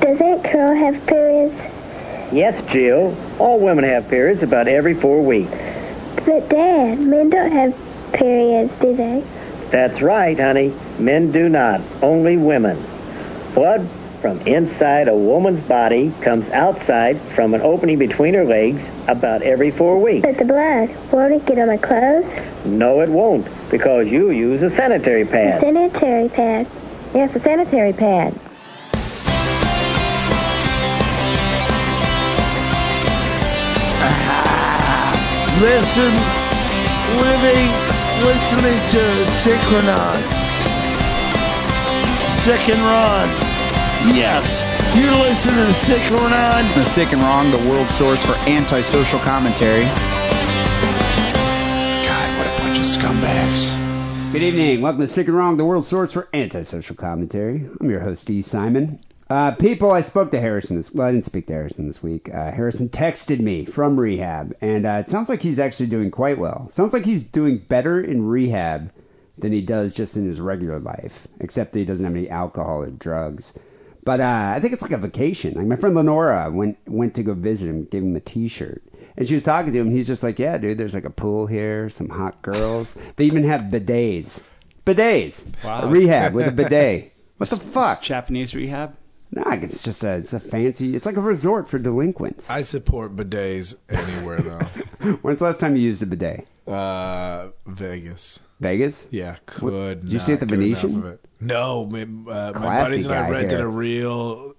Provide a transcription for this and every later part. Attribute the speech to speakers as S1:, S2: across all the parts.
S1: Does that girl have periods?
S2: Yes, Jill. All women have periods about every four weeks.
S1: But, Dad, men don't have periods, do they?
S2: That's right, honey. Men do not, only women. Blood from inside a woman's body comes outside from an opening between her legs about every four weeks.
S1: But the blood, won't it get on my clothes?
S2: No, it won't, because you use a sanitary
S1: A
S2: pad.
S1: sanitary pad.
S3: Yes, a sanitary pad.
S4: Listen, living, listening to Synchronon. Synchronon. Yes, you're listening to Synchronon.
S5: The Sick and Wrong, the world source for antisocial commentary.
S4: God, what a bunch of scumbags.
S6: Good evening. Welcome to Sick and Wrong, the world source for antisocial commentary. I'm your host, E. Simon. Uh, people, I spoke to Harrison this. Well, I didn't speak to Harrison this week. Uh, Harrison texted me from rehab, and uh, it sounds like he's actually doing quite well. Sounds like he's doing better in rehab than he does just in his regular life, except that he doesn't have any alcohol or drugs. But uh, I think it's like a vacation. Like my friend Lenora went went to go visit him, gave him a T-shirt, and she was talking to him. He's just like, "Yeah, dude, there's like a pool here, some hot girls. They even have bidets, bidets.
S7: Wow.
S6: A rehab with a bidet. What the fuck?
S7: Japanese rehab.
S6: Nah, it's just a it's a fancy. It's like a resort for delinquents.
S8: I support bidets anywhere though.
S6: When's the last time you used a bidet?
S8: uh, Vegas.
S6: Vegas.
S8: Yeah, could.
S6: you see
S8: not
S6: it at the
S8: get enough
S6: Venetian?
S8: of it. No, my, uh, my
S6: Classy
S8: buddies and I
S6: guy
S8: rented
S6: here.
S8: a real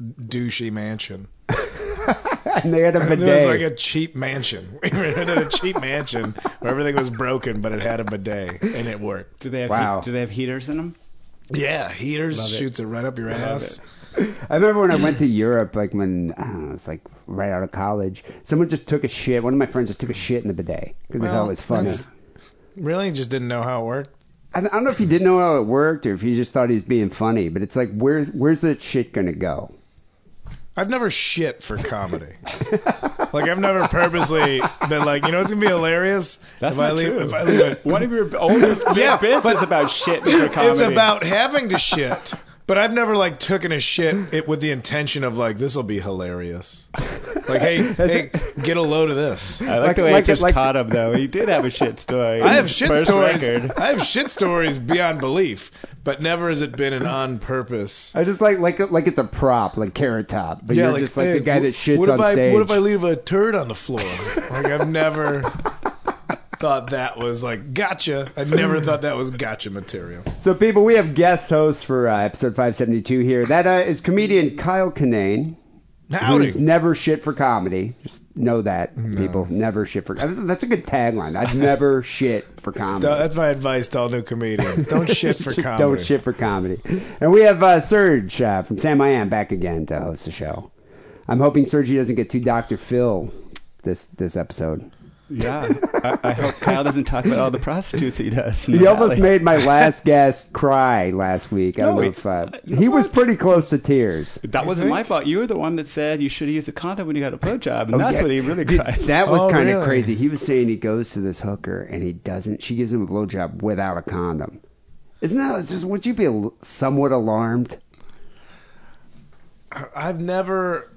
S8: douchey mansion.
S6: and they had a bidet.
S8: It was like a cheap mansion. We rented a cheap mansion where everything was broken, but it had a bidet and it worked.
S7: Do they have
S6: Wow.
S7: heat, do they have heaters in them?
S8: Yeah, heaters
S7: Love it.
S8: shoots it right up your ass.
S6: I remember when I went to Europe, like when I don't know, it's like right out of college, someone just took a shit. One of my friends just took a shit in the bidet because they thought it was funny.
S8: that's- Really, you just didn't know how it worked.
S6: I, I don't know if he didn't know how it worked or if he just thought he was being funny, but it's like, where's where's that shit gonna go?
S8: I've never shit for comedy. like I've never purposely been like, you know, it's gonna be hilarious.
S7: That's
S8: if
S7: not
S8: I leave,
S7: true.
S8: If I leave it,
S7: One of your oldest big
S8: Yeah,
S7: bits
S8: but-
S7: is about shit for comedy.
S8: It's about having to shit. But I've never like taken a shit it with the intention of like this will be hilarious. Like hey, hey, get a load of this.
S7: I like,
S6: Like-
S7: the way
S6: like-
S7: it just
S6: like-
S7: caught him though. He did have a shit story.
S8: I have shit
S7: First
S8: stories.
S7: record.
S8: I have shit stories beyond belief, but never has it been an on purpose.
S6: I just like like like it's a prop, like carrot top, but you're just like
S8: hey,
S6: the guy that shits
S8: what if
S6: on
S8: I,
S6: stage.
S8: What if I leave a turd on the floor? like I've never thought that was like gotcha. I never thought that was gotcha material.
S6: So, people, we have guest hosts for uh, episode 572 here. That uh, is comedian Kyle Kinane. Who's
S8: Howdy.
S6: never shit for comedy. Just know that, people. Never shit for That's a good tagline. I've never shit for comedy.
S8: That's my advice to all new comedians. Don't shit for
S6: Just
S8: comedy.
S6: Don't shit for comedy. And we have uh, Serge uh, from Sam I Am back again to host the show. I'm hoping Sergi doesn't get too Dr. Phil this this episode.
S7: Yeah. I, I hope Kyle doesn't talk about all the prostitutes he does. in
S6: He
S7: the
S6: almost
S7: alley.
S6: made my last guest cry last week. I don't
S7: No,
S6: know
S7: he-
S6: if uh, he was pretty close to tears.
S7: That wasn't my fault. You were the one that said you should use a condom when you got a blowjob, and that's
S6: Yeah.
S7: what he really
S6: Dude,
S7: cried.
S6: That was
S8: Oh,
S6: kind of
S8: really?
S6: crazy. He was saying he goes to this hooker and he doesn't. She gives him a blowjob without a condom. Isn't that it's just? Would you be al- somewhat alarmed?
S8: I've never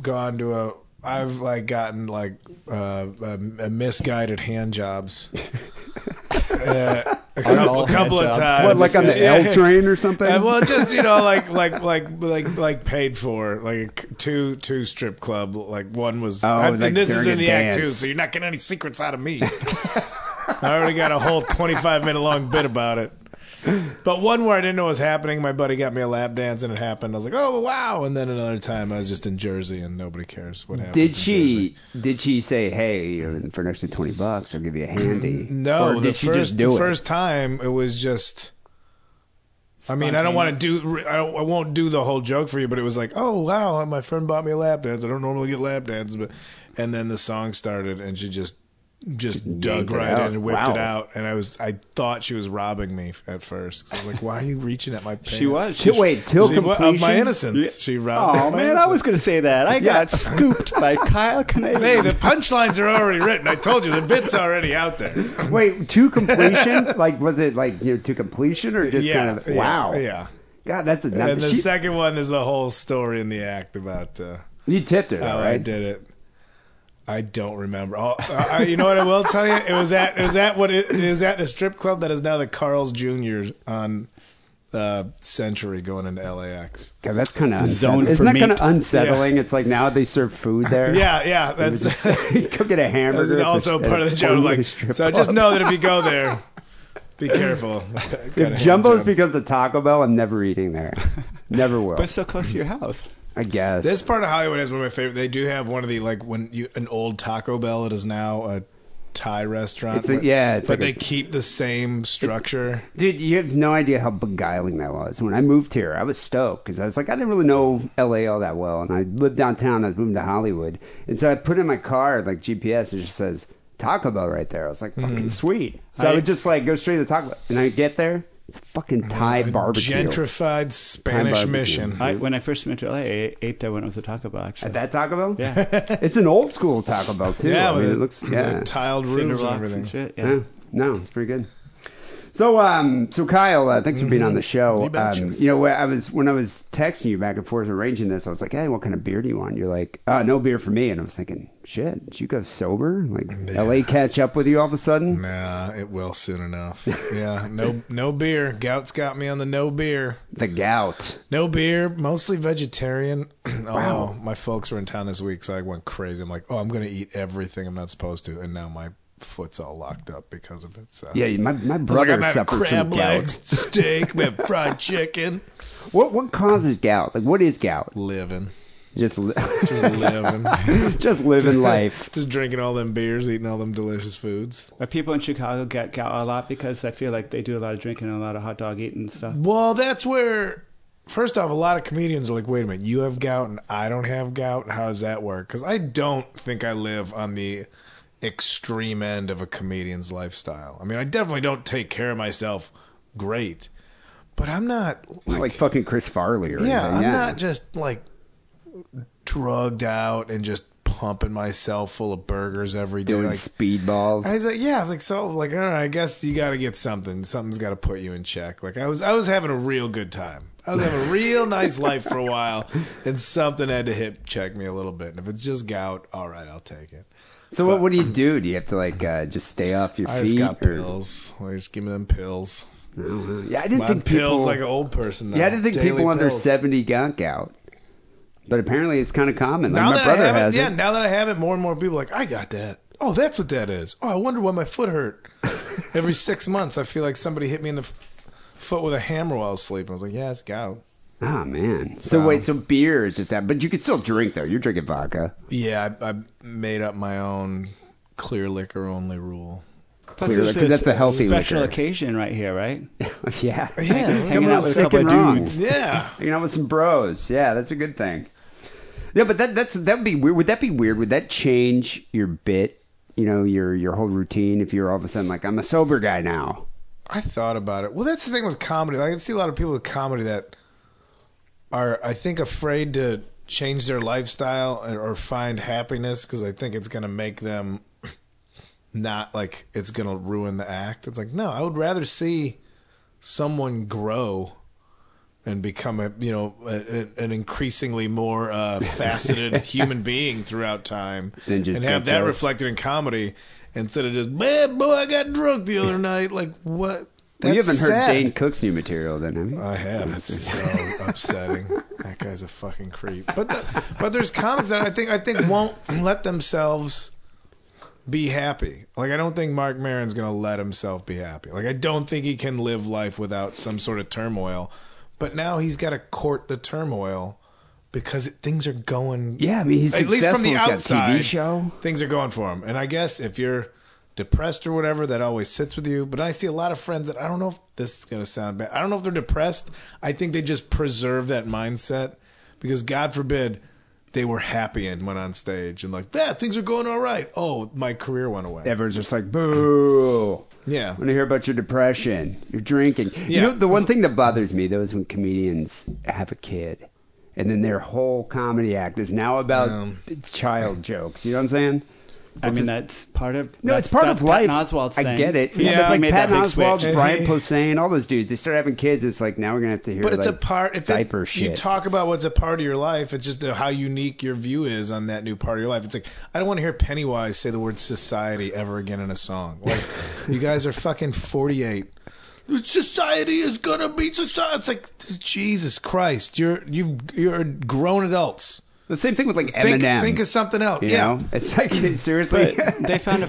S8: gone to a. I've like gotten like uh, a, a misguided hand jobs. Uh, a couple,
S7: all
S8: a couple
S7: hand
S8: of
S7: jobs.
S8: times,
S6: What, like on the
S8: Yeah.
S6: L train or something?
S8: Uh, well, just you know, like like like like like paid for, like a two two strip club. Like one was, I- and
S6: Oh, like
S8: this is
S6: during
S8: in
S6: a
S8: the act two,
S6: dance.
S8: so you're not getting any secrets out of me. I already got a whole twenty five minute long bit about it. But one where I didn't know what was happening, my buddy got me a lap dance, and it happened. I was like, "Oh wow!" And then another time, I was just in Jersey, and nobody cares what happened.
S6: Did she? Did she say, "Hey, you're in for an extra twenty bucks, I'll give you a handy"?
S8: No,
S6: or
S8: the
S6: did she
S8: first
S6: just do
S8: the
S6: it?
S8: first time it was just. I mean, I don't want to do. I, don't, I won't do the whole joke for you, but it was like, oh wow, my friend bought me a lap dance. I don't normally get lap dances, but and then the song started, and she just just
S6: yanked
S8: dug
S6: it
S8: right in
S6: out.
S8: and whipped it
S6: Wow.
S8: out, and I was I thought she was robbing me f- at first. 'Cause I was like, why are you reaching at my pants?
S7: She was.
S6: Till- wait till
S8: She wa-
S6: completion.
S8: of my innocence. She robbed. me
S7: Oh
S8: of my
S7: man, I was
S8: innocence.
S7: going to say that. I got scooped by Kyle Kinane.
S8: Hey, the punchlines are already written. I told you the bit's already out there.
S6: Wait, to completion? like, was it like you know to completion or just
S8: yeah,
S6: kind of
S8: yeah,
S6: wow?
S8: Yeah.
S6: God, that's a
S8: And the
S6: she-
S8: second one is a whole story in the act about uh,
S6: You tipped her,
S8: how
S6: though,
S8: I
S6: right?
S8: did it. I don't remember. I'll- I, I, you know what I will tell you? It was at it was at what it, it was at a strip club that is now the Carl's Jr. on uh, Century going into LAX.
S6: God, that's kind of
S7: Zoned
S6: Isn't
S7: for
S6: that kind of
S7: meat.
S6: unsettling? It's like now they serve food there.
S8: Yeah, yeah,
S6: You
S8: that's
S6: just- you go get a
S8: That's
S6: hamburger. at
S8: also
S6: at
S8: part of the joke.
S6: only
S8: Like,
S6: strip
S8: so
S6: club.
S8: just know that if you go there, be careful.
S6: if Jumbo's becomes a Taco Bell, I'm never eating there. Never will.
S7: But it's so close to your house.
S6: I guess.
S8: this part of Hollywood is one of my favorite. They do have one of the like when you an old Taco Bell. It is now a Thai restaurant.
S6: It's a- yeah, it's
S8: but
S6: like
S8: they
S6: a-
S8: keep the same structure.
S6: Dude, you have no idea how beguiling that was. When I moved here, I was stoked because I was like, I didn't really know LA all that well. And I lived downtown, I was moving to Hollywood. And so I put in my car, like GPS, it just says Taco Bell right there. I was like, fucking sweet. So I,
S8: Mm-hmm. I-
S6: would just like go straight to Taco Bell. And I get there, it's a fucking Thai barbecue.
S8: Uh, Gentrified
S6: Thai
S8: Spanish
S6: barbecue.
S8: mission.
S7: I, when I first moved to LA, I ate there when it was a Taco Bell. Actually,
S6: At that Taco Bell?
S7: Yeah.
S6: it's an old school Taco Bell, too.
S8: yeah,
S6: I mean,
S8: with
S6: it looks,
S8: the
S6: yeah.
S8: tiled
S7: cinder
S8: roofs and
S7: blocks
S8: everything.
S7: and shit. Yeah.
S6: Yeah. No, it's pretty good. So, um, so Kyle, uh, thanks for being on the show.
S8: Mm-hmm. You betcha.
S6: um, you know, when I was when I was texting you back and forth arranging this, I was like, "Hey, what kind of beer do you want?" You're like, "Oh, no beer for me." And I was thinking, "Shit, did you go sober? Like, L.A. catch up with you all of a sudden?"
S8: Nah, it will soon enough. Yeah, no, no beer. Gout's got me on the no beer.
S6: The gout.
S8: No beer, mostly vegetarian. Although
S6: Wow.
S8: my folks were in town this week, so I went crazy. I'm like, oh, I'm gonna eat everything I'm not supposed to, and now my foot's all locked up because of it. So.
S6: Yeah, my my
S8: I was like,
S6: brother
S8: I'm having
S6: suffers from
S8: crab
S6: gout.
S8: legs, steak, we have fried chicken,
S6: What what causes gout? Like, what is gout?
S8: living,
S6: Just li-
S8: just living,
S6: just living life.
S8: just drinking all them beers, eating all them delicious foods.
S7: But people in Chicago get gout a lot because I feel like they do a lot of drinking and a lot of hot dog eating and stuff.
S8: Well, that's where. First off, a lot of comedians are like, "Wait a minute, you have gout and I don't have gout. How does that work?" Because I don't think I live on the extreme end of a comedian's lifestyle. I mean, I definitely don't take care of myself great, but I'm not like,
S6: Like fucking Chris Farley or
S8: yeah,
S6: anything.
S8: I'm not just like drugged out and just pumping myself full of burgers every day.
S6: doing
S8: Like,
S6: speedballs.
S8: I was like, yeah, I was like, so like, all right, I guess you got to get something. Something's got to put you in check. Like I was, I was having a real good time. I was having a real nice life for a while, and something had to hit check me a little bit. And if it's just gout, all right, I'll take it.
S6: So what, what do you do? Do you have to like uh, just stay off your
S8: I
S6: feet?
S8: just got
S6: or-
S8: pills. I just give me them pills.
S6: Yeah, I didn't
S8: I'm
S6: think people.
S8: pills like an old person. Now.
S6: yeah, I didn't think
S8: Daily
S6: people under
S8: pills.
S6: seventy gunk out. But apparently, it's kind of common. Like
S8: Now
S6: my
S8: that I
S6: brother
S8: have
S6: has
S8: it, yeah.
S6: it.
S8: Now that I have it, more and more people are like, I got that. Oh, that's what that is. Oh, I wonder why my foot hurt. Every six months, I feel like somebody hit me in the f- foot with a hammer while I was sleeping. I was like, yeah, it's gout.
S6: Oh man. So wait, so beer is just that, but you could still drink though. You're drinking vodka.
S8: Yeah, I, I made up my own clear liquor only rule.
S7: Plus,
S6: Clear,
S7: this
S6: because
S7: is
S6: that's the healthy
S7: special
S6: liquor.
S7: occasion right here, right?
S6: yeah.
S7: hanging out with a couple of dudes.
S8: Yeah.
S6: Hanging out with some bros. Yeah, that's a good thing. Yeah, but that that's that would be weird. Would that be weird? Would that change your bit? You know, your your whole routine. If you're all of a sudden like, I'm a sober guy now.
S8: I thought about it. Well, that's the thing with comedy. Like, I can see a lot of people with comedy that are, I think, afraid to change their lifestyle or, or find happiness because they think it's going to make them not like it's going to ruin the act. It's like, no, I would rather see someone grow and become a you know a, a- an increasingly more uh, faceted human being throughout time
S6: Than just
S8: and have
S6: get
S8: that
S6: drunk.
S8: reflected in comedy instead of just man boy I got drunk the other night like what
S6: Well, you
S8: That's
S6: haven't heard
S8: sad.
S6: Dane Cook's new material, then, have you?
S8: I have. It's so upsetting. That guy's a fucking creep. But the, but there's comics that I think I think won't let themselves be happy. Like I don't think Mark Maron's gonna let himself be happy. Like I don't think he can live life without some sort of turmoil. But now he's got to court the turmoil because things are going
S6: Yeah, I mean, he's
S8: at least from the
S6: successful. He's got a
S8: outside
S6: TV show.
S8: things are going for him. And I guess if you're depressed or whatever, that always sits with you. But I see a lot of friends that I don't know if this is going to sound bad. I don't know if they're depressed. I think they just preserve that mindset because God forbid they were happy and went on stage and like, yeah, things are going all right. Oh, my career went away.
S6: everyone's just like, boo.
S8: Yeah.
S6: I want to hear about your depression, your drinking. You
S8: Yeah.
S6: know, the one thing that bothers me, though, is when comedians have a kid and then their whole comedy act is now about child jokes. You know what I'm saying?
S7: I
S6: What's
S7: mean,
S6: his-
S7: that's part of
S6: No,
S7: that's,
S6: it's part
S7: that's
S6: of life.
S7: Patton Oswald's
S6: I
S7: thing.
S6: get it.
S8: Yeah,
S6: but
S8: he
S6: like
S7: made that
S6: Patton
S7: big
S6: Oswald,
S7: switch.
S6: Brian
S8: Hey.
S6: Posehn, all those dudes. They start having kids. It's like now we're gonna have to hear.
S8: But it's a
S6: like,
S8: part. If it-
S6: diaper shit.
S8: You talk about what's a part of your life. It's just uh, how unique your view is on that new part of your life. It's like I don't want to hear Pennywise say the word society ever again in a song. Like you guys are fucking forty eight. Society is gonna be society. It's like Jesus Christ. You're you you're grown adults.
S6: the same thing with like
S8: Think
S6: Eminem.
S8: think of something else.
S6: you
S8: yeah.
S6: know? it's like seriously,
S7: But they found a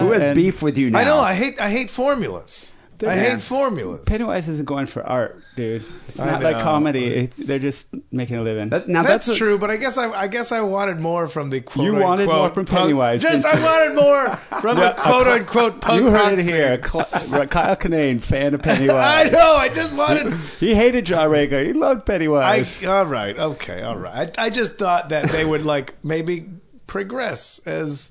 S6: who has
S7: and
S6: beef with you now?
S8: I know. I hate I hate formulas. I
S7: Yeah.
S8: hate formulas.
S7: Pennywise isn't going for art, dude. It's
S8: I
S7: not like
S8: know.
S7: comedy. It- they're just making a living.
S6: That- now
S8: That's,
S6: that's, a-
S8: true, but I guess I, I guess I wanted more from the quote
S7: You wanted
S8: unquote,
S7: more from
S8: punk-
S7: Pennywise.
S8: Just I wanted more from
S7: Yeah,
S8: a quote
S7: cl-
S8: unquote punk
S7: You
S8: rock
S7: heard it
S8: scene.
S7: here. Cl- Kyle Kinane, fan of
S8: I
S7: Pennywise.
S8: know. I just wanted.
S7: He hated John Rego. He loved
S8: I
S7: Pennywise.
S8: all right. Okay. All right. I, I just thought that they would like maybe progress as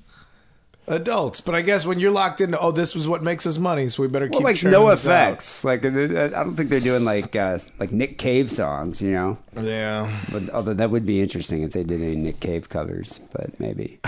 S8: adults, but I guess when you're locked into oh this was what makes us money, so we better
S6: well,
S8: keep
S6: like
S8: churning
S6: no
S8: this out."
S6: effects. Like I I don't think they're doing like uh, like Nick Cave songs. You know,
S8: Yeah.
S6: but although that would be interesting if they did any Nick Cave covers, but maybe.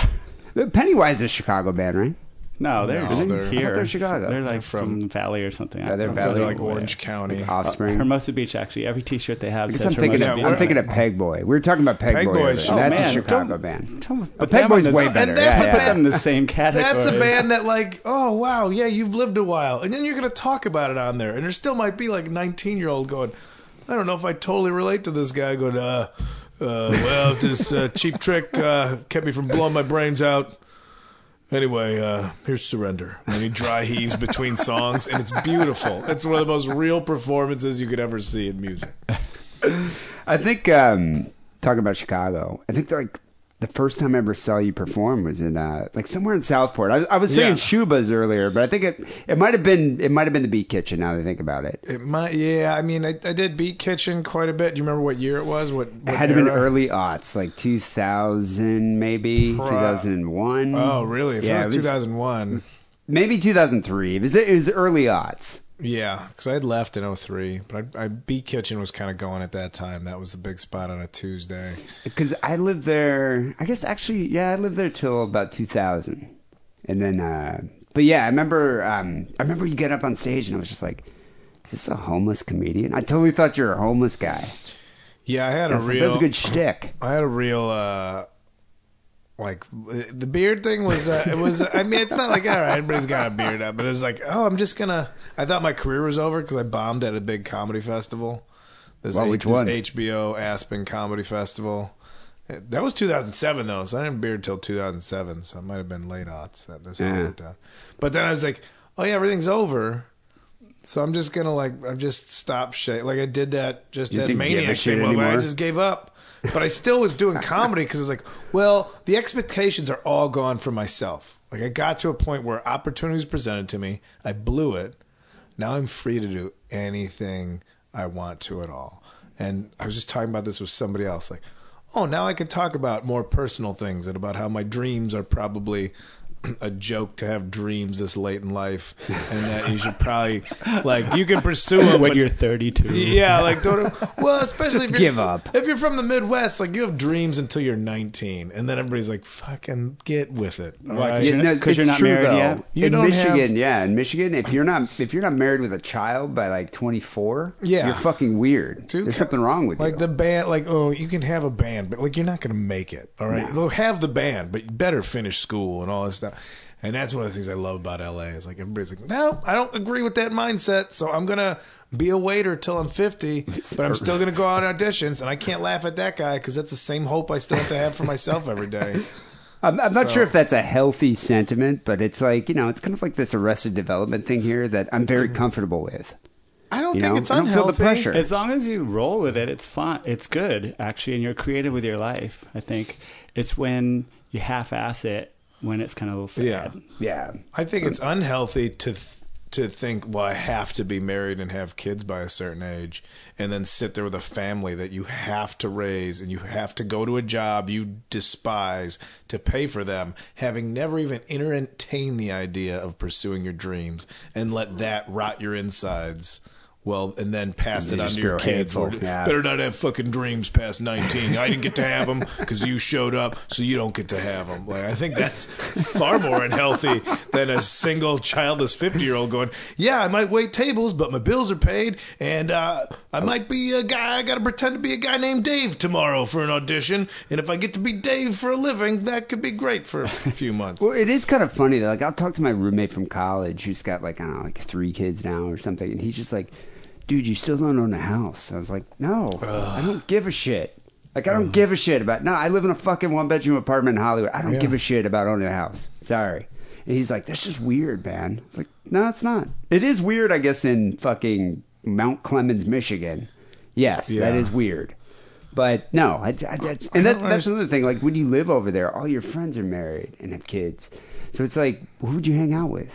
S6: But Pennywise is a Chicago band, right?
S7: no, they're,
S8: No,
S7: they're
S8: they're-
S7: here.
S6: They're Chicago.
S7: They're like from, Valley or something.
S6: Yeah, they're
S7: I'm
S8: They're
S6: Valley.
S8: like Orange County.
S6: Offspring.
S7: Hermosa Beach, actually. Every T-shirt they have
S6: Because
S7: says
S6: I'm thinking,
S7: Hermosa
S6: of,
S7: Beach. Oh,
S6: I'm thinking of Pegboy. We were talking about Pegboy.
S8: Pegboy
S6: earlier.
S8: is-
S6: That's
S8: Oh,
S6: a
S7: man,
S6: Chicago
S7: don't-
S6: band.
S7: Don't
S6: But
S7: put them
S6: Pegboy's
S7: in the
S6: way
S7: same-
S6: better.
S8: that's
S6: yeah,
S8: a
S6: yeah.
S7: Put them in the same category.
S8: That's a band that like, oh wow, yeah, you've lived a while, and then you're gonna talk about it on there, and there still might be like a 19 year old going, I don't know if I totally relate to this guy going, uh, uh well, this uh, cheap trick uh, kept me from blowing my brains out. Anyway, uh, here's surrender. And then he dry heaves between songs, and it's beautiful. It's one of the most real performances you could ever see in music.
S6: I think um, talking about Chicago. I think like the first time I ever saw you perform was in uh, like somewhere in Southport. I, was- I was saying
S8: Yeah.
S6: Shuba's earlier, but I think it it might have been it might have been the Beat Kitchen. Now that I think about it,
S8: It might, yeah. I mean, I, I did Beat Kitchen quite a bit. Do you remember what year it was? What,
S6: it
S8: what
S6: had to have been
S8: era?
S6: early aughts, like two thousand maybe two thousand one.
S8: Oh, really? If
S6: yeah,
S8: it was 2001.
S6: maybe two thousand three. It was it was early aughts.
S8: Yeah, because I had left in 03, but I, I Beat Kitchen was kind of going at that time. That was the big spot on a Tuesday.
S6: Because I lived there, I guess actually, yeah, I lived there till about 2000, and then, uh, but yeah, I remember, um, I remember you get up on stage and I was just like, "Is this a homeless comedian?" I totally thought you were a homeless guy.
S8: Yeah, I had
S6: I
S8: a
S6: was like,
S8: real.
S6: That's a good shtick.
S8: I had a real uh like the beard thing was uh, it was I mean it's not like all right everybody's got a beard up but it was like oh I'm just gonna I thought my career was over because I bombed at a big comedy festival this,
S6: Well,
S8: H-
S6: which
S8: this
S6: one?
S8: HBO Aspen Comedy Festival Uh, that was 2007 though so I didn't beard till 2007 so it might have been late aughts that this all
S6: Yeah.
S8: worked out but then I was like oh yeah everything's over so I'm just gonna like I'm just stop shit like I did that just
S6: You
S8: that
S6: didn't give a
S8: maniac
S6: shit
S8: thing where I
S6: anymore?
S8: just gave up. But I still was doing comedy because it's like, well, the expectations are all gone for myself. Like I got to a point where opportunities presented to me, I blew it. Now I'm free to do anything I want to at all. And I was just talking about this with somebody else, like, oh, now I could talk about more personal things and about how my dreams are probably a joke to have dreams this late in life, and that you should probably like you can pursue it
S7: when you're 32.
S8: yeah, like don't. Well, especially if you're,
S6: give up.
S8: If you're from the Midwest, like you have dreams until you're 19, and then everybody's like, "Fucking get with it." all
S7: Right.
S8: right?
S7: Yeah,
S6: You know,
S7: 'cause you're
S6: it's
S7: not
S6: true,
S7: married
S6: though.
S7: yet?
S8: You
S6: in
S8: don't
S6: Michigan,
S8: have-
S6: yeah, in Michigan, if you're not if you're not married with a child by like 24,
S8: Yeah.
S6: you're fucking weird.
S8: Dude,
S6: There's
S8: ca-
S6: something wrong with
S8: like
S6: you.
S8: the band. Like, oh, you can have a band, but like you're not gonna make it. All right, they'll have the band, but you better finish school and all this stuff. And that's one of the things I love about LA is like everybody's like, no, I don't agree with that mindset. So I'm gonna be a waiter till I'm 50, but I'm still gonna go out on auditions, and I can't laugh at that guy because that's the same hope I still have to have for myself every day.
S6: I'm, I'm not
S8: So-
S6: sure if that's a healthy sentiment, but it's like you know, it's kind of like this Arrested Development thing here that I'm
S8: Mm-hmm.
S6: very comfortable with.
S8: I don't
S6: You
S8: think
S6: know,
S8: it's
S6: I don't
S8: unhealthy.
S6: feel the pressure.
S7: As long as you roll with it, it's fine. It's good, actually, and you're creative with your life. I think it's when you half-ass it when it's kind of a little sad.
S8: Yeah.
S6: Yeah,
S8: I think it's unhealthy to th- to think, well, I have to be married and have kids by a certain age, and then sit there with a family that you have to raise and you have to go to a job you despise to pay for them, having never even entertained the idea of pursuing your dreams, and let that rot your insides Well, and then pass it
S6: You
S8: on to your
S6: screw
S8: kids.
S6: hateful,
S8: We're-
S6: yeah.
S8: Better not have fucking dreams past nineteen. I didn't get to have them because you showed up, so you don't get to have them. Like I think that's far more unhealthy than a single childless fifty-year-old going, "Yeah, I might wait tables, but my bills are paid, and uh, I might be a guy. I got to pretend to be a guy named Dave tomorrow for an audition, and if I get to be Dave for a living, that could be great for a few months."
S6: Well, it is kind of funny though. Like I'll talk to my roommate from college who's got like I don't know, like three kids now or something, and he's just like, "Dude, you still don't own a house." I was like, "No, I don't give a shit." Like I don't give a shit about. No, I live in a fucking one bedroom apartment in Hollywood. I don't give a shit about owning a house. Sorry. And he's like, "That's just weird, man." It's like, no, it's not. It is weird, I guess, in fucking Mount Clemens, Michigan. Yes, that
S8: Yeah.
S6: is weird. But no, I, I, that's, and that's, that's another thing. Like when you live over there, all your friends are married and have kids, so it's like, who would you hang out with?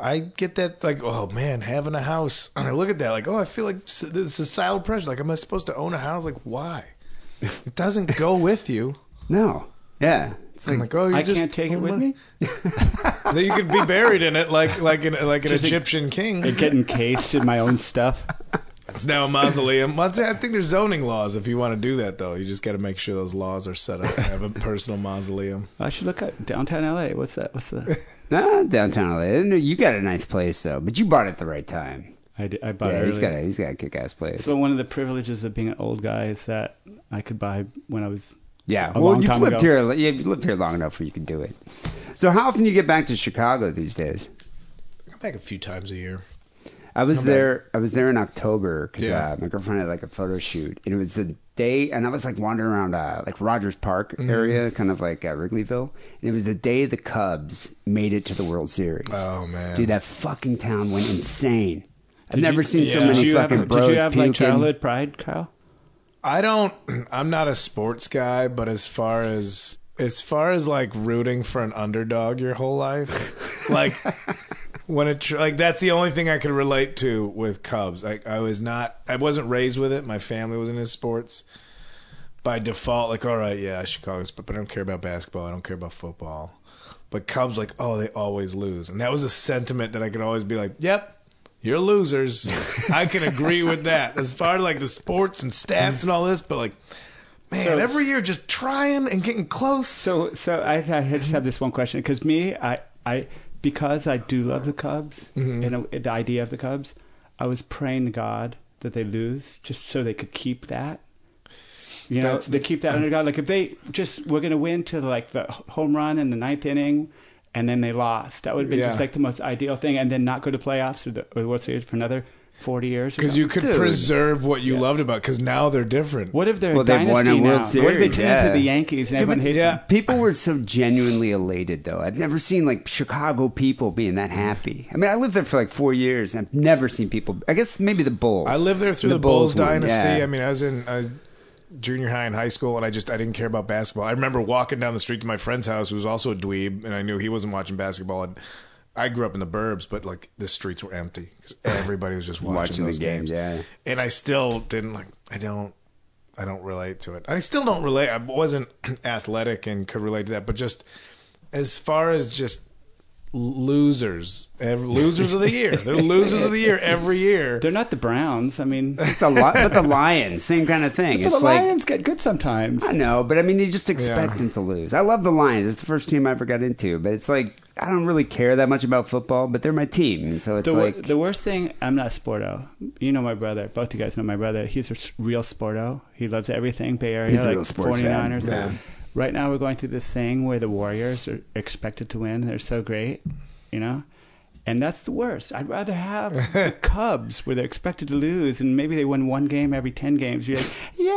S8: I get that like, oh man, having a house. And I look at that like, oh, I feel like s- this is silent pressure. Like, am I supposed to own a house? Like, why? It doesn't go with you.
S6: No, yeah, it's
S8: I'm
S6: like,
S8: like, oh, you
S7: I
S8: just,
S7: can't take it with me.
S8: That You could be buried in it, like like an like an
S7: Just a-
S8: Egyptian king.
S7: It get encased in my own stuff.
S8: It's now a mausoleum. Well, I think there's zoning laws if you want to do that, though. You just got to make sure those laws are set up. to Have a personal mausoleum.
S7: I should look up downtown LA. What's that? What's the?
S6: nah, downtown LA. No, you got a nice place though, but you bought it at the right time.
S7: I, did, I bought
S6: yeah,
S7: it
S6: he's
S7: early.
S6: got a he's got a kick ass place.
S7: So one of the privileges of being an old guy is that I could buy when I was
S6: yeah,
S7: a
S6: well,
S7: long
S6: you've
S7: time
S6: lived
S7: ago.
S6: here, yeah, you've lived here long enough where you can do it. So how often do you get back to Chicago these days?
S8: Come back a few times a year.
S6: I was there. I was there in October because
S8: Yeah.
S6: uh, my girlfriend had like a photo shoot, and it was the day. And I was like wandering around uh, like Rogers Park
S8: Mm-hmm.
S6: area, kind of like uh, Wrigleyville, and it was the day the Cubs made it to the World Series.
S8: Oh, man.
S6: dude, that fucking town went insane. I've never
S7: you-
S6: seen so
S8: yeah.
S6: many
S7: Did you have,
S6: fucking bros
S7: did you have like
S6: puking.
S7: childhood pride, Kyle?
S8: I don't. I'm not a sports guy, but as far as as far as like rooting for an underdog your whole life, like when it tr- like that's the only thing I could relate to with Cubs. I I was not. I wasn't raised with it. My family was into sports. By default, like all right, yeah, Chicago's, but, but I don't care about basketball. I don't care about football. But Cubs, like, oh, they always lose, and that was a sentiment that I could always be like, yep, you're losers. I can agree with that as far as like the sports and stats and all this, but like, man,
S7: So-
S8: every year just trying and getting close.
S7: So, so I, I just have this one question because me, I, I, because I do love the Cubs
S8: Mm-hmm.
S7: and uh, the idea of the Cubs, I was praying to God that they lose just so they could keep that. You know,
S8: That's-
S7: they keep that under God. Like if they just we're gonna win to like the h- home run in the ninth inning, and then they lost, that would have been just
S8: Yeah.
S7: like the most ideal thing. And then not go to playoffs or the or the World Series for another forty years. or
S8: Because
S7: something.
S8: you could
S6: Dude.
S8: preserve what you loved about. Because now they're different.
S7: what if they're
S6: Well,
S7: a
S6: they've
S7: dynasty
S6: won a
S7: now?
S6: World
S7: what if they
S6: Series,
S7: turn
S6: yeah.
S7: into the Yankees and everyone hates
S8: yeah.
S7: them?
S6: People were so genuinely elated, though. I've never seen like Chicago people being that happy. I mean, I lived there for like four years, and I've never seen people. I guess maybe the Bulls.
S8: I lived there through the, Bulls,
S6: won,
S8: dynasty.
S6: yeah.
S8: I mean, I was in I was junior high and high school, and I just I didn't care about basketball. I remember walking down the street to my friend's house, who was also a dweeb, and I knew he wasn't watching basketball. And I grew up in the burbs, but like the streets were empty because everybody was just watching,
S6: Watching the
S8: those
S6: games,
S8: games.
S6: yeah.
S8: and I still didn't like. I don't. I don't relate to it. I still don't relate. I wasn't athletic and could relate to that, but just as far as just losers, ev- losers of the year. They're losers of the year every year.
S7: They're not the Browns. I mean,
S6: the li- but the Lions, same kind of thing.
S7: But
S6: it's
S7: the
S6: like
S7: Lions get good sometimes.
S6: I know, but I mean, you just expect
S8: Yeah.
S6: them to lose. I love the Lions; it's the first team I ever got into. But it's like I don't really care that much about football, but they're my team, and so it's
S7: The, wor-
S6: like
S7: the worst thing, I'm not a sporto. You know my brother. Both you guys know my brother. He's a s- real sporto. He loves everything Bay Area,
S6: He's a
S7: like
S6: real sports
S7: 49ers.
S6: fan. Yeah.
S7: Right now, we're going through this thing where the Warriors are expected to win. They're so great, you know? And that's the worst. I'd rather have the Cubs where they're expected to lose and maybe they win one game every 10 games. You're like,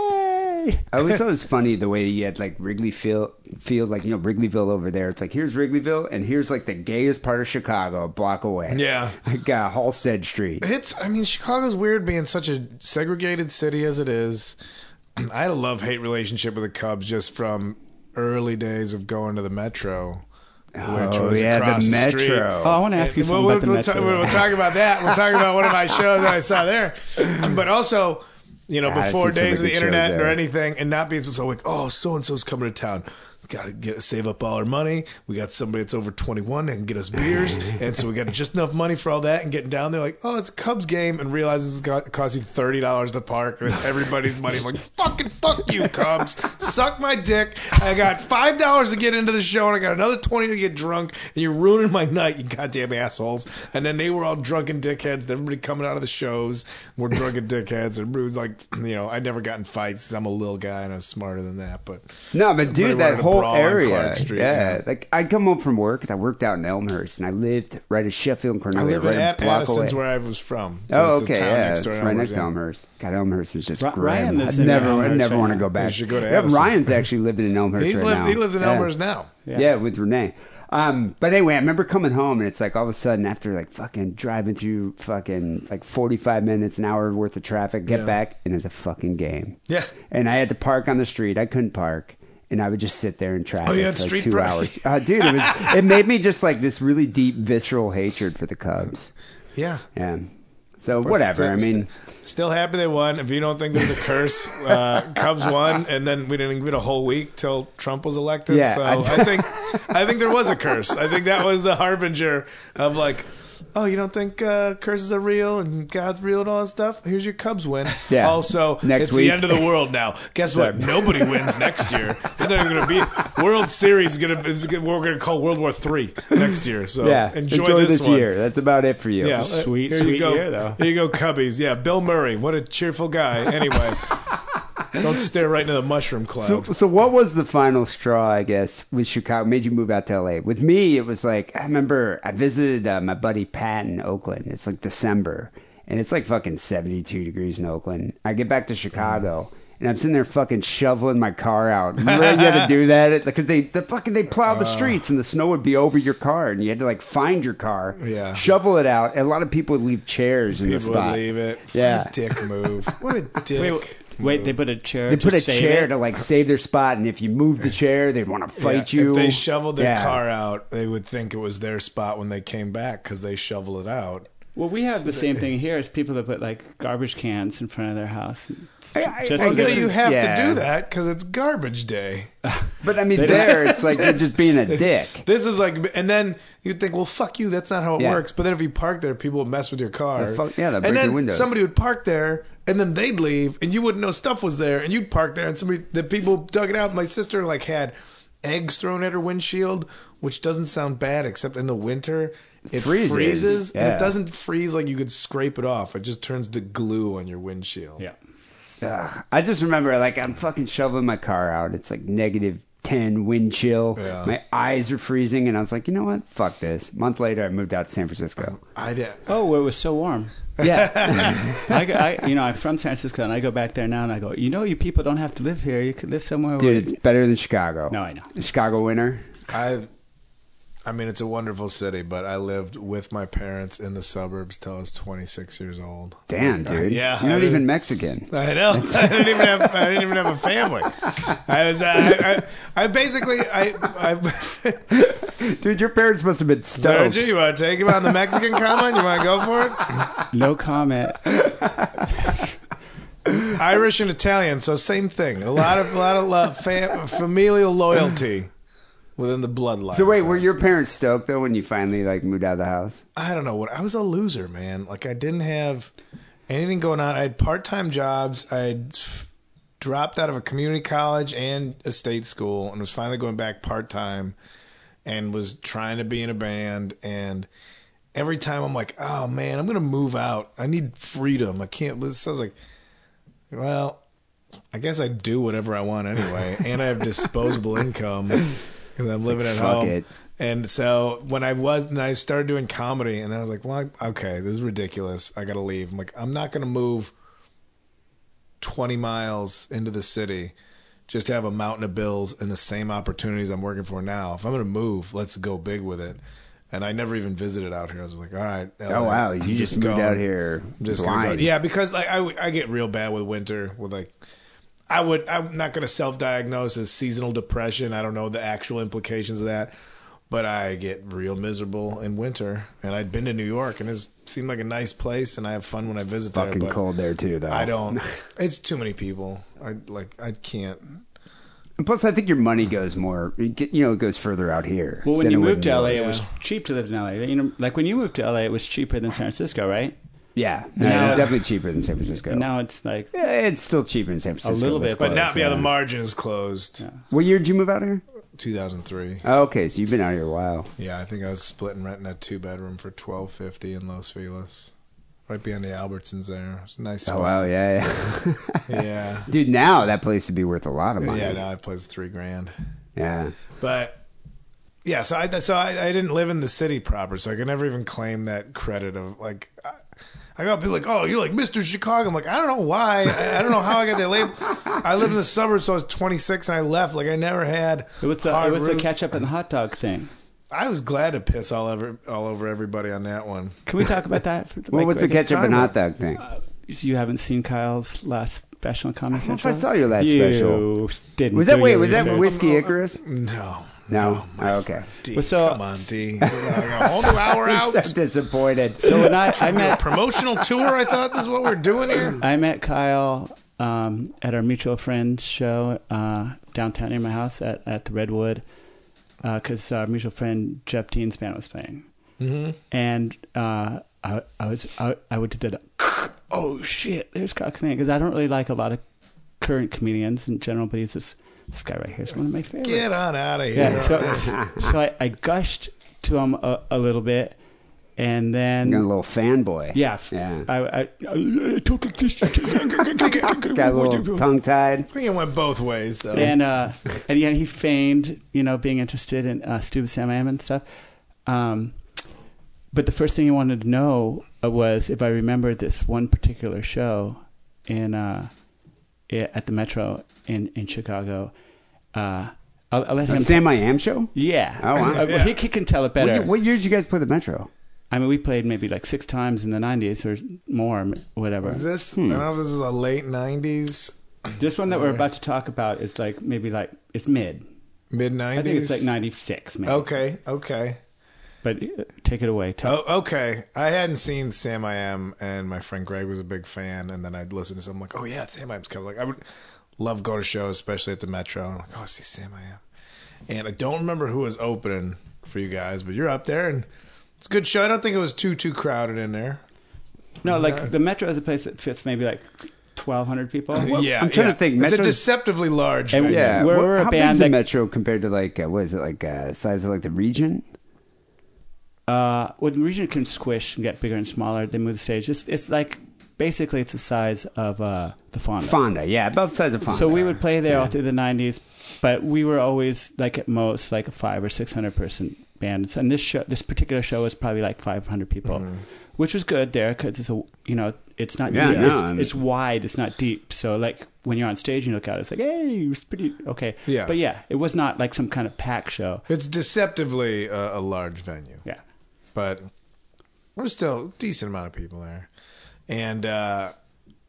S7: yay!
S6: I always thought it was funny the way you had like Wrigley Field, field like you know Wrigleyville over there. It's like here's Wrigleyville, and here's like the gayest part of Chicago, a block away.
S8: Yeah.
S6: like uh, Halstead Street.
S8: It's. I mean, Chicago's weird being such a segregated city as it is. I had a love hate relationship with the Cubs just from early days of going to the Metro, which
S6: Oh,
S8: was
S6: yeah, the
S8: across the, street.
S6: Metro.
S7: Oh, I want to ask you
S8: And
S7: something
S8: we'll,
S7: about the
S8: we'll
S7: Mets.
S8: ta-
S7: by the way.
S8: we'll talk about that. We'll talk about one of my shows that I saw there. But also, you know,
S6: Yeah, I've
S8: before
S6: seen so
S8: days of
S6: many
S8: the
S6: good shows
S8: internet or
S6: there.
S8: anything, and not being so like, oh, so and so's coming to town. gotta get save up all our money. We got somebody that's over twenty one that can get us beers, and so we got just enough money for all that. And getting down there like, oh, it's a Cubs game, and realizes it's got cost you thirty dollars to park, and it's everybody's money. I'm like, fucking fuck you, Cubs, suck my dick. I got five dollars to get into the show, and I got another twenty to get drunk, and you're ruining my night, you goddamn assholes. And then they were all drunken dickheads. Everybody coming out of the shows were drunken dickheads, and Rude's like, you know, I never got in fights. 'cause I'm a little guy and I'm smarter than that, but
S6: No, but dude,
S8: wanted
S6: that
S8: to
S6: whole
S8: brawl on
S6: area.
S8: Clark Street,
S6: yeah.
S8: yeah.
S6: like I come home from work 'cause I worked out in Elmhurst, and I lived right at Sheffield and
S8: I
S6: Cornelia,
S8: live in
S6: right a
S8: Ad-
S6: block
S8: Addison's
S6: away.
S8: where I was from. So
S6: oh,
S8: it's a
S6: okay,
S8: town
S6: yeah,
S8: next
S6: it's
S8: door,
S6: right next
S8: Elmer's,
S6: to
S8: yeah.
S6: Elmhurst. God, Elmhurst is just
S7: Ri-
S6: grim.
S7: Ryan lives
S6: I
S7: in
S6: never, I
S7: Elmhurst
S6: never
S7: right
S6: want to
S7: now.
S6: go back.
S8: should go to
S6: yeah,
S8: Addison.
S6: Ryan's actually living in Elmhurst
S8: He's
S6: right
S8: lived-
S6: now.
S8: he lives in
S6: Yeah.
S8: Elmhurst now.
S6: Yeah. with Renee. Um, but anyway, I remember coming home and it's like all of a sudden after like fucking driving through fucking like 45 minutes, an hour worth of traffic, get
S8: Yeah.
S6: back and there's a fucking game.
S8: Yeah.
S6: And I had to park on the street. I couldn't park. And I would just sit there in traffic
S8: Oh, you had
S6: for like
S8: street
S6: two
S8: pride.
S6: hours. Uh, dude, it was it made me just like this really deep visceral hatred for the Cubs.
S8: Yeah.
S6: Yeah. So
S8: But
S6: whatever. I
S8: still-
S6: mean,
S8: st- still happy they won. If you don't think there's a curse, uh, Cubs won, and then we didn't get a whole week till Trump was elected.
S6: Yeah,
S8: so
S6: I-
S8: I, think I think there was a curse. I think that was the harbinger of like. Oh, you don't think uh, curses are real and God's real and all that stuff? Here's your Cubs win.
S6: Yeah.
S8: Also,
S6: Next
S8: it's
S6: week.
S8: the end of the world now. Guess what? Nobody wins next year. There's not even going to be World Series. Is gonna, is gonna, we're going to call World War Three next year. So
S6: yeah.
S8: enjoy, this, one.
S6: year. That's about it for you.
S8: Yeah,
S7: That's a
S8: uh,
S7: sweet,
S8: here you
S7: sweet
S8: go.
S7: year, though.
S8: Here you go, Cubbies. Yeah, Bill Murray. What a cheerful guy. Anyway, don't stare right into the mushroom
S6: So,
S8: cloud.
S6: so what was the final straw, I guess, with Chicago? Made you move out to LA? With me, it was like I remember I visited uh, my buddy Pat in Oakland. It's like December, and it's like fucking seventy-two degrees in Oakland. I get back to Chicago. And I'm sitting there fucking shoveling my car out. Remember you had to do that because they the fucking they plowed
S8: Uh.
S6: the streets and the snow would be over your car and you had to like find your car,
S8: Yeah.
S6: shovel it out. And a lot of people would leave chairs in the
S8: People would
S6: spot.
S8: leave it. What
S6: Yeah.
S8: a dick move. What a dick.
S7: Wait, wait, wait, they put a chair.
S6: They
S7: to
S6: put a
S7: save
S6: chair
S7: it?
S6: to like save their spot, and if you move the chair, they'd want to
S8: Yeah,
S6: fight you.
S8: If they shoveled their
S6: Yeah.
S8: car out, they would think it was their spot when they came back because they shovel it out.
S7: Well, we have the same thing here. It's people that put like garbage cans in front of their house.
S6: I- I-
S7: Just
S6: I
S8: I
S7: because-
S8: guess
S6: guess
S8: you
S6: it's-
S8: have
S6: yeah.
S8: to do that because it's garbage day.
S6: But I mean,
S7: They don't-
S6: there it's like you're just being a dick.
S8: This is like, and then you'd think, well, fuck you, that's not how it
S6: Yeah.
S8: works. But then if you park there, people would mess with your car.
S6: They'll fuck- yeah, they'll
S8: and
S6: break your
S8: then
S6: windows.
S8: somebody would park there, and then they'd leave, and you wouldn't know stuff was there, and you'd park there, and somebody, the people dug it out. My sister like had eggs thrown at her windshield, which doesn't sound bad, except in the winter. It
S6: Freezes,
S8: freezes, and
S6: yeah.
S8: it doesn't freeze like you could scrape it off. It just turns to glue on your windshield.
S7: yeah.
S6: Ugh. I just remember like I'm fucking shoveling my car out. It's like negative ten wind chill.
S8: Yeah.
S6: My eyes are freezing, and I was like, you know what? Fuck this. A month later, I moved out to San Francisco.
S8: I did.
S7: Oh, it was so warm.
S6: Yeah,
S7: I, go- I- you know, I'm from San Francisco, and I go back there now, and I go, you know, you people don't have to live here. You could live somewhere. where
S6: dude, it's better than Chicago.
S7: No, I know.
S6: Chicago winter.
S8: I I mean it's a wonderful city, but I lived with my parents in the suburbs till I was 26 years old.
S6: Damn, dude.
S8: Yeah,
S6: you're
S8: I
S6: not
S8: mean-
S6: even Mexican.
S8: I know. I didn't even have. I didn't even have a family. I was. Uh, I, I, I basically. I. I
S6: Dude, your parents must have been stoked.
S8: Sergio, you want to take him on the Mexican comment? You want to go for it?
S7: no comment.
S8: Irish and Italian, so same thing. A lot of, a lot of love, fam, familial loyalty within the bloodline.
S6: So wait, were your parents stoked though when you finally like moved out of the house?
S8: I don't know what I was a loser, man. Like I didn't have anything going on. I had part-time jobs. I had f- dropped out of a community college and a state school and was finally going back part-time and was trying to be in a band and every time I'm like, "Oh man, I'm going to move out. I need freedom. I can't." So I was like, well, I guess I do whatever I want anyway, and I have disposable income because I'm living at
S6: fuck
S8: home.
S6: it.
S8: And so when I was, and I started doing comedy, and I was like, well, I- okay, this is ridiculous. I gotta leave. I'm like, I'm not gonna move 20 miles into the city just to have a mountain of bills and the same opportunities I'm working for now. If I'm gonna move, let's go big with it. And I never even visited out here. I was like, all right.
S6: Oh
S8: LA,
S6: wow,
S8: I'm
S6: you just, moved
S8: going.
S6: out here
S8: I'm just gonna go-
S6: blind.
S8: Yeah, because like I, I get real bad with winter with like I would I'm not gonna self diagnose as seasonal depression. I don't know the actual implications of that. But I get real miserable in winter. And I'd been to New York and it seemed like a nice place and I have fun when I visit
S6: fucking
S8: there. But
S6: cold there too though.
S8: I don't it's too many people. I like I can't
S6: And plus, I think your money goes more. it get- You know, it goes further out here.
S7: Well, when
S6: than
S7: you
S6: it would
S7: moved
S6: in
S7: to LA,
S6: New York.
S7: it was cheap to live in LA. You know, like when you moved to LA, it was cheaper than San Francisco, right?
S6: yeah, no,
S7: Now-
S6: it's definitely cheaper than San Francisco.
S7: And now it's like
S6: Yeah, it's still cheaper in San Francisco.
S7: little
S6: let's
S7: bit,
S6: call
S8: But
S6: it,
S8: not yeah,
S6: yeah.
S8: the margin is closed.
S6: What year did you move out here?
S8: 2003.
S6: Oh, okay, so you've been out here a while.
S8: Yeah, I think I was splitting renting a two bedroom for 1250 in Los Feliz, right behind the Albertsons. There, it's a nice.
S6: Oh
S8: spot.
S6: wow, yeah, yeah.
S8: Yeah.
S6: Dude, now that place would be worth a lot of money.
S8: Yeah, now I plays three grand.
S6: yeah.
S8: But yeah, so I so I, I didn't live in the city proper, so I could never even claim that credit of like. I, I got people like, oh, you're like Mr. Chicago. I'm like, I don't know why. I, I don't know how I got that label. I lived in the suburbs, so I was 26 and I left. Like I never had.
S7: it was the, it
S8: hard
S7: was the
S8: roots.
S7: ketchup and hot dog thing.
S8: I was glad to piss all over all over everybody on that one.
S7: Can we talk about that? For,
S6: Well,
S7: like,
S6: what's the
S7: like,
S6: ketchup and
S8: time-
S6: hot dog thing?
S7: So you haven't seen Kyle's last special on Comedy
S6: I don't know if
S7: Central?
S6: I saw your last
S7: you
S6: special.
S7: Didn't
S6: was that
S7: do
S6: wait?
S7: your
S6: Was that
S7: research.
S6: whiskey Icarus?
S8: No,
S6: No. Oh, okay.
S8: D,
S7: Well, so-
S8: come on, D. I got a whole new hour
S6: I'm
S8: out.
S6: so disappointed.
S7: So when I, I met
S8: Promotional tour. I thought this is what we're doing here.
S7: I met Kyle um, at our mutual friend's show uh, downtown near my house at, at the Redwood because our mutual friend Jeff Dean's band was playing. Mm-hmm. And uh, I, I was I, I would do the oh shit, there's Kyle comedian because I don't really like a lot of current comedians in general, but he's this, this guy right here is one of my favorites.
S8: Get on out of here.
S7: Yeah, so so I, I gushed to him a, a little bit, and then
S6: Got a little fanboy.
S7: yeah, f-
S6: Yeah.
S7: I, I, I total
S6: Got a little tongue tied.
S8: I think it went both ways, though.
S7: and uh, and yeah, he feigned you know being interested in uh, Stube Sam Am and stuff. Um, but the first thing he wanted to know uh, was if I remembered this one particular show in uh, i- at the Metro in in Chicago. Uh, I'll, I'll let him.
S6: Sam I Am show.
S7: yeah.
S6: Oh, wow.
S7: Uh, well, he, he can tell it
S6: What
S7: better.
S6: year, what year did you guys play the Metro?
S7: I mean, we played maybe like six times in the '90s or more, m- whatever.
S8: Is this,
S6: Hmm.
S8: I don't know if this is the late 90s,
S7: This one that we're about to talk about is like maybe like it's mid.
S8: mid 90s.
S7: I think it's like '96, maybe.
S8: Okay, okay.
S7: But uh, take it away. Tell
S8: Oh, okay. I hadn't seen Sam I Am, and my friend Greg was a big fan, and then I'd listen to some, like, oh, yeah, Sam I Am's coming. Like, I would love go to shows, especially at the Metro. I'm like, oh, I see Sam I Am. And I don't remember who was opening for you guys, but you're up there, and it's a good show. I don't think it was too, too crowded in there.
S7: No, like the Metro is a place that fits maybe like 1,200 people.
S8: yeah.
S6: I'm trying to
S8: yeah.
S6: think.
S8: It's a
S6: Metro's-
S8: deceptively large
S7: And-
S8: venue.
S6: Yeah,
S7: We're-
S6: what-
S7: we're a
S6: how
S7: band
S6: big's the
S7: that-
S6: Metro compared to like uh, what is it like uh, size of like the region?
S7: Uh, well, the region can squish and get bigger and smaller. They move the stage. It's, it's like basically it's the size of uh, the Fonda.
S6: Fonda, yeah, about the size of Fonda.
S7: So we would play there all through the 90s, but we were always like at most like a five or 600 person band. So, and this show, this particular show was probably like 500 people,
S8: Mm-hmm.
S7: which was good there because it's a, you know, it's not,
S6: Yeah,
S7: deep.
S6: no,
S7: it's,
S6: and-
S7: it's wide, it's not deep. So like when you're on stage and you look out, it's like, hey, it's pretty, okay.
S8: Yeah.
S7: But yeah, it was not like some kind of pack show.
S8: It's deceptively uh, a large venue,
S7: Yeah.
S8: but there's still a decent amount of people there. And uh,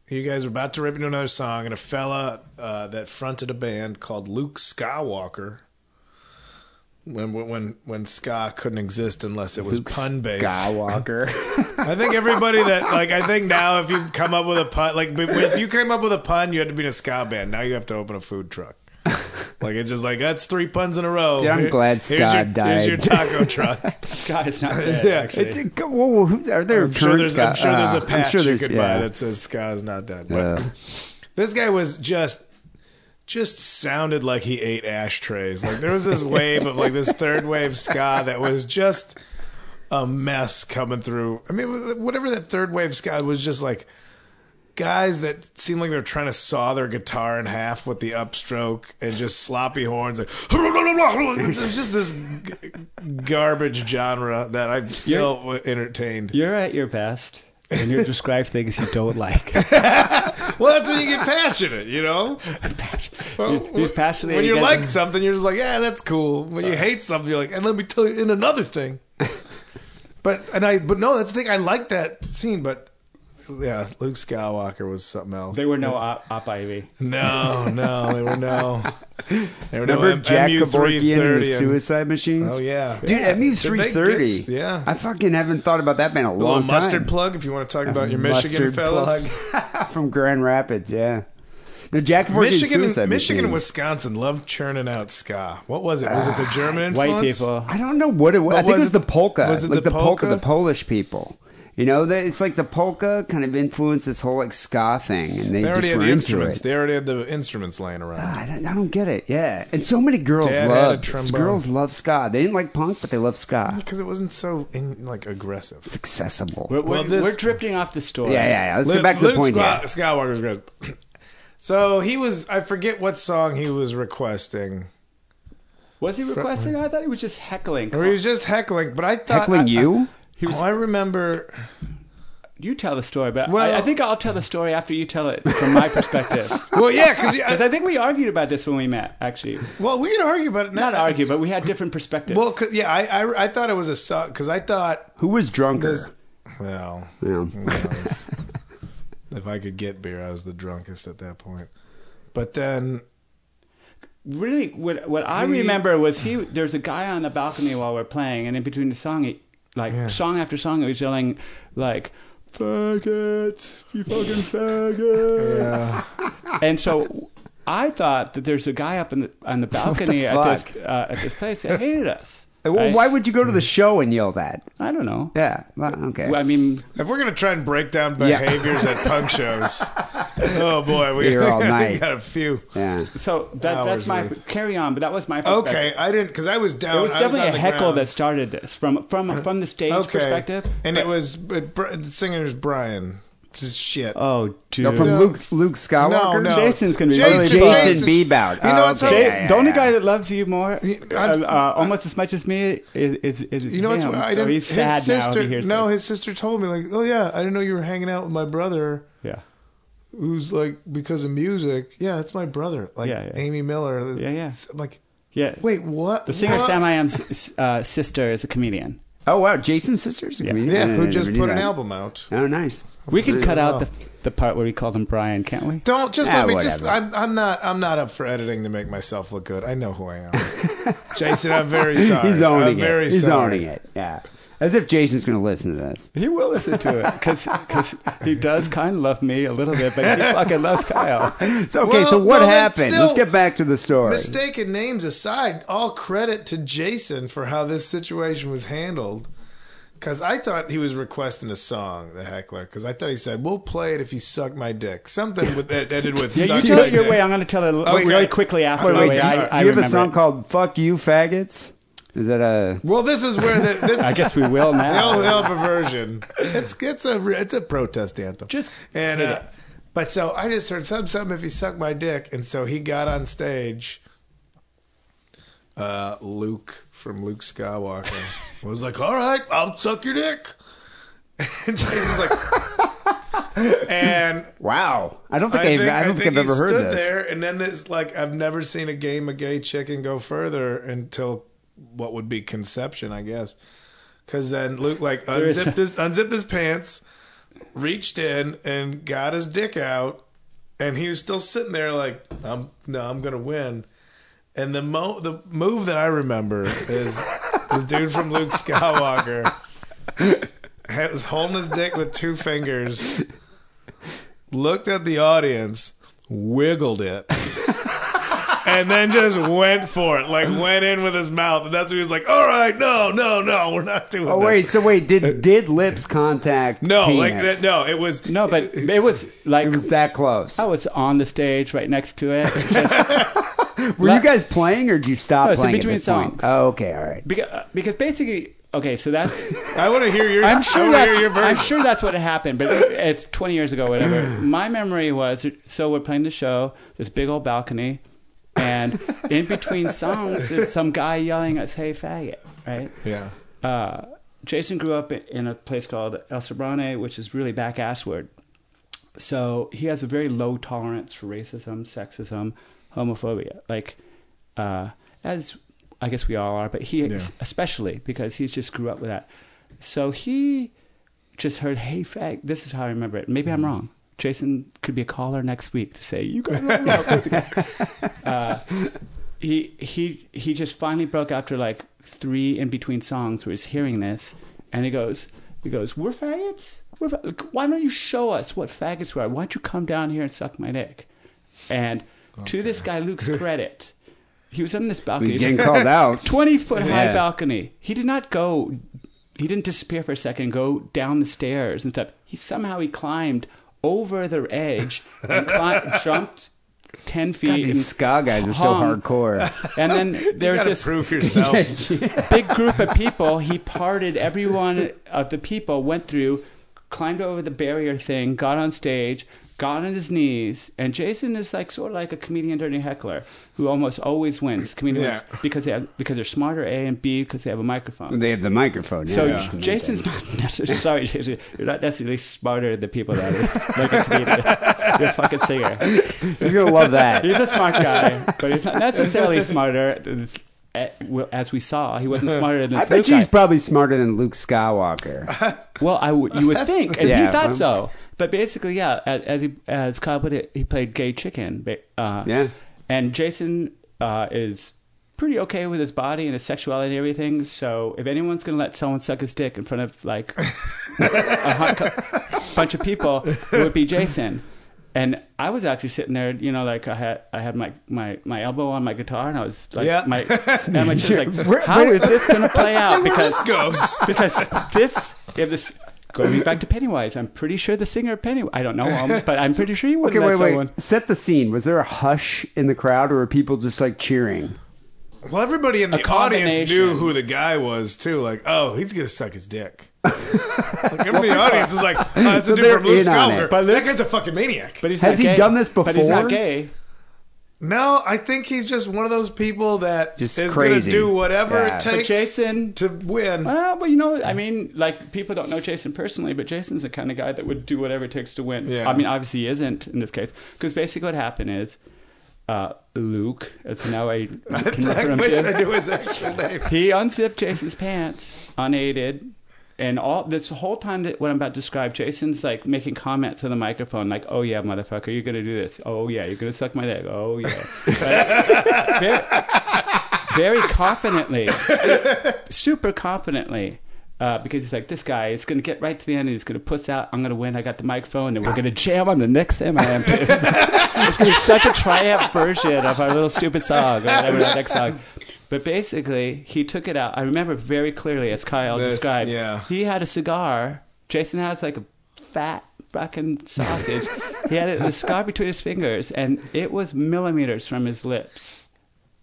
S8: you guys were about to rip into another song, and a fella uh, that fronted a band called Luke Skywalker. When when when ska couldn't exist unless it was pun based.
S6: Skywalker.
S8: I think everybody that like I think now if you come up with a pun like b- if you came up with a pun you had to be in a ska band now you have to open a food truck. Like it's just like that's three puns in a row.
S6: Dude, I'm glad
S8: here's
S6: ska
S8: your, Here's
S6: died.
S8: your taco truck.
S7: Scott is not dead,
S8: Yeah.
S7: actually.
S6: It's a go- whoa, who- are there
S8: I'm sure
S6: current
S8: there's
S6: Sky-
S8: I'm sure there's a
S6: uh, I'm
S8: patch
S6: sure
S8: you
S6: there's-
S8: could
S6: yeah.
S8: buy that says ska's not dead. But
S6: Yeah.
S8: this guy was just just sounded like he ate ashtrays. Like there was this wave of like this third wave ska that was just a mess coming through. I mean, whatever that third wave ska was, just like guys that seem like they're trying to saw their guitar in half with the upstroke and just sloppy horns. Like, it's just this g- garbage genre that I'm still entertained.
S7: You're at your best when you describe things you don't like.
S8: Well, that's when you get passionate, you know.
S7: You- you're passionate
S8: When you
S7: against-
S8: like something, you're just like, yeah, that's cool. When you hate something, you're like, and let me tell you in another thing. but and I, but no, that's the thing. I like that scene, but yeah, Luke Skywalker was something else.
S7: There were no op, op Ivy.
S8: no, no, they were no. They were
S6: Remember
S8: no
S6: Jack
S8: MU
S6: Kevorkian and the
S8: 330
S6: Suicide Machines?
S8: Oh, yeah.
S6: dude,
S8: Yeah.
S6: MU
S8: The big
S6: 330.
S8: gets, yeah.
S6: I fucking haven't thought about that band in a
S8: the
S6: long
S8: little
S6: time.
S8: mustard plug. If you want to talk about your Michigan
S6: Mustard
S8: fellas,
S6: plug. from Grand Rapids. Yeah, The Jack Morgan
S8: Michigan,
S6: suicide
S8: and, Michigan, and
S6: machines.
S8: Wisconsin love churning out ska. What was it? Was it the German influence?
S7: White people.
S6: I don't know what it was. I
S8: But
S6: think
S8: was
S6: it was
S8: it-
S6: the polka.
S8: was it
S6: like the
S8: the
S6: polka?
S8: polka?
S6: the Polish people. You know, that it's like the polka kind of influenced this whole like ska thing, and they,
S8: They
S6: just
S8: already had
S6: were
S8: the
S6: into
S8: instruments.
S6: it. Ah,
S8: They already had the instruments laying around.
S6: I don't, I don't get it. Yeah, and so many girls
S8: Dad had a
S6: love
S8: trombone.
S6: girls love ska. They didn't like punk, but they love ska.
S8: Because it wasn't so in, like aggressive.
S6: It's accessible.
S7: We're,
S8: Well,
S7: we're,
S8: this-
S7: we're drifting off the story.
S6: yeah, yeah, yeah. Let's
S8: Luke-
S6: get back to the
S8: Luke
S6: point
S8: Squaw-
S6: here.
S8: Skywalker's great. So he was. I forget what song he was requesting,
S7: Was he requesting? I thought he was just heckling.
S8: or he was just heckling. But I thought
S6: Heckling
S8: I- I-
S6: you?
S8: He was, oh, I remember.
S7: You tell the story, but
S8: Well-
S7: I, I think I'll tell the story after you tell it from my perspective.
S8: Well, yeah, because
S7: Because I think we argued about this when we met, actually.
S8: well, we could argue about it. now.
S7: Not argue, but we had different perspectives.
S8: Well, 'cause- yeah, I, I I thought it was a song because I thought
S6: Who was drunker?
S8: this. Mm. Well,
S6: Yeah.
S8: who knows? if I could get beer, I was the drunkest at that point. But then
S7: really, what what I
S8: He-
S7: remember was he. There's a guy on the balcony while we're playing, and in between the song, he, like song after song, he was yelling like "faggots, you fucking faggots,"
S8: uh,
S7: and so. I thought that there's a guy up in the, on the balcony at
S6: fuck?
S7: this uh, at this place that hated us.
S6: Well,
S7: right?
S6: why would you go to the show and yell that?
S7: I don't know.
S6: Yeah. Well, okay.
S7: Well, I mean,
S8: if we're gonna try and break down
S6: Yeah.
S8: behaviors at punk shows, oh boy, we,
S6: Here all
S8: we
S6: night.
S8: got a few.
S6: yeah.
S7: so that, that's
S8: Hours
S7: my
S8: worth.
S7: carry on, but that was my perspective.
S8: Okay, I didn't because I was down.
S7: It was
S8: I
S7: definitely
S8: on
S7: a
S8: the
S7: heckle
S8: ground. Uh,
S7: that started this from from from the stage
S8: okay.
S7: perspective.
S8: and
S7: But-
S8: it was but Br- the singer's Brian. Just shit.
S7: oh, dude.
S6: No, from
S8: No.
S6: Luke Luke Skywalker.
S8: no.
S7: Jason's gonna be
S8: Jason-
S7: really
S6: Jason,
S7: Jason-
S6: Bebout.
S8: You know
S6: oh,
S8: what's
S6: okay.
S8: up?
S6: Yeah, yeah,
S7: the only
S6: yeah.
S7: guy that loves you more,
S8: He-
S7: uh,
S8: I'm-
S7: uh, almost as much as me, is is, is
S8: You know,
S7: him.
S8: what's I
S7: So
S8: didn't.
S7: he's sad
S8: his sister,
S7: now when he hears
S8: no,
S7: this.
S8: his sister told me like, oh yeah, I didn't know you were hanging out with my brother,
S7: yeah,
S8: who's like because of music. Yeah, that's my brother, like
S7: Yeah, yeah.
S8: Amy Miller.
S7: Yeah, yeah.
S8: I'm like,
S7: yeah.
S8: wait, what?
S7: the singer
S8: What?
S7: Sam I Am's uh, sister is a comedian.
S6: Oh wow, Jason's sisters. Yeah,
S8: Yeah, who just put an album out.
S6: Oh, nice.
S7: We can cut out
S8: wow.
S7: the the part where we call him Brian, can't we?
S8: Don't just
S6: Ah,
S8: let me just.
S6: whatever.
S8: I'm, I'm not. I'm not up for editing to make myself look good. I know who I am, Jason. I'm very sorry.
S6: He's owning
S8: I'm
S6: it.
S8: very
S6: He's
S8: sorry.
S6: owning it. Yeah, as if Jason's going to listen to this.
S7: He will listen to it because he does kind of love me a little bit, but he fucking loves Kyle.
S6: So, okay,
S8: Well,
S6: so what
S8: no, but
S6: happened?
S8: still-
S6: Let's get back to the story.
S8: Mistaken names aside, all credit to Jason for how this situation was handled. Because I thought he was requesting a song, the heckler. Because I thought he said, "We'll play it if you suck my dick." Something with that ended with.
S7: Yeah, you
S8: suck
S7: tell
S8: my
S7: it your
S8: dick.
S7: way. I'm going to tell it
S8: Okay.
S7: really quickly after.
S8: Wait,
S7: the
S8: wait,
S7: way
S8: do
S7: I,
S8: you-
S7: I
S6: you have a
S7: remember
S6: song
S7: it.
S6: called "Fuck You, Faggots." Is that a?
S8: Well, this is where the this,
S7: I guess we will
S8: the
S7: now.
S8: old help version. It's it's a re- it's a protest anthem.
S7: Just
S8: and
S7: hit
S8: uh,
S7: it.
S8: but so I just heard some something if he sucked my dick, and so he got on stage. Uh, Luke from Luke Skywalker was like, "All right, I'll suck your dick." And Jason was like, and
S6: Wow, I don't think I, have I don't think,
S8: he
S6: I've ever heard
S8: stood
S6: this.
S8: there, and then it's like I've never seen a game of gay chicken go further until what would be conception, I guess. Because then Luke like
S7: is-
S8: unzipped his unzipped his pants, reached in and got his dick out, and he was still sitting there like I'm no I'm gonna win. And the mo the move that I remember is the dude from Luke Skywalker was holding his dick with two fingers, looked at the audience, wiggled it, and then just went for it. Like went in with his mouth, and that's when he was like, "All right, no, no, no, we're not doing."
S6: Oh
S8: that."
S6: wait, so wait, did did lips contact?
S8: no,
S6: penis?
S8: like that. No, it was
S7: No, but it was like
S6: It was that close.
S7: I was on the stage right next to it. Just,
S6: Were you guys playing, or did you stop
S7: No, it's in
S6: playing at
S7: between
S6: this point?
S7: songs.
S6: Oh, okay, all right.
S7: because, because basically, okay, so that's
S8: I want to hear your.
S7: I'm
S8: I
S7: sure
S8: wanna hear
S7: that's
S8: your version.
S7: I'm sure that's what happened, but it's 20 years ago, whatever. My memory was so we're playing the show, this big old balcony, and in between songs, there's some guy yelling at us, "Hey, faggot!" Right?
S8: Yeah.
S7: uh, Jason grew up in a place called El Sobrane, which is really back assward. So he has a very low tolerance for racism, sexism, homophobia. Like, uh, as I guess we all are, but he
S8: Yeah.
S7: especially because he's just grew up with that. So he just heard, "Hey, fag." This is how I remember it. Maybe I'm wrong. Jason could be a caller next week to say you guys are wrong. Put the guys he he he just finally broke after like three in between songs where he's hearing this, and he goes he goes we're faggots. We're fa- like, why don't you show us what faggots we are? Why don't you come down here and suck my dick? And to this guy Luke's credit, he was on this balcony.
S6: He's
S7: It's
S6: getting
S7: like
S6: called out.
S7: 20 foot high
S6: Yeah.
S7: balcony. He did not go, he didn't disappear for a second, go down the stairs and stuff. He somehow he climbed over the edge and cli- jumped 10 feet. and
S6: These ska guys are so
S7: hung.
S6: hardcore.
S7: And then there's
S8: gotta
S7: this
S8: prove yourself.
S7: big group of people. He parted every one of the people, went through, climbed over the barrier thing, got on stage, got on his knees. And Jason is like sort of like a comedian during a heckler who almost always wins. Comedians
S8: Yeah.
S7: because they have, because they're smarter A and B because they have a microphone.
S6: They have the microphone.
S7: so
S6: yeah.
S7: Jason's not necessarily, sorry, Jason, you're not necessarily smarter than people that are like a comedian. You're a fucking singer.
S6: he's gonna love that.
S7: He's a smart guy, but he's not necessarily smarter. than- eh, As we saw, he wasn't smarter than
S6: I
S7: the flute
S6: bet you
S7: guy.
S6: he's probably smarter than Luke Skywalker.
S7: Well, I would you would think, and
S6: Yeah,
S7: he thought
S6: well-
S7: so. But basically, yeah, as, as he as Kyle put it, he played gay chicken. ba- Uh,
S6: Yeah.
S7: and Jason uh, is pretty okay with his body and his sexuality and everything. So if anyone's gonna let someone suck his dick in front of like a hot cou- bunch of people, it would be Jason. And I was actually sitting there, you know, like I had I had my, my, my elbow on my guitar, and I was like,
S8: Yeah.
S7: my, and I'm just like,
S6: Where-
S7: how
S6: where-
S7: is this going to play out?
S8: This goes.
S7: because this if this going back to Pennywise, I'm pretty sure the singer of Pennywise. I don't know him, but I'm pretty sure he
S6: Okay,
S7: wouldn't
S6: wait,
S7: let
S6: wait.
S7: someone.
S6: Set the scene. Was there a hush in the crowd, or were people just like cheering?
S8: Well, everybody in
S7: A
S8: the audience
S7: combination.
S8: knew who the guy was too. Like, oh, he's gonna suck his dick. like, everybody in the audience is like, oh, that's
S6: So
S8: a dude from
S6: they're
S8: Luke
S6: in on
S8: Skywalker.
S6: it.
S8: But that guy's a fucking maniac.
S7: But he's
S6: Has
S7: not
S6: he
S7: gay.
S6: done this
S7: But he's
S6: before?
S7: not gay.
S8: no, I think he's just one of those people that
S6: Just
S8: is
S6: crazy.
S8: gonna do whatever
S6: Yeah.
S8: it
S6: But
S8: takes
S7: Jason-
S8: to win.
S7: Well, but you know, I mean, like people don't know Jason personally, but Jason's the kind of guy that would do whatever it takes to win.
S8: Yeah.
S7: I mean, obviously he isn't in this case because basically what happened is uh, Luke, as now I can
S8: I
S7: refer him
S8: wish
S7: to,
S8: I knew his actual name.
S7: he unzipped Jason's pants unaided. And all this whole time that what I'm about to describe, Jason's like making comments on the microphone, like, "Oh yeah, motherfucker, you're gonna do this. Oh yeah, you're gonna suck my dick. Oh yeah." Like, very, very confidently, super confidently, uh, because he's like, "This guy is gonna get right to the end, and he's gonna puss out. I'm gonna win. I got the microphone, and we're gonna jam on the next MIM." it's gonna be such a triumph version of our little stupid song or whatever that next song. But basically, he took it out. I remember very clearly, as Kyle
S8: This-
S7: described.
S8: yeah.
S7: He had a cigar. Jason has like a fat fucking sausage. he had a cigar between his fingers, and it was millimeters from his lips,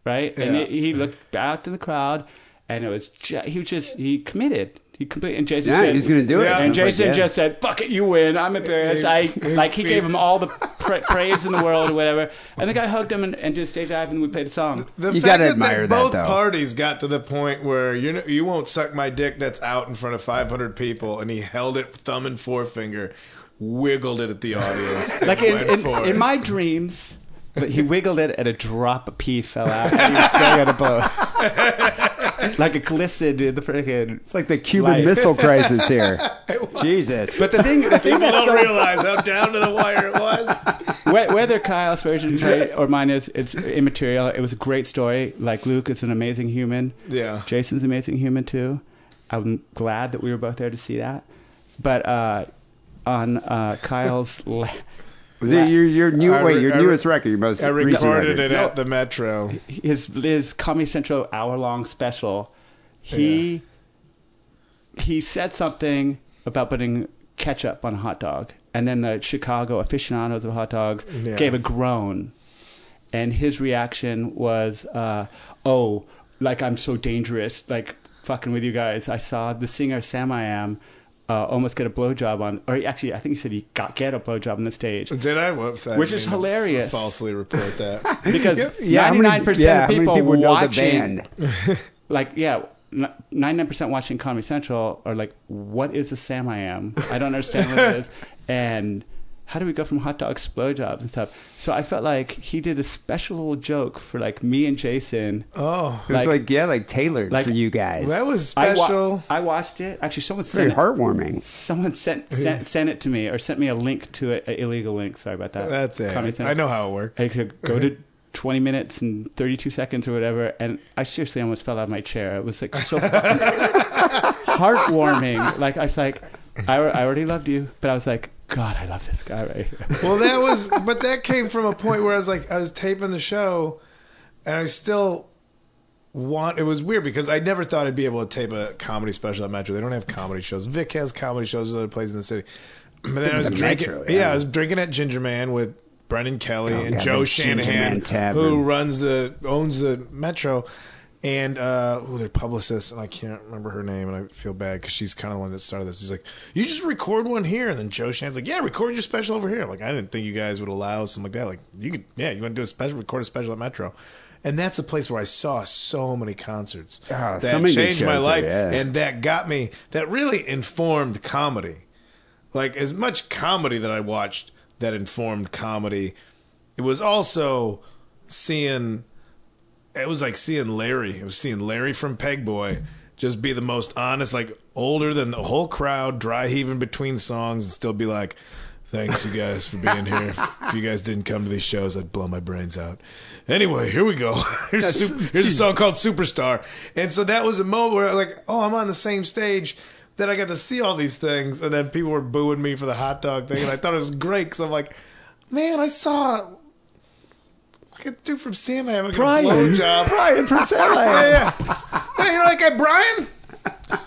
S7: right? And
S8: Yeah.
S7: it, he looked out to the crowd, and it was ju- he was just he committed. He completely and Jason
S6: Yeah,
S7: said
S6: he was gonna do it.
S8: Yeah.
S7: and
S6: I was
S7: Jason
S6: like, yeah.
S7: just said, "Fuck it, you win. I'm embarrassed." I like he gave him all the pra- praise in the world or whatever, and the guy hugged him and, and did a stage dive, and we played a song.
S8: The
S6: You
S8: fact
S6: gotta
S8: that-
S6: admire
S8: that,
S6: that,
S8: both
S6: though.
S8: parties got to the point where you know, you won't suck my dick that's out in front of 500 people, and he held it thumb and forefinger, wiggled it at the audience, and
S7: Like in,
S8: went
S7: in,
S8: for it.
S7: in my dreams, but he wiggled it, and a drop of pee fell out, and he was going on a boat. like it glistened in the freaking.
S6: It's like the Cuban
S7: Life.
S6: Missile Crisis here. Jesus.
S7: But the thing, the thing
S8: People
S7: that's
S8: don't
S7: so
S8: realize how down to the wire it was.
S7: Whe- whether Kyle's version is right or mine is, it's immaterial. It was a great story. Like Luke is an amazing human.
S8: Yeah.
S7: Jason's an amazing human too. I'm glad that we were both there to see that. But uh, on uh, Kyle's, le-
S6: was it your your new
S8: I re-
S6: wait your
S8: I re-
S6: newest record? Your most
S8: I
S6: recent
S8: recorded
S6: record.
S8: it at the Metro.
S7: his his Comedy Central hour long special, he he said something about putting ketchup on a hot dog, and then the Chicago aficionados of hot dogs
S8: Yeah.
S7: gave a groan, and his reaction was, uh, "Oh, like I'm so dangerous, like fucking with you guys." I saw the singer Sam I Am. Uh, almost get a blowjob on, or he- actually, I think he said he got get a blowjob on the stage
S8: Did I? Whoops. I
S7: Which
S8: didn't
S7: is
S8: mean to
S7: hilarious.
S8: Falsely report that.
S7: because
S6: Yeah, how
S7: ninety
S6: many-
S7: nine
S6: yeah,
S7: percent
S6: how
S7: of
S6: many
S7: people,
S6: people know the
S7: watching,
S6: band?
S7: like yeah, ninety nine percent watching Comedy Central are like, "What is a Sam I am? I don't understand what it is." And how do we go from hot dogs, to blowjobs, and stuff? So I felt like he did a special little joke for like me and Jason.
S8: Oh,
S6: It's like,
S7: Like-
S6: yeah, like tailored
S7: like-
S6: for you guys.
S8: that was
S7: I, wa-
S8: special.
S7: I watched it. Actually, someone
S6: very
S7: sent it.
S6: heartwarming.
S7: Someone sent, sent sent it to me or sent me a link to it, an illegal link. Sorry about that.
S8: That's
S7: Comedy
S8: it.
S7: Central.
S8: I know how it works.
S7: I could go to 20 minutes and 32 seconds or whatever, and I seriously almost fell out of my chair. It was like so fucking heartwarming. Like I was like, I, I already loved you, but I was like, God, I love this guy right here.
S8: Well, that was, but that came from a point where I was like, I was taping the show, and I still want. It was weird because I never thought I'd be able to tape a comedy special at Metro. They don't have comedy shows. Vic has comedy shows at other places in the city. But then I was
S6: The
S8: drinking.
S6: Metro,
S8: yeah.
S6: yeah.
S8: I was drinking at Ginger Man with Brendan Kelly and
S6: yeah,
S8: Joe
S6: the Ginger
S8: Shanahan,
S6: Man Tavern.
S8: who runs the owns the Metro. And uh, ooh, their publicist, and I can't remember her name, and I feel bad because she's kind of the one that started this. He's like, "You just record one here," and then Joe Shan's like, "Yeah, record your special over here." I'm like, I didn't think you guys would allow something like that. Like, you could, yeah, you want to do a special, record a special at Metro, and that's a place where I saw so many concerts
S6: Ah,
S8: that
S6: so many good
S8: changed my
S6: shows there,
S8: life,
S6: yeah.
S8: and that got me. That really informed comedy like as much comedy that I watched that informed comedy, it was also seeing it was like seeing Larry. It was seeing Larry from Pegboy just be the most honest, like older than the whole crowd, dry heaving between songs, and still be like, "Thanks, you guys, for being here. If, if you guys didn't come to these shows, I'd blow my brains out." Anyway, here we go. here's, sup- here's a song called "Superstar," and so that was a moment where, like, oh, I'm on the same stage. Then I got to see all these things, and then people were booing me for the hot dog thing, and I thought it was great because I'm like, man, I saw. Like a dude from Sam having a
S6: Brian.
S8: blowjob.
S6: Brian from Salem.
S8: Yeah, yeah. Hey, you know that guy Brian?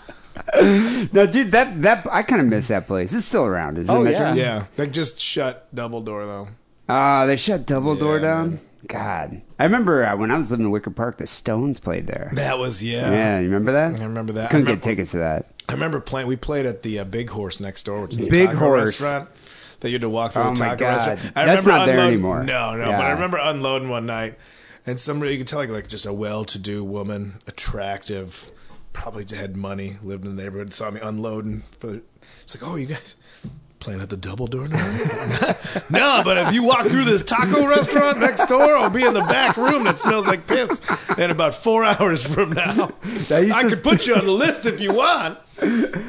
S6: No, dude, that that I kind of miss that place. It's still around, isn't
S7: Oh,
S6: it?
S7: yeah.
S8: Yeah, that just shut Dumbledore though.
S6: Ah, they shut Doubledoor
S8: Yeah,
S6: down.
S8: man.
S6: God, I remember uh, when I was living in Wicker Park, the Stones played there.
S8: That was yeah.
S6: Yeah, you remember that?
S8: I remember that.
S6: Couldn't
S8: I
S6: get
S8: remember,
S6: tickets to that.
S8: I remember playing. We played at the uh, Big Horse next door, which is the
S6: Big
S8: taco
S6: Horse.
S8: restaurant that you had to walk through.
S6: Oh,
S8: a
S6: my
S8: taco
S6: God.
S8: Restaurant. I
S6: That's
S8: remember
S6: not there
S8: unload-
S6: anymore.
S8: No, no. But I
S6: Yeah.
S8: remember unloading one night, and somebody you could tell like, like just a well-to-do woman, attractive, probably had money, lived in the neighborhood, saw me unloading. For the, it's like, oh, you guys. Playing at the double door now? no, but if you walk through this taco restaurant next door, I'll be in the back room that smells like piss in about four hours from now.
S6: That used
S8: I
S6: to-
S8: could put you on the list if you want.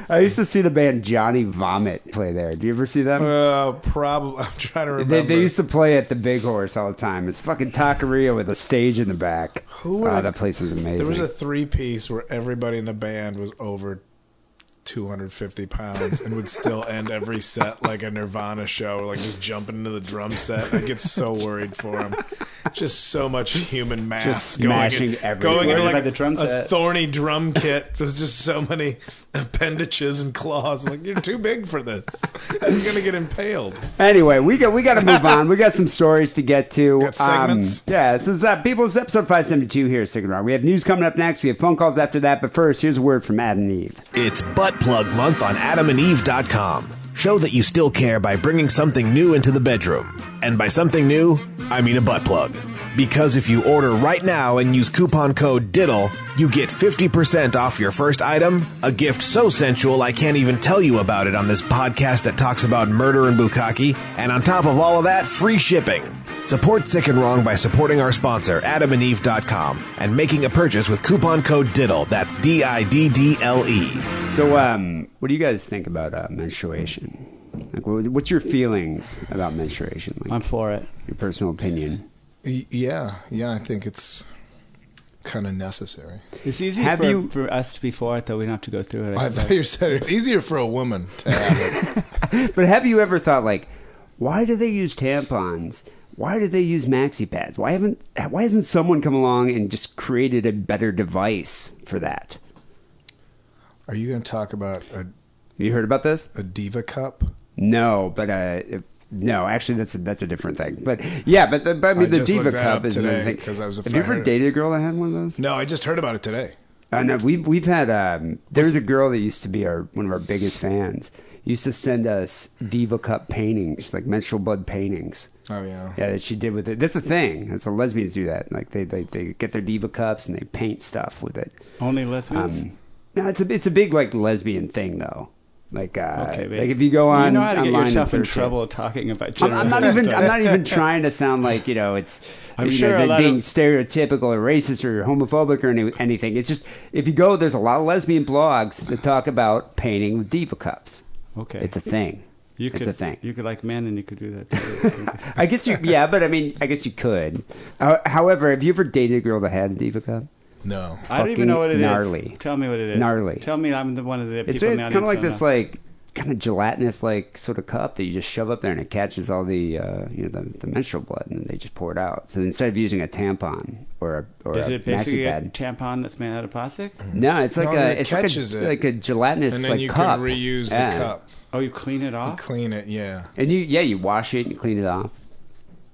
S6: I used to see the band Johnny Vomit play there. Do you ever see them?
S8: Uh, probably. I'm trying to remember.
S6: They, they used to play at the Big Horse all the time. It's fucking taqueria with a stage in the back.
S8: Who were
S6: Ah,
S8: the-
S6: that place was amazing.
S8: there was a three piece where everybody in the band was over 250 pounds and would still end every set like a Nirvana show, like just jumping into the drum set. I get so worried for him. Just so much human mass
S6: Just smashing everything.
S8: going into
S7: Worried
S8: like
S7: about the drum
S8: a
S7: set.
S8: thorny drum kit. There's just so many appendages and claws. I'm like you're too big for this. You're gonna get impaled.
S6: Anyway, we got we got to move on. We got some stories to get to.
S8: Got segments?
S6: Um, yeah, this is uh, People's episode five seventy two here, at Second Round. We have news coming up next. We have phone calls after that. But first, here's a word from Adam and Eve.
S9: It's Butt Plug Month on AdamandEve.com. Show that you still care by bringing something new into the bedroom. And by something new, I mean a butt plug. Because if you order right now and use coupon code DIDDLE, you get 50% off your first item, a gift so sensual I can't even tell you about it on this podcast that talks about murder and bukkake, and on top of all of that, free shipping. Support Sick and Wrong by supporting our sponsor, AdamandEve.com, and making a purchase with coupon code DIDDLE. That's D-I-D-D-L-E.
S6: So, um, what do you guys think about uh, menstruation? Like, what, what's your feelings about menstruation? Like,
S7: I'm for it.
S6: your personal opinion.
S4: Y- Yeah, yeah, I think it's kind of necessary.
S7: It's easy
S6: Have
S7: for,
S6: you-
S7: for us to be for it, though we don't have to go through it. I
S4: I
S7: suppose.
S4: thought you said it's easier for a woman to have it.
S6: But have you ever thought like, why do they use tampons? Why do they use maxi pads? Why haven't why hasn't someone come along and just created a better device for that?
S4: Are you going to talk about a,
S6: You heard about this?
S4: a diva cup?
S6: No, but uh, if- no, actually, that's a, that's a different thing. But yeah, but the, but I mean,
S4: I
S6: the
S4: just
S6: diva
S4: looked that
S6: cup
S4: up
S6: is another
S4: today
S6: thing.
S4: 'cause I was
S6: Have you ever
S4: afraid.
S6: dated a girl that had one of those?
S4: No, I just heard about it today.
S6: Uh, no, we've we've had. Um, there was a girl that used to be our one of our biggest fans. Used to send us diva cup paintings, like menstrual blood paintings.
S4: Oh yeah.
S6: Yeah, that she did with it. That's a thing. That's a lesbians do that. Like they, they, they get their diva cups and they paint stuff with it.
S7: Only lesbians.
S6: Um, no, it's a it's a big like lesbian thing though. Like uh,
S7: okay, babe.
S6: like if you go on,
S7: you know how to get
S6: online and
S7: yourself in
S6: search it.
S7: trouble talking about.
S6: I'm, I'm not
S7: general
S6: even.
S7: stuff.
S6: I'm not even trying to sound like you know it's.
S7: I'm
S6: you
S7: sure a
S6: know,
S7: lot
S6: that being
S7: of-
S6: stereotypical or racist or homophobic or any, anything. It's just if you go, there's a lot of lesbian blogs that talk about painting with diva cups.
S7: Okay.
S6: it's a thing.
S7: You
S6: it's
S7: could,
S6: a thing.
S7: You could like men, and you could do that. Too.
S6: I guess you. Yeah, but I mean, I guess you could. Uh, however, have you ever dated a girl that had a diva cup?
S4: No.
S7: I don't even know what it is.
S6: Gnarly.
S7: Tell me what it is.
S6: Gnarly.
S7: Tell me I'm the one of the
S6: It's
S7: people.
S6: it's kind of like this like kind of gelatinous like sort of cup that you just shove up there and it catches all the uh, you know the, the menstrual blood and they just pour it out. So instead of using a tampon or a or
S7: Is
S6: a
S7: it basically
S6: maxi
S7: a
S6: pad,
S7: tampon that's made out of plastic?
S6: no, it's like
S4: No,
S6: a
S4: it
S6: it's
S4: catches
S6: like
S4: it.
S6: a, like a gelatinous
S8: and then
S6: like
S8: you
S6: cup.
S8: can reuse
S6: Yeah.
S8: the cup,
S7: Oh, you clean it off?
S8: clean it. Yeah,
S6: And you yeah you wash it and clean it off.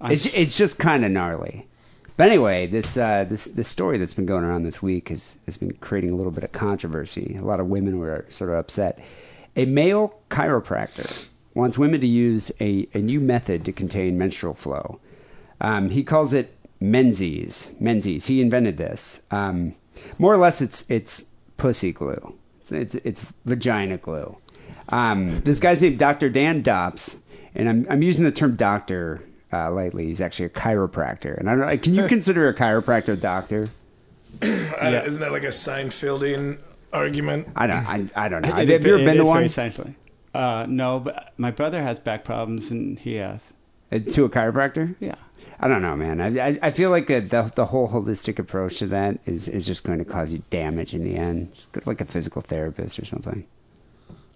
S7: I'm
S6: It's it's just kind of gnarly. But anyway, this uh, this this story that's been going around this week has has been creating a little bit of controversy. A lot of women were sort of upset. A male chiropractor wants women to use a, a new method to contain menstrual flow. Um, he calls it Menzies. Menzies. He invented this. Um, more or less, it's it's pussy glue. It's it's, it's vagina glue. Um, this guy's named Dr. Dan Dops, and I'm I'm using the term doctor uh, lightly. He's actually a chiropractor, and I don't. know, Can you consider a chiropractor a doctor?
S8: I don't- isn't that like a Seinfeldian argument?
S6: I don't. I, I don't know.
S7: It-
S6: Have you
S7: it-
S6: ever
S7: it
S6: been
S7: is
S6: to one
S7: Very essentially. Uh, no, but my brother has back problems and he has.
S6: Uh, to a chiropractor?
S7: Yeah.
S6: I don't know, man. I I, I feel like the, the the whole holistic approach to that is is just going to cause you damage in the end. It's good, like a physical therapist or something.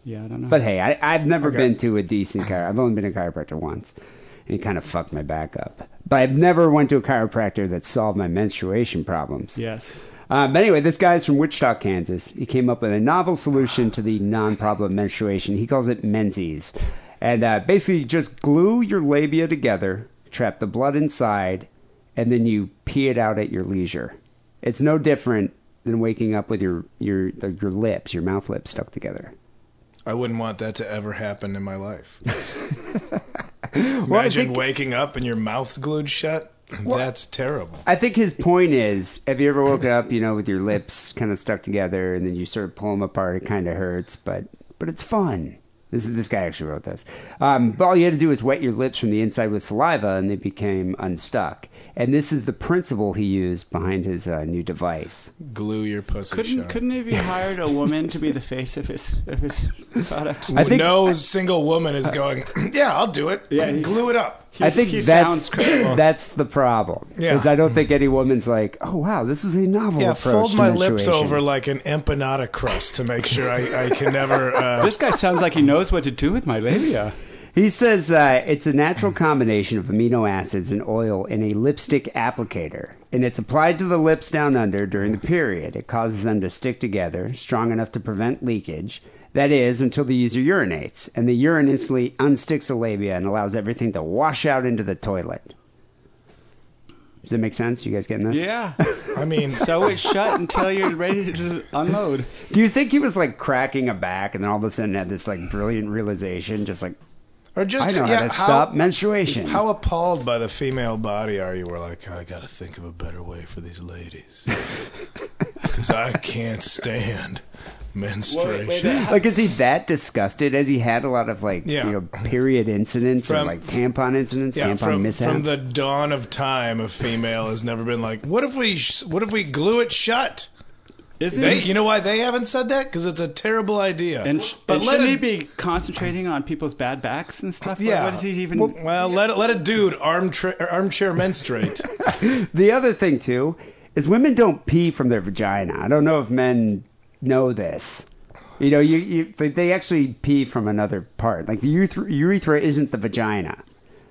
S7: Yeah, I don't know.
S6: But hey, I, I've never
S8: Okay.
S6: been to a decent chiropractor. I've only been to a chiropractor once, and it kind of fucked my back up. But I've never went to a chiropractor that solved my menstruation problems.
S7: yes.
S6: Uh, but anyway, this guy's from Wichita, Kansas. He came up with a novel solution to the non-problem menstruation. He calls it Menzies, and uh, basically you just glue your labia together, trap the blood inside, and then you pee it out at your leisure. It's no different than waking up with your your your lips, your mouth lips stuck together.
S8: I wouldn't want that to ever happen in my life. Imagine
S6: Well, I think-
S8: waking up and your mouth's glued shut. That's terrible.
S6: I think his point is: Have you ever woken up, you know, with your lips kind of stuck together, and then you sort of pull them apart? It kind of hurts, but but it's fun. This is this guy actually wrote this. Um, but all you had to do was wet your lips from the inside with saliva, and they became unstuck. And this is the principle he used behind his uh, new device.
S8: Glue your pussy
S7: Couldn't
S8: shut.
S7: couldn't have you hired a woman to be the face of his of his product?
S6: I think-
S8: no single woman is going. Yeah, I'll do it.
S7: Yeah, he-
S8: glue it up.
S7: He-
S6: I think
S7: he
S6: that's
S7: sounds credible.
S6: that's the problem.
S8: Yeah.
S6: Because I don't think any woman's like, oh wow, this is a novel
S8: Yeah,
S6: approach.
S8: fold
S6: to
S8: my lips
S6: menstruation."
S8: over like an empanada crust to make sure I, I can never. Uh,
S7: this guy sounds like he knows what to do with my labia.
S6: He says uh, it's a natural combination of amino acids and oil in a lipstick applicator, and it's applied to the lips down under during the period. It causes them to stick together, strong enough to prevent leakage. That is, until the user urinates, and the urine instantly unsticks the labia and allows everything to wash out into the toilet. Does that make sense? You guys getting this?
S7: Yeah.
S8: I mean,
S7: Sew it shut until you're ready to unload.
S6: Do you think he was like cracking a back, and then all of a sudden had this like brilliant realization, just like
S8: or just
S6: I know
S8: yeah,
S6: how to stop menstruation?
S8: How appalled by the female body are you? We're like, I gotta think of a better way for these ladies because I can't stand menstruation.
S6: like is he that disgusted as he had a lot of like
S8: Yeah.
S6: you know period incidents
S8: From-
S6: and like tampon incidents
S8: yeah,
S6: tampon
S8: from,
S6: mishaps
S8: from the dawn of time, a female has never been like, what if we sh- what if we glue it shut?
S7: Isn't
S8: They, you know why they haven't said that? Because it's a terrible idea.
S7: and, sh-
S8: but
S7: and
S8: let
S7: shouldn't
S8: it
S7: he be concentrating on people's bad backs and stuff? Like,
S8: Yeah.
S7: what is he even?
S8: Well, let let a dude armchair armchair menstruate.
S6: the other thing too is women don't pee from their vagina i don't know if men know this you know you, you they- they actually pee from another part like the urethra, urethra isn't the vagina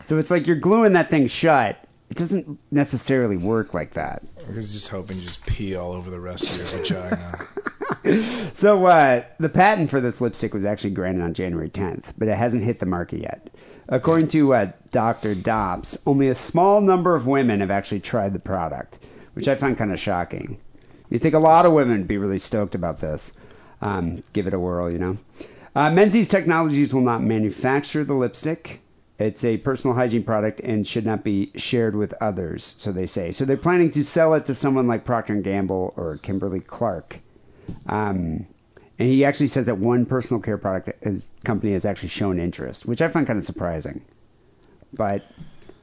S6: so it's like you're gluing that thing shut it doesn't necessarily work like that
S8: I was just hoping you just pee all over the rest of your vagina.
S6: So uh, the patent for this lipstick was actually granted on January 10th, but it hasn't hit the market yet. According to uh, Dr. Dobbs, only a small number of women have actually tried the product, which I find kind of shocking. You think a lot of women would be really stoked about this? Um, give it a whirl, you know. Uh, Menzies Technologies will not manufacture the lipstick. It's a personal hygiene product and should not be shared with others, so they say. So they're planning to sell it to someone like Procter and Gamble or Kimberly Clark. Um, and he actually says that one personal care product his company has actually shown interest, which I find kind of surprising. But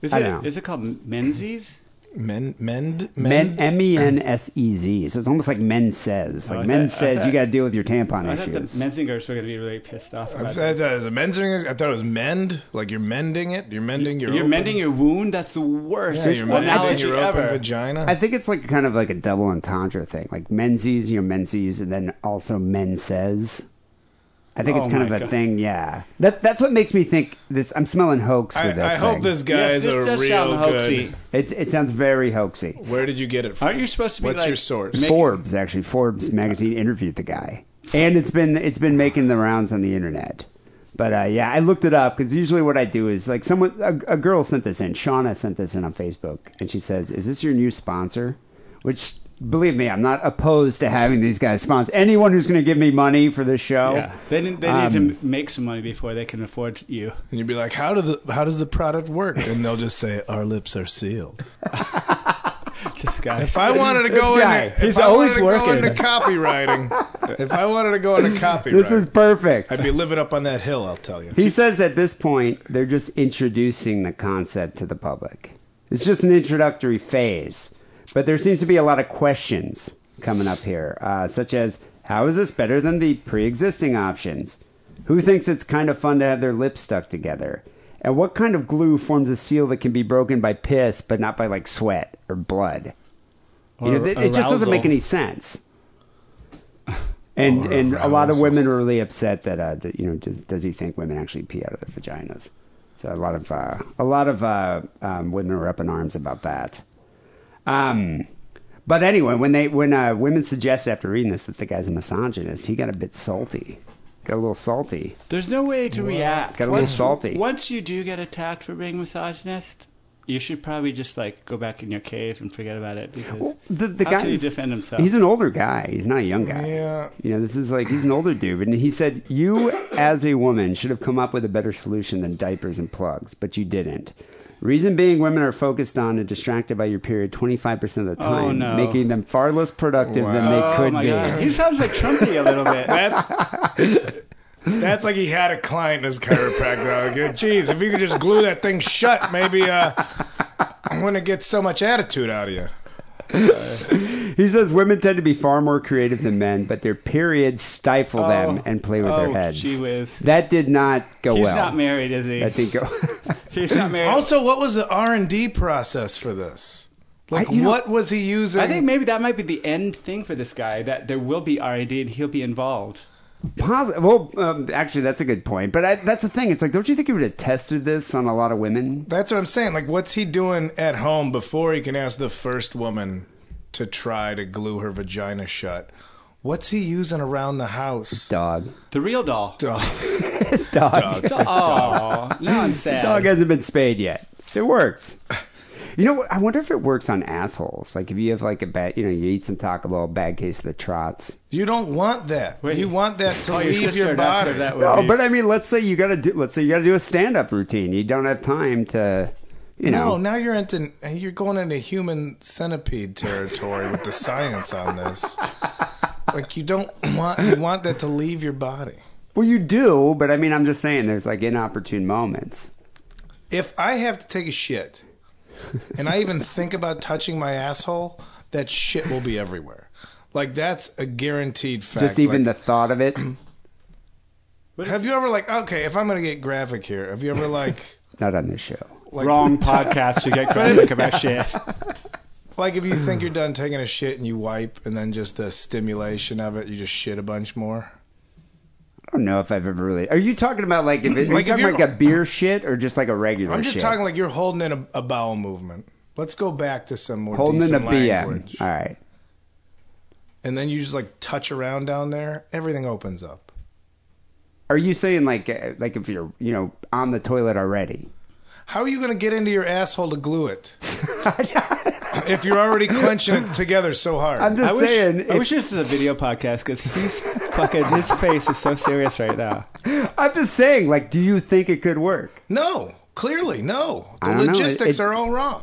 S7: is,
S6: I
S7: it,
S6: don't know.
S7: is it called Menzies?
S8: Men mend
S6: men
S8: mend.
S6: M E N S E Z, so it's almost like men says, like
S7: I
S6: men
S7: thought- I
S6: says you
S7: thought-
S6: got to deal with your tampon
S7: I thought the
S6: issues.
S7: Menzingers were going to be really pissed off
S8: I
S7: about
S8: thought
S7: it.
S8: it was a menzing. I thought it was mend. Like you're mending it. You're mending your.
S7: You're
S8: open-
S7: mending your wound. That's the worst
S8: Yeah, you're mending
S7: analogy
S8: your open
S7: ever.
S8: vagina.
S6: I think it's like kind of like a double entendre thing, like Menzies, you know, Menzies, and then also men says. I think
S7: Oh
S6: it's kind
S7: my
S6: of a
S7: God.
S6: thing. Yeah, that, that's what makes me think this. I'm smelling hoax
S8: I,
S6: with this.
S8: I hope
S6: thing.
S8: this guy's
S7: this
S8: a
S7: does
S8: real
S7: sound hoaxy.
S8: good.
S6: It, it sounds very hoaxy.
S8: Where did you get it from?
S7: Aren't you supposed to be
S8: What's
S7: like-
S8: your source?
S7: Make-
S6: Forbes actually, Forbes magazine interviewed the guy, and it's been it's been making the rounds on the internet. But uh, yeah, I looked it up because usually what I do is like someone a, a girl sent this in. Shauna sent this in on Facebook, and she says, "Is this your new sponsor?" Which believe me, I'm not opposed to having these guys sponsor anyone who's going to give me money for this show.
S7: Yeah. Oh, They, need- they need
S8: Um,
S7: to m- make some money before they can afford you.
S8: And you'd be like, how do the how does the product work? And they'll just say, our lips are sealed.
S7: This guy.
S8: If I wanted to go
S6: This
S8: in,
S6: guy,
S8: if
S6: he's
S8: I wanted
S6: always
S8: to
S6: working.
S8: Go into copywriting. if I wanted to go into copywriting,
S6: This is perfect.
S8: I'd be living up on that hill. I'll tell you.
S6: He says at this point, they're just introducing the concept to the public. It's just an introductory phase. But there seems to be a lot of questions coming up here, uh, such as how is this better than the pre existing options? Who thinks it's kind of fun to have their lips stuck together? And what kind of glue forms a seal that can be broken by piss but not by like sweat or blood? You know,
S7: Or
S6: th- it just doesn't
S7: arousal.
S6: make any sense. And
S8: Or
S6: and a lot of
S8: arousal.
S6: women are really upset that uh, that you know does, does he think women actually pee out of their vaginas? So a lot of uh, a lot of uh, um, women are up in arms about that. Um, but anyway, when they when uh, women suggest after reading this that the guy's a misogynist, he got a bit salty, got a little salty.
S7: There's no way to react.
S6: Got a little
S7: once,
S6: salty.
S7: Once you do get attacked for being misogynist, you should probably just like go back in your cave and forget about it because
S6: Well, the the
S7: how
S6: guy
S7: can he
S6: is-
S7: defend himself?
S6: He's an older guy. He's not a young guy.
S8: Yeah.
S6: You know, this is like he's an older dude, and he said you, as a woman, should have come up with a better solution than diapers and plugs, but you didn't. Reason being, women are focused on and distracted by your period 25% of the time,
S7: Oh, no.
S6: making them far less productive than they
S7: oh
S6: could
S7: my
S6: be.
S7: god, he sounds like Trumpy a little bit.
S8: That's that's like he had a client in his chiropractor. Like, Geez, if you could just glue that thing shut, maybe uh, I wouldn't get so much attitude out of you.
S6: He says women tend to be far more creative than men, but their periods stifle them
S7: Oh.
S6: and play with their
S7: Oh,
S6: heads.
S7: gee whiz.
S6: That did not go
S7: He's
S6: well.
S7: not married, is he?
S6: That didn't go.
S7: He's not married.
S8: Also, what was the R and D process for this? Like,
S6: I- you know-
S8: what was he using?
S7: I think maybe that might be the end thing for this guy. That there will be R and D, and he'll be involved.
S6: Posi- Well, um, actually, that's a good point. But I, that's the thing. It's like, don't you think you would have tested this on a lot of women?
S8: That's what I'm saying. Like, what's he doing at home before he can ask the first woman to try to glue her vagina shut? What's he using around the house?
S6: Dog.
S7: The real doll.
S8: Dog.
S6: Dog.
S8: Dog.
S7: Oh, now I'm sad.
S6: Dog hasn't been spayed yet. It works. You know, what? I wonder if it works on assholes. Like, if you have like a bad, you know, you eat some Taco Bell, bad case of the trots.
S8: You don't want that.
S7: Wait.
S8: You want that to
S7: Oh, your
S8: leave your,
S7: sister and asked
S8: body.
S7: her that would
S6: No,
S7: be-
S6: but I mean, let's say you gotta do, let's say you gotta do a stand-up routine. You don't have time to, you
S8: No,
S6: know.
S8: now you're into you're going into human centipede territory with the science on this. Like you don't want you want that to leave your body.
S6: Well, you do, but I mean, I'm just saying, there's like inopportune moments.
S8: If I have to take a shit and I even think about touching my asshole, that shit will be everywhere. Like that's a guaranteed fact.
S6: Just even
S8: Like,
S6: the thought of it,
S8: Have you ever like okay, if I'm going to get graphic here, have you ever like
S6: not on this show.
S8: like
S7: Wrong podcast to get graphic about shit.
S8: Like if you think you're done taking a shit and you wipe and then just the stimulation of it, you just shit a bunch more.
S6: I don't know if I've ever really. Are you talking about like if it, are
S8: Like,
S6: you
S8: if
S6: talking
S8: you're-
S6: like a beer shit or just like a regular?
S8: I'm just
S6: shit?
S8: talking like you're holding in a, a bowel movement. Let's go back to some more
S6: holding in a
S8: decent
S6: BM.
S8: language.
S6: All right,
S8: And then you just like touch around down there, everything opens up.
S6: are you saying like uh, like if you're you know on the toilet already?
S8: How are you going to get into your asshole to glue it? if you're already clenching it together so hard.
S6: I'm just
S7: I wish,
S6: saying.
S7: I
S6: if-
S7: wish this was a video podcast because he's fucking. His face is so serious right now.
S6: I'm just saying. Like, do you think it could work?
S8: no, clearly, no. The
S6: I don't know.
S8: logistics
S6: It-
S8: are all wrong.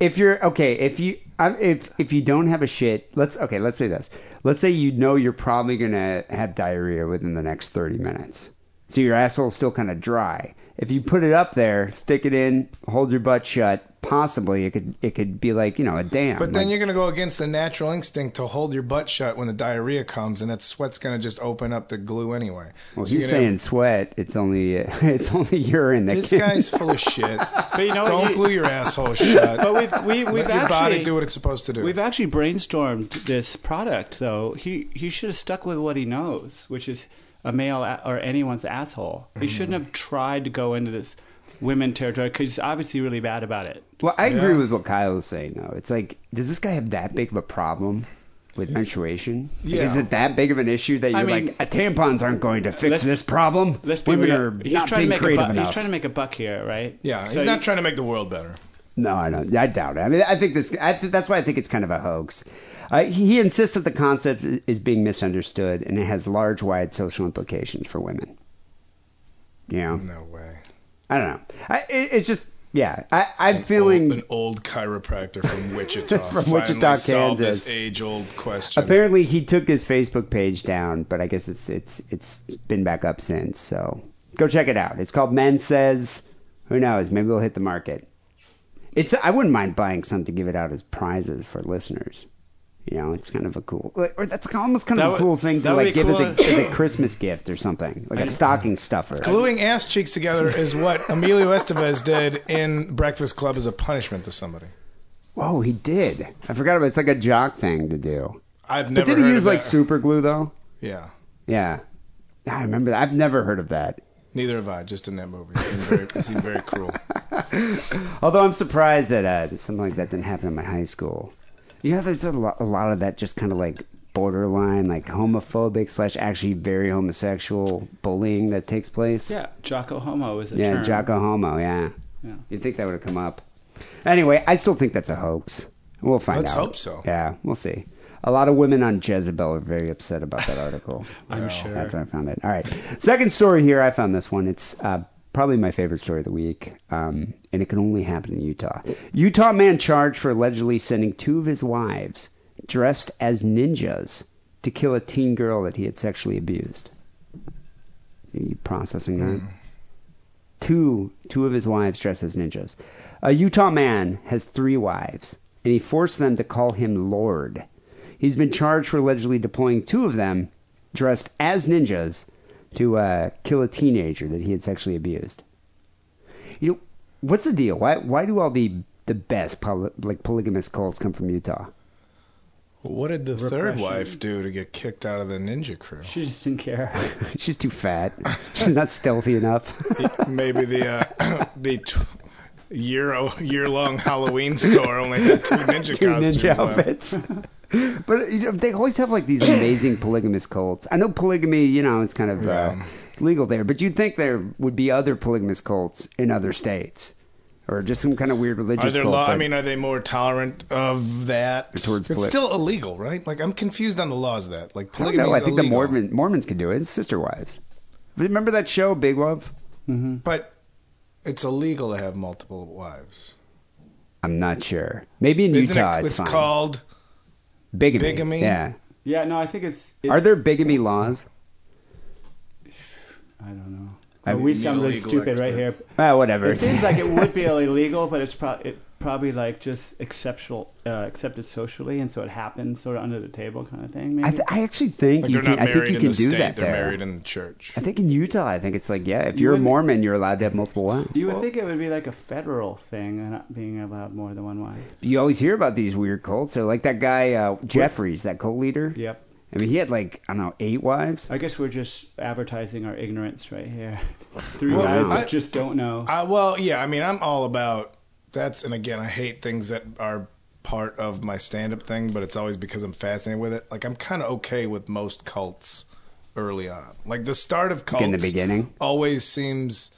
S6: If you're okay, if you I'm- if if you don't have a shit, let's okay. Let's say this. Let's say you know you're probably gonna have diarrhea within the next 30 minutes, so your asshole's still kind of dry. If you put it up there, stick it in, hold your butt shut. Possibly, it could it could be like you know a dam.
S8: But then
S6: like-
S8: you're going to go against the natural instinct to hold your butt shut when the diarrhea comes, and that sweat's going to just open up the glue anyway.
S6: Well, he's
S8: So you're gonna have-
S6: saying sweat. It's only it's only urine that
S8: This
S6: can-
S8: guy's full of shit. But
S7: you know what,
S8: don't
S7: you-
S8: glue your asshole shut.
S7: But we've we, we've
S8: Let
S7: actually
S8: your body do what it's supposed to do.
S7: We've actually brainstormed this product though. He he should have stuck with what he knows, which is a male a- or anyone's asshole.
S6: Mm-hmm.
S7: He shouldn't have tried to go into this women territory because he's obviously really bad about it.
S6: Well, I agree with what Kyle was saying, though. It's like, does this guy have that big of a problem with menstruation? Like,
S4: Yeah.
S6: Is it that big of an issue that you're
S7: I mean-
S6: like, "Uh, tampons aren't going to fix
S7: Let's-
S6: this problem?
S7: Let's be
S6: Women
S7: real.
S6: are
S7: he's
S6: not
S7: trying
S6: being
S7: to make a
S6: creative
S7: buck.
S6: enough.
S7: He's trying to make a buck here, right?
S8: Yeah,
S7: So
S8: he's not
S7: he-
S8: trying to make the world better.
S6: No, I don't. I doubt it. I mean, I think this. I th- that's why I think it's kind of a hoax. Uh, he insists that the concept i- is being misunderstood and it has large, wide social implications for women. You know,
S4: No way.
S6: I don't know. I, it, it's just, yeah. I, I'm
S8: Old,
S6: feeling
S8: an old chiropractor from Wichita
S6: From
S8: finally
S6: Wichita,
S8: solved
S6: Kansas.
S8: this age-old question.
S6: Apparently, he took his Facebook page down, but I guess it's it's it's been back up since. So go check it out. It's called Men Says. Who knows? Maybe we'll hit the market. It's I wouldn't mind buying some to give it out as prizes for listeners. You know, it's kind of a cool, like, or that's almost kind
S7: That
S6: of a
S7: would-
S6: cool thing to
S7: that would
S6: like
S7: be
S6: give as, a,
S7: cool.
S6: as a Christmas gift or something, like a stocking stuffer.
S8: Gluing ass cheeks together is what Emilio Estevez did in Breakfast Club as a punishment to somebody.
S6: Whoa, he did! I forgot about. It's like a jock thing to do.
S8: I've
S6: But
S8: never.
S6: did he
S8: heard of
S6: use like
S8: that.
S6: super glue though?
S8: Yeah,
S6: Yeah, I remember. that. I've never heard of that.
S8: neither have I. Just in that movie, it seemed very, it seemed very cruel.
S6: Although I'm surprised that uh, something like that didn't happen in my high school. You know, there's a, lo- a lot of that just kind of like borderline, like homophobic slash actually very homosexual bullying that takes place.
S7: Yeah, Jocko Homo is a
S6: Yeah,
S7: term.
S6: Jocko Homo, yeah.
S7: Yeah.
S6: You'd think that would have come up. Anyway, I still think that's a hoax. We'll find
S8: Let's
S6: out.
S8: hope so.
S6: Yeah, we'll see. A lot of women on Jezebel are very upset about that article.
S7: I'm sure.
S6: That's where I found it. All right. Second story here. I found this one. It's uh, probably my favorite story of the week, um, and it can only happen in Utah. Utah man charged for allegedly sending two of his wives dressed as ninjas to kill a teen girl that he had sexually abused. Are you processing that? Two, two of his wives dressed as ninjas. A Utah man has three wives, and he forced them to call him Lord. He's been charged for allegedly deploying two of them dressed as ninjas to uh, kill a teenager that he had sexually abused. You know, what's the deal? Why, why do all the the best poly, like polygamous cults come from Utah?
S8: What did the third wife do to get kicked out of the ninja crew?
S7: She just didn't care.
S6: She's too fat. She's not stealthy enough.
S8: Maybe the uh, the t- year year long Halloween store only had two ninja
S6: two
S8: costumes
S6: ninja
S8: left.
S6: outfits. but you know, they always have like these amazing polygamous cults. I know polygamy, you know, it's kind of uh, it's legal there, but you'd think there would be other polygamous cults in other states, or just some kind of weird religious.
S8: Are there
S6: cult
S8: law? I
S6: that-
S8: mean, uh, are they more tolerant of that?
S6: Towards
S8: it's
S6: poly-
S8: still illegal, right? Like I'm confused on the laws of that. Like
S6: I don't
S8: polygamy.
S6: know.
S8: is
S6: I think the
S8: illegal,
S6: Mormon, Mormons can do it. It's sister wives. Remember that show, Big Love?
S8: but it's illegal to have multiple wives.
S6: I'm not sure. Maybe in
S8: Isn't
S6: Utah,
S8: it?
S6: it's,
S8: It's
S6: fine.
S8: called.
S6: bigamy.
S8: bigamy?
S6: Yeah.
S7: yeah, no, I think it's. it's
S6: Are there bigamy laws?
S7: I don't know.
S6: I
S7: we
S6: mean,
S7: sound really
S8: legal
S7: stupid right
S8: expert.
S7: here.
S6: Ah, whatever.
S7: It seems like it would be illegal, but it's probably it probably like just exceptional, uh, accepted socially, and so it happens sort of under the table kind of thing. Maybe.
S6: I, th- I actually think
S8: Like
S6: you
S8: they're
S6: can.
S8: not
S6: I think
S8: married
S6: you
S8: in
S6: can
S8: the
S6: do
S8: state.
S6: that
S8: they're
S6: there.
S8: married in the church.
S6: I think in Utah, I think it's like, yeah, if you're a
S7: wouldn't-
S6: Mormon, you're allowed to have multiple wives.
S7: you would think it would be like a federal thing, uh, not being allowed more than one wife.
S6: You always hear about these weird cults. So, like that guy uh, Jeffries, that cult leader.
S7: Yep.
S6: I mean, he had like I don't know, eight wives.
S7: I guess we're just advertising our ignorance right here. Three
S8: Well,
S7: guys
S8: I-
S7: that just don't know.
S8: Uh, well, yeah. I mean, I'm all about that's. And again, I hate things that are part of my stand-up thing, but it's always because I'm fascinated with it. Like I'm kind of okay with most cults early on. Like the start of cults
S6: in the beginning?
S8: always seems.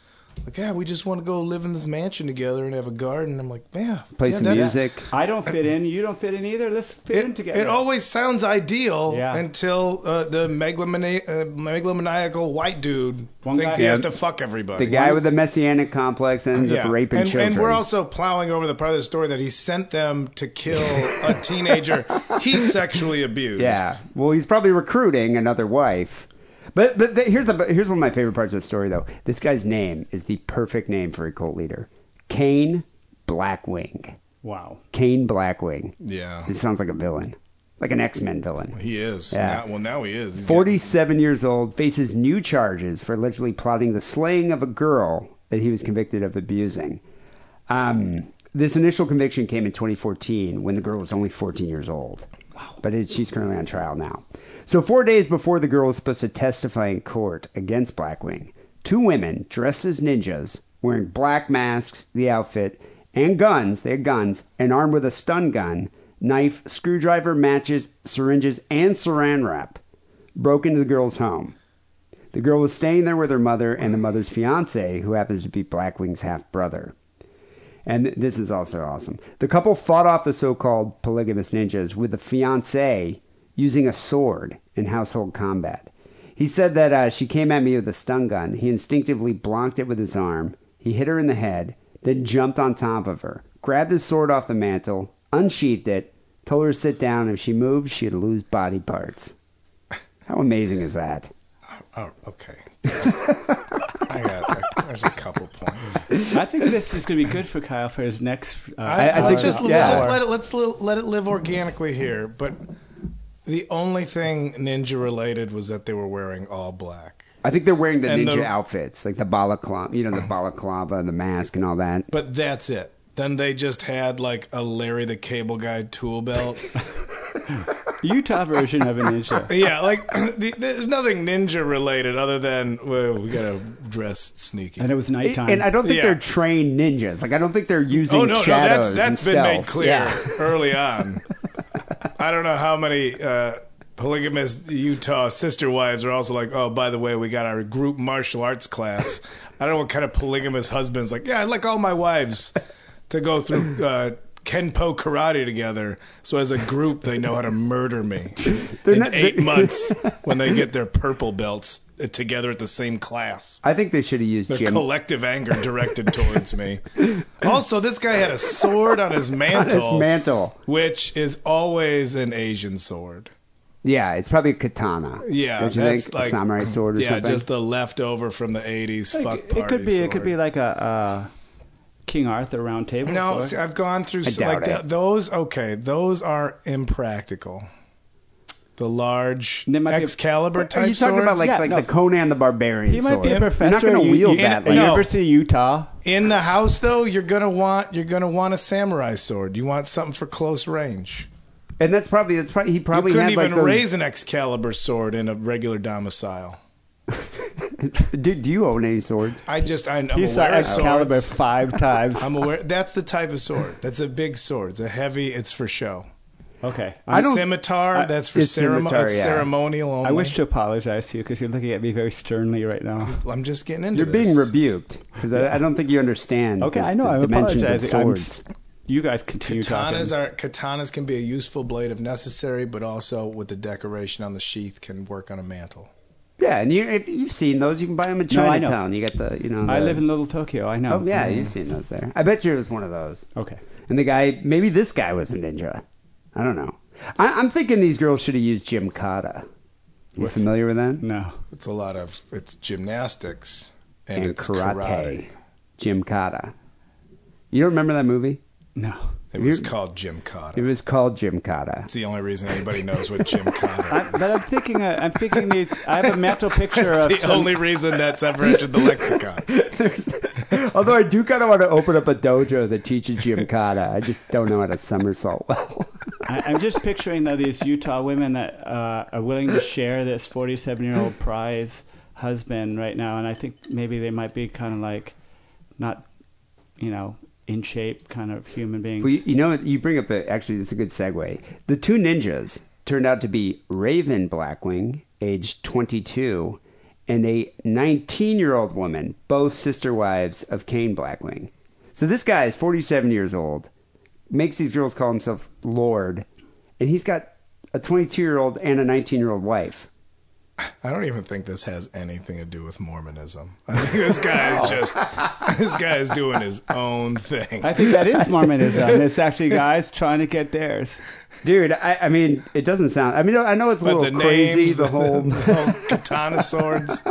S8: Like, yeah, we just want to go live in this mansion together and have a garden. I'm like, yeah.
S6: Play
S8: yeah,
S6: some
S8: that's-
S6: music.
S7: I don't fit in. You don't fit in either. Let's fit in
S8: It,
S7: together.
S8: it always sounds ideal
S7: Yeah.
S8: until uh, the megalomani- uh, megalomaniacal white dude
S7: One
S8: thinks
S7: guy-
S8: he has
S7: Yeah.
S8: to fuck everybody.
S6: The guy with the messianic complex ends up raping
S8: and,
S6: children.
S8: and we're also plowing over the part of the story that he sent them to kill a teenager he sexually abused.
S6: yeah. Well, he's probably recruiting another wife. But, but the, here's the here's one of my favorite parts of the story though. This guy's name is the perfect name for a cult leader, Cain Blackwing.
S7: wow.
S6: Cain Blackwing.
S8: Yeah.
S6: This sounds like a villain, like an X Men villain.
S8: He is.
S6: Yeah.
S8: Now, well, now he is. He's
S6: 47 years old, faces new charges for allegedly plotting the slaying of a girl that he was convicted of abusing. Um, this initial conviction came in 2014 when the girl was only 14 years old. But it, she's currently on trial now. So, four days before the girl was supposed to testify in court against Blackwing, two women dressed as ninjas, wearing black masks, the outfit, and guns, they had guns, and armed with a stun gun, knife, screwdriver, matches, syringes, and saran wrap, broke into the girl's home. The girl was staying there with her mother and the mother's fiance, who happens to be Blackwing's half brother. And th- this is also awesome. The couple fought off the so called polygamous ninjas with the fiance using a sword in household combat. He said that uh, she came at me with a stun gun. He instinctively blocked it with his arm. He hit her in the head, then jumped on top of her, grabbed his sword off the mantle, unsheathed it, told her to sit down. If she moved, she'd lose body parts. How amazing is that?
S4: Oh, okay. I got There's a couple points.
S7: I think this is going to be good for Kyle for his next. Uh,
S8: I,
S6: I
S8: I
S6: think
S8: think just,
S6: so, yeah.
S8: just let it let's li- let it live organically here. But the only thing ninja related was that they were wearing all black.
S6: I think they're wearing the
S8: And
S6: ninja
S8: the-
S6: outfits, like the balaclava, you know, the balaclava, the mask, and all that.
S8: But that's it. Then they just had like a Larry the Cable Guy tool belt.
S7: Utah version of a ninja.
S8: yeah, like the, there's nothing ninja related other than well, we gotta dress sneaky.
S7: And it was nighttime.
S6: And I don't think
S8: Yeah.
S6: they're trained ninjas. Like I don't think they're using
S8: oh no,
S6: shadows.
S8: no, that's that's
S6: and
S8: been made
S6: stealth.
S8: clear
S6: Yeah.
S8: early on. I don't know how many uh, polygamous Utah sister wives are also like, oh, by the way, we got our group martial arts class. I don't know what kind of polygamous husbands like. Yeah, I'd like all my wives to go through. Uh, Kenpo karate together, so as a group they know how to murder me in
S6: not-
S8: eight
S6: they're-
S8: months when they get their purple belts uh, together at the same class.
S6: I think they should have used
S8: Their
S6: gym.
S8: collective anger directed towards me. Also, this guy had a sword on his
S6: on
S8: mantle,
S6: his mantle.
S8: which is always an Asian sword.
S6: Yeah, it's probably a katana.
S8: Yeah,
S6: don't you
S8: that's
S6: think
S8: like
S6: a samurai sword or
S8: yeah,
S6: something?
S8: just the leftover from the '80s fuck
S7: it,
S8: party.
S7: could be. It could
S8: sword.
S7: be like a uh, King Arthur round table.
S8: no.
S7: sword.
S8: See, I've gone through s-
S6: doubt
S8: like th-
S6: it.
S8: those. Okay, those are impractical. The large
S7: They might be-
S8: Excalibur type
S6: Are you talking about
S8: swords?
S6: like
S7: Yeah,
S6: like
S7: no.
S6: the Conan the Barbarian
S7: he might be
S6: sword?
S7: a
S6: You're
S7: professor.
S6: not going
S7: at
S6: to
S7: U-
S6: wield
S7: U-
S6: that.
S8: in-
S6: Like,
S8: no.
S7: University of Utah.
S8: in the house though? You're gonna want you're gonna want a samurai sword. You want something for close range.
S6: and that's probably that's probably he probably
S8: you couldn't
S6: had like
S8: even
S6: those-
S8: raise an Excalibur sword in a regular domicile.
S6: Do, do you own any swords?
S8: I just I, I'm
S7: He saw
S8: aware of
S7: Excalibur
S8: swords.
S7: five times.
S8: I'm aware that's the type of sword. That's a big sword. It's a heavy. It's for show.
S7: okay.
S6: I don't-
S8: scimitar.
S6: I-
S8: that's for
S6: it's
S8: ceremony.
S6: scimitar,
S8: it's
S6: yeah.
S8: ceremonial only.
S7: I wish to apologize to you because you're looking at me very sternly right now.
S8: I'm just getting into.
S6: You're being
S8: this.
S6: rebuked because I, I don't think you understand.
S7: Okay,
S6: the-
S7: I know.
S6: the
S7: I'm
S6: dimensions of
S7: apologizing. I'm
S6: swords.
S7: s- you guys continue talking.
S8: Katanas are katanas can be a useful blade if necessary, but also with the decoration on the sheath can work on a mantle.
S6: Yeah, and you if you've seen those, you can buy them in
S7: No, I know.
S6: Chinatown. You got the you know.
S7: I
S6: the-
S7: live in Little Tokyo. I know.
S6: Oh yeah, you've seen those there. I bet you it was one of those.
S7: Okay.
S6: And the guy, maybe this guy was a ninja. I don't know. I, I'm thinking these girls should have used Jim Kata. You
S7: What's-
S6: familiar with that?
S7: No.
S8: It's a lot of it's gymnastics and,
S6: And
S8: it's
S6: karate.
S8: karate.
S6: Jim Kata. You don't remember that movie?
S7: No.
S8: It was called Jim Cotta.
S6: It was called Jim Kata.
S8: It's the only reason anybody knows what Jim Cotta
S7: I,
S8: is.
S7: but I'm thinking. Uh, I'm thinking. These, I have a mental picture of
S8: That's the
S7: some-
S8: only reason that's ever entered the lexicon.
S6: Although I do kind of want to open up a dojo that teaches Jim Kata. I just don't know how to somersault well.
S7: I, I'm just picturing though these Utah women that uh, are willing to share this 47 year
S6: Mm.
S7: old prize husband right now, and I think maybe they might be kind of like not, you know, in shape kind of human beings.
S6: Well, you, you know, you bring up a, actually, it's a good segue. The two ninjas turned out to be Raven Blackwing, aged 22, and a 19 year old woman, both sister wives of Kane Blackwing. So this guy is 47 years old, makes these girls call himself Lord, and he's got a 22 year old and a 19 year old wife.
S8: I don't even think this has anything to do with Mormonism. I think this guy is just this guy is doing his own thing.
S7: I think that is Mormonism. it's actually guys trying to get theirs.
S6: Dude, I, I mean, it doesn't sound. I mean, I know it's a
S8: But
S6: little
S8: the
S6: crazy.
S8: names,
S6: the whole
S8: the whole katana swords.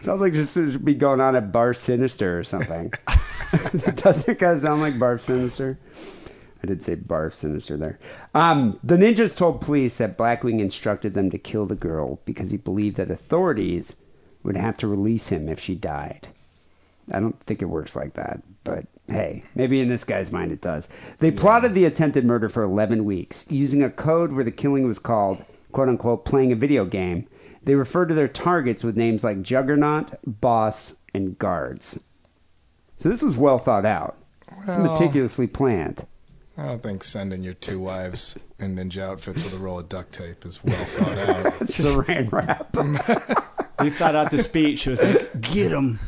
S6: Sounds like this should be going on at Bar Sinister or something. Doesn't guys sound like Barf Sinister? I did say Barf Sinister there. Um, the ninjas told police that Blackwing instructed them to kill the girl because he believed that authorities would have to release him if she died. I don't think it works like that, but hey, maybe in this guy's mind it does. They plotted the attempted murder for 11 weeks using a code where the killing was called quote unquote, playing a video game, they refer to their targets with names like Juggernaut, Boss, and Guards. So this was well thought out. it's
S8: Well-
S6: meticulously planned.
S8: I don't think sending your two wives in ninja outfits with a roll of duct tape is well thought out.
S6: It's a rain wrap.
S7: He thought out the speech. It was like, get him.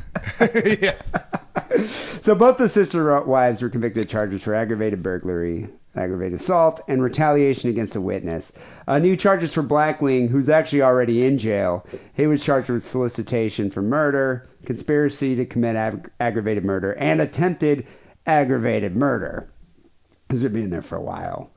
S6: So both the sister wives were convicted of charges for aggravated burglary, aggravated assault, and retaliation against a witness. Uh, new charges for Blackwing, who's actually already in jail. He was charged with solicitation for murder, conspiracy to commit ag- aggravated murder, and attempted aggravated murder. He's been in there for a while.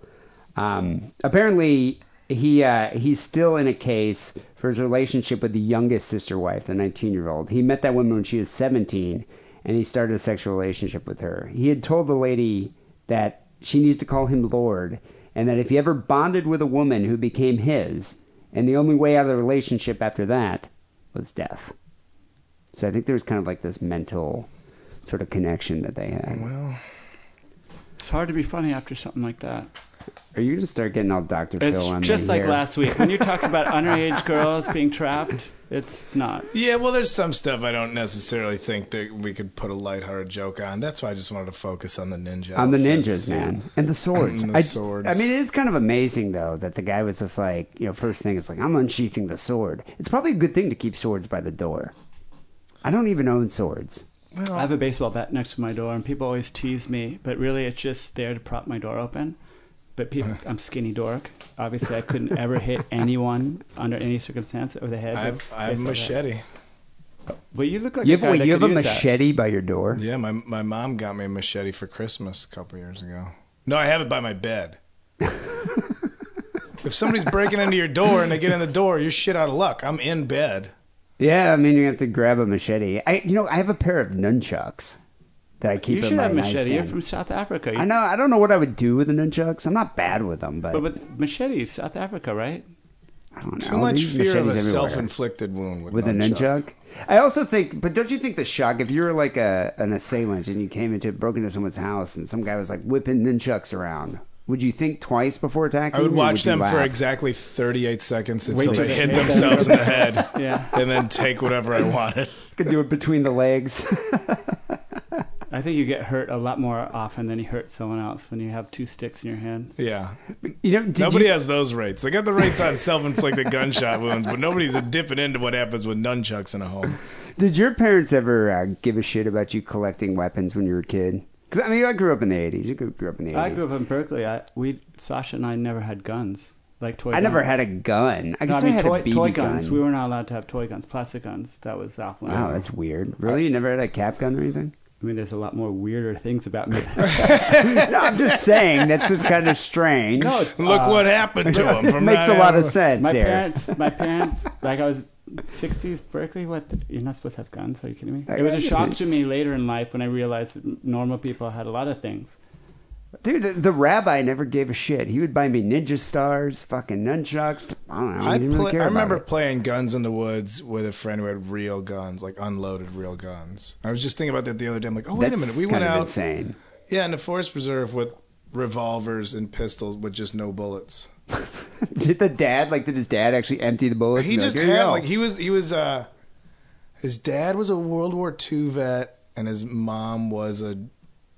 S6: Um, apparently, he uh, he's still in a case for his relationship with the youngest sister wife, the 19 year old. He met that woman when she was 17, and he started a sexual relationship with her. He had told the lady that she needs to call him Lord, and that if he ever bonded with a woman who became his, and the only way out of the relationship after that was death. So I think there was kind of like this mental sort of connection that they had.
S7: It's hard to be funny after something like that.
S6: Are you gonna start getting all Doctor Phil
S7: It's
S6: on me
S7: just like
S6: here?
S7: last week when you talked about underage girls being trapped. It's not.
S8: yeah, well, there's some stuff I don't necessarily think that we could put a lighthearted joke on. That's why I just wanted to focus on the ninja.
S6: on the
S8: outfits.
S6: ninjas, man, and the swords.
S8: And the
S6: I,
S8: swords.
S6: I mean, it is kind of amazing though that the guy was just like, you know, first thing it's like I'm unsheathing the sword. It's probably a good thing to keep swords by the door. I don't even own swords.
S7: I have a baseball bat next to my door, and people always tease me, but really it's just there to prop my door open. But people,
S6: Uh.
S7: I'm skinny dork. Obviously, I couldn't ever hit anyone under any circumstance over the head.
S8: I have,
S7: with
S8: I have a
S7: baseball bat.
S8: machete.
S7: But you look like
S6: You
S7: a
S6: have,
S7: guy
S6: wait,
S7: that
S6: you have a
S7: could use that.
S6: machete by your door?
S8: Yeah, my my mom got me a machete for Christmas a couple years ago. No, I have it by my bed. if somebody's breaking into your door and they get in the door, you're shit out of luck. I'm in bed.
S6: Yeah, I mean, you have to grab a machete. I, you know, I have a pair of nunchucks that I keep.
S7: You
S6: in
S7: should
S6: my
S7: have a machete. You're
S6: nightstand.
S7: from South Africa.
S6: I know. I don't know what I would do with the nunchucks. I'm not bad with them, but,
S7: But with machete, South Africa, right?
S6: I don't know.
S8: Too much
S6: These
S8: fear of a
S6: machetes everywhere.
S8: self-inflicted wound with,
S6: with a
S8: nunchuck.
S6: nunchuck. I also think, but don't you think the shock if you were like a an assailant and you came into broke into someone's house and some guy was like whipping nunchucks around, would you think twice before attacking?
S8: I would
S6: or
S8: watch
S6: you
S8: them for
S6: laugh?
S8: exactly 38 seconds
S7: Wait
S8: until
S7: till
S8: they
S7: they
S8: hit
S7: hit
S8: themselves in the head,
S7: Yeah.
S8: and then take whatever I wanted.
S6: Could do it between the legs.
S7: I think you get hurt a lot more often than you hurt someone else when you have two sticks in your hand.
S8: Yeah,
S6: you know, did
S8: nobody
S6: you,
S8: has those rates. They got the rates on self-inflicted gunshot wounds, but nobody's dipping into what happens with nunchucks in a home.
S6: did your parents ever uh, give a shit about you collecting weapons when you were a kid? Because I mean, I grew up in the '80s. You grew, grew up in the '80s.
S7: I grew up in Berkeley. I, we Sasha and I never had guns like toy.
S6: I never
S7: guns.
S6: had a gun. I
S7: No,
S6: guess
S7: I mean
S6: I had
S7: toy,
S6: a BB
S7: toy
S6: gun.
S7: guns. We were not allowed to have toy guns, plastic guns. That was off limits.
S6: Wow, that's weird. Really, you never had a cap gun or anything?
S7: I mean, there's a lot more weirder things about me.
S6: No, I'm just saying that's just kind of strange.
S7: no, it's-
S8: Look
S7: uh,
S8: what happened to him. From
S6: makes a
S8: not
S6: lot of
S8: having-
S6: sense
S7: My
S6: here.
S7: parents, my parents, like I was 60s Berkeley. What? You're not supposed to have guns. Are you kidding me?
S6: I
S7: It was a
S6: guess
S7: shock
S6: it-
S7: to me later in life when I realized that normal people had a lot of things.
S6: Dude, the, the rabbi never gave a shit. He would buy me ninja stars, fucking nunchucks. I don't know. I,
S8: I,
S6: didn't really
S8: play,
S6: care
S8: I
S6: about
S8: remember
S6: it.
S8: playing Guns in the Woods with a friend who had real guns, like unloaded real guns. I was just thinking about that the other day. I'm like, oh, wait
S6: That's
S8: a minute. We
S6: kind
S8: went
S6: of
S8: out.
S6: Insane.
S8: Yeah, in the Forest Preserve with revolvers and pistols with just no bullets.
S6: Did the dad like? Did his dad actually empty the bullets?
S8: He
S6: and be
S8: just
S6: like, "Here you
S8: had,
S6: go."
S8: like, he was, he was, uh, his dad was a World War II vet and his mom was a,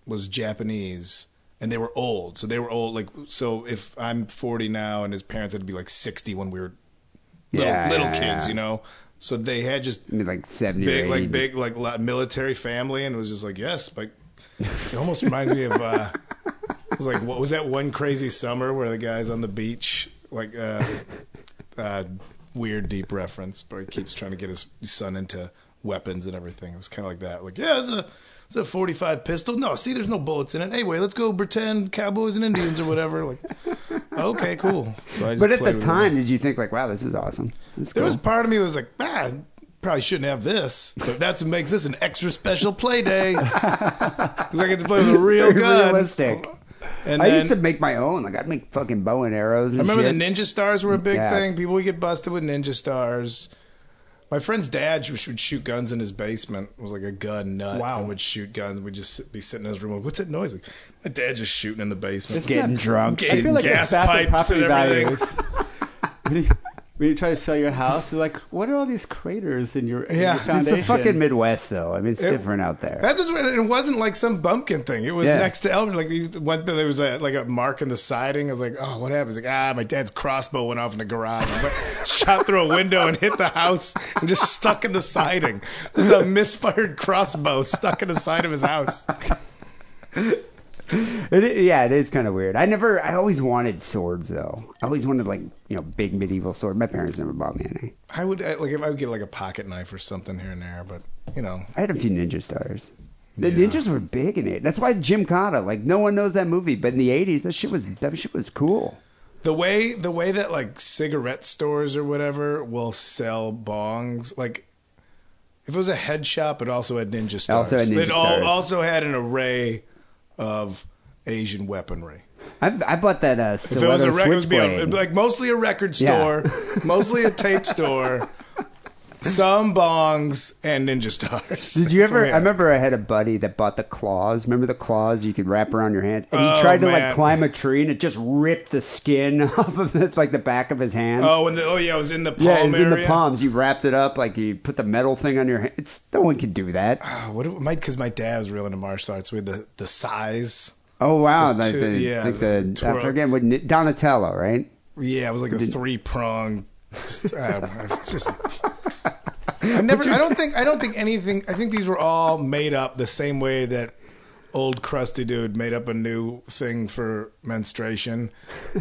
S8: was Japanese. And they were old, so they were old. Like, so if I'm 40 now, and his parents had to be like 60 when we were little,
S6: Yeah,
S8: little
S6: yeah,
S8: kids,
S6: yeah.
S8: you know. So they had just
S6: I mean, like seventy
S8: big,
S6: or
S8: like
S6: 80.
S8: big, like li- military family, and was just like, yes, like it almost reminds me of. uh it was like, what was that one crazy summer where the guys on the beach, like, uh, uh weird deep reference, but he keeps trying to get his son into weapons and everything. It was kind of like that. Like, yeah, it's a it's a forty five pistol. No, see, there's no bullets in it. Anyway, let's go pretend cowboys and Indians or whatever. Like, okay, cool. So I just
S6: But at
S8: played
S6: the
S8: with it.
S6: time, did you think like, wow, this is awesome? This is
S8: There
S6: cool.
S8: was part of me that was like, ah, probably shouldn't have this, but that's what makes this an extra special play day because I get to play with a real
S6: Very
S8: gun.
S6: realistic.
S8: And
S6: I
S8: then,
S6: used to make my own. Like I'd make fucking bow and arrows. And
S8: I remember
S6: shit.
S8: the ninja stars were a big
S6: Yeah.
S8: thing. People would get busted with ninja stars. My friend's dad, who would shoot guns in his basement, was like a gun nut
S7: Wow.
S8: and would shoot guns. We'd just sit- be sitting in his room, like, "What's that noise?" Like, my dad's just shooting in the basement.
S6: getting drunk.
S8: Ga-
S7: I feel like
S8: gas
S7: it's bad for
S8: pipes and
S7: property
S8: everything.
S7: values. when you, when you try to sell your house, they're like, "What are all these craters in your, in your
S8: Yeah, it's the
S6: It's
S7: foundation?"
S6: the fucking Midwest, though. I mean, it's
S8: It-
S6: different out there.
S8: That just it wasn't like some bumpkin thing. It was
S6: Yeah.
S8: next to Elm. Like these- one, there was a, like a mark in the siding. I was like, oh, what happens? Like ah, my dad's crossbow went off in the garage, and went- shot through a window and hit the house, and just stuck in the siding. Just a misfired crossbow stuck in the side of his house.
S6: It i yeah, it is kind of weird. I never, I always wanted swords though. I always wanted like you know big medieval sword. My parents never bought me any.
S8: I would I- like if I would get like a pocket knife or something here and there, but you know,
S6: I had a few ninja stars. The ninjas were big in it. That's why Jim Cotta, like no one knows that movie, but in the '80s, that shit was that shit was cool.
S8: the way the way that like cigarette stores or whatever will sell bongs like if it was a head shop it also had ninja stars
S6: Also had ninja
S8: it al-
S6: stars.
S8: also had an array of asian weaponry
S6: I, I bought that uh,
S8: if it was
S6: stiletto
S8: a record it would be a-
S6: switchblade.
S8: like mostly a record
S6: Yeah.
S8: store mostly a tape store some bongs and ninja stars
S6: Did you
S8: That's what
S6: ever?
S8: we
S6: I
S8: had.
S6: remember I had a buddy that bought the claws. Remember the claws you could wrap around your hand, and he
S8: Oh,
S6: tried to like
S8: man.
S6: climb a tree, and it just ripped the skin off of it, like the back of his hands.
S8: oh and the, oh yeah it was in the palm
S6: yeah, it was in the
S8: area.
S6: palms. You wrapped it up like you put the metal thing on your hand. It's no one can do that.
S8: Ah, what do- my because my dad was real into martial arts with the the size
S6: Oh wow, like
S8: two-
S6: the,
S8: yeah,
S6: like
S8: the
S6: the, I
S8: twirl.
S6: forget what ni- Donatello, right?
S8: Yeah, it was like a three prong. it's just. I never. I don't think. I don't think anything. I think these were all made up the same way that old crusty dude made up a new thing for menstruation.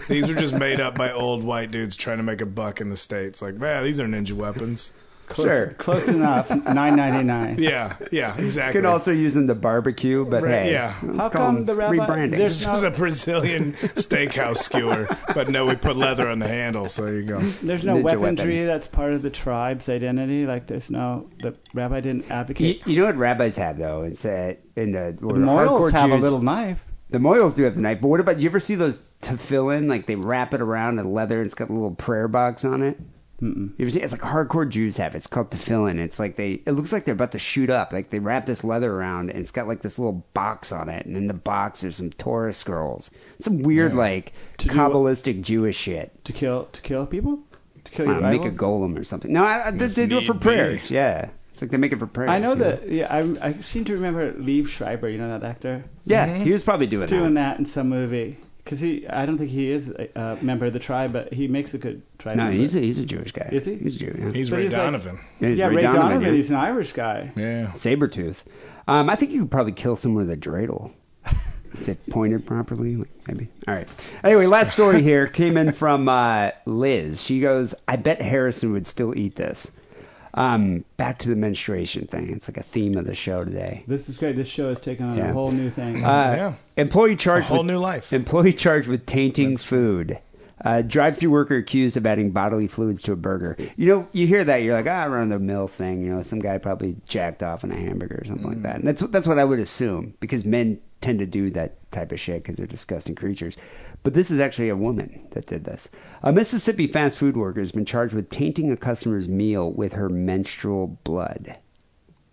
S8: These were just made up by old white dudes trying to make a buck in the states. Like, man, these are ninja weapons.
S7: Close,
S6: Sure.
S7: close enough. Nine ninety nine.
S8: Yeah, yeah,
S6: You
S8: exactly.
S6: can also use in the barbecue, but
S8: Right,
S6: hey,
S8: yeah.
S6: let's
S7: How
S6: call
S7: come
S6: them
S7: the rabbi-
S6: rebranding?
S7: there's-
S8: this is a Brazilian steakhouse skewer, but no, we put leather on the handle. So there you go.
S7: There's no
S6: Ninja
S7: weaponry
S6: weapon.
S7: that's part of the tribe's identity. Like there's no the rabbi didn't
S6: You,
S7: advocate.
S6: you know what rabbis have though? It's uh, in the,
S7: the morals have a little
S6: knife.
S7: knife.
S6: The Moyles do have the knife, but what about you ever see those tefillin? Like they wrap it around in leather and it's got a little prayer box on it. Mm-mm. You ever see? It's like hardcore Jews have. it. It's called tefillin. It's like they. It looks like they're about to shoot up. Like they wrap this leather around and it's got like this little box on it, and in the box there's some Torah scrolls, some weird like
S7: To do what?
S6: Kabbalistic Jewish shit.
S7: to kill to kill people to kill your
S6: Uh, make a
S7: rivals?
S6: golem or something. No, I, I, they, they do it
S8: need
S6: for
S8: be.
S6: prayers. Yeah, it's like they make it for prayers.
S7: I know
S6: you
S7: that. Yeah, I, I seem to remember Liev Schreiber. You know that actor
S6: Yeah, he was probably doing,
S7: Mhm. doing
S6: that.
S7: that in some movie. Because he, I don't think he is a, a member of the tribe, but he makes a good tribe.
S6: No,
S7: member.
S6: he's a, he's a Jewish guy.
S7: Is he?
S6: He's a Jew. Yeah.
S8: He's
S7: But
S8: Ray
S7: he's like-
S8: Donovan.
S6: Yeah, he's
S7: yeah, Ray, Donovan.
S6: yeah.
S7: He's an Irish guy.
S8: yeah.
S6: Sabretooth. Um, I think you could probably kill someone with a dreidel. If it pointed properly, like, maybe. All right. Anyway, last story here came in from uh, Liz. She goes, I bet Harrison would still eat this. Um, back to the menstruation thing. It's like a theme of the show today.
S7: This is great. This show has taken on
S6: Yeah.
S7: a whole new thing.
S6: Uh,
S8: Yeah.
S6: Employee charged
S8: A whole
S6: with-
S8: new life.
S6: Employee charged with tainting food. Uh, drive-through worker accused of adding bodily fluids to a burger. You know, you hear that, you're like, ah, run the mill thing. You know, some guy probably jacked off in a hamburger or something like that. And that's that's what I would assume because men tend to do that type of shit because they're disgusting creatures. But this is actually a woman that did this. A Mississippi fast food worker has been charged with tainting a customer's meal with her menstrual blood.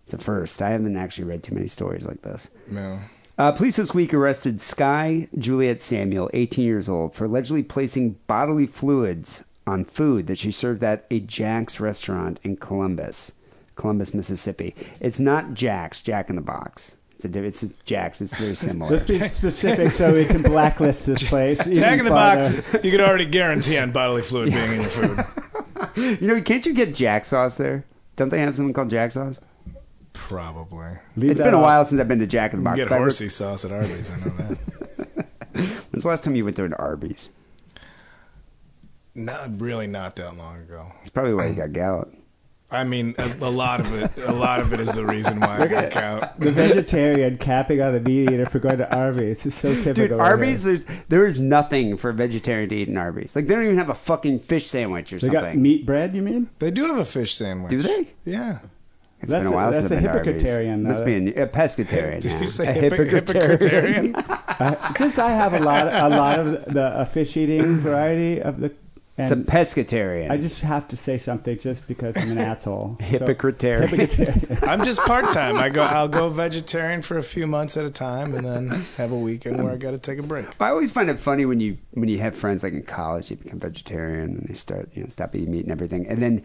S6: It's a first. I haven't actually read too many stories like this.
S8: No.
S6: Uh, police this week arrested Sky Juliet Samuel, 18 years old, for allegedly placing bodily fluids on food that she served at a Jack's restaurant in Columbus, Columbus, Mississippi. It's not Jack's, Jack in the Box. It's a, di- it's a Jack's. It's very similar.
S7: Let's be specific so we can blacklist this place.
S8: Jack in the box, you could already guarantee on bodily fluid being in your food.
S6: you know, can't you get Jack sauce there? Don't they have something called Jack sauce?
S8: Probably.
S6: It's been a while since I've been to Jack in the
S8: You
S6: Box.
S8: get
S6: but I re-
S8: horsey sauce at Arby's, I know that.
S6: When's the last time you went to an Arby's?
S8: Not really not that long ago.
S6: It's probably why you got gout.
S8: I mean a, a lot of it a lot of it is the reason why I got out.
S7: The vegetarian capping on the meat eater for going to Arby's is so typical.
S6: Dude,
S7: of
S6: Arby's,
S7: it.
S6: there's, there is nothing for a vegetarian to eat in Arby's. Like, they don't even have a fucking fish sandwich or
S7: They got
S6: something.
S7: meat bread. You mean?
S8: They do have a fish sandwich.
S6: Do they?
S8: Yeah.
S6: It's
S7: That's
S6: been a
S7: a-
S6: while
S7: that's
S6: since
S7: a
S6: I've been to Arby's.
S7: hypocritarian,
S6: Must
S7: though.
S6: be a, a pescatarian.
S8: Did
S6: yeah.
S8: you say
S6: a
S8: hypo- hypocritarian?
S7: Since I have a lot, a lot of the a fish eating variety of the
S6: It's
S7: And
S6: a pescatarian.
S7: I just have to say something just because I'm an asshole. So-
S6: Hypocritarian.
S7: Hypocritarian.
S8: I'm just part time. I go. I'll go vegetarian for a few months at a time, and then have a weekend where I got to take a break.
S6: I always find it funny when you when you have friends like in college, they become vegetarian and they start you know stop eating meat and everything, and then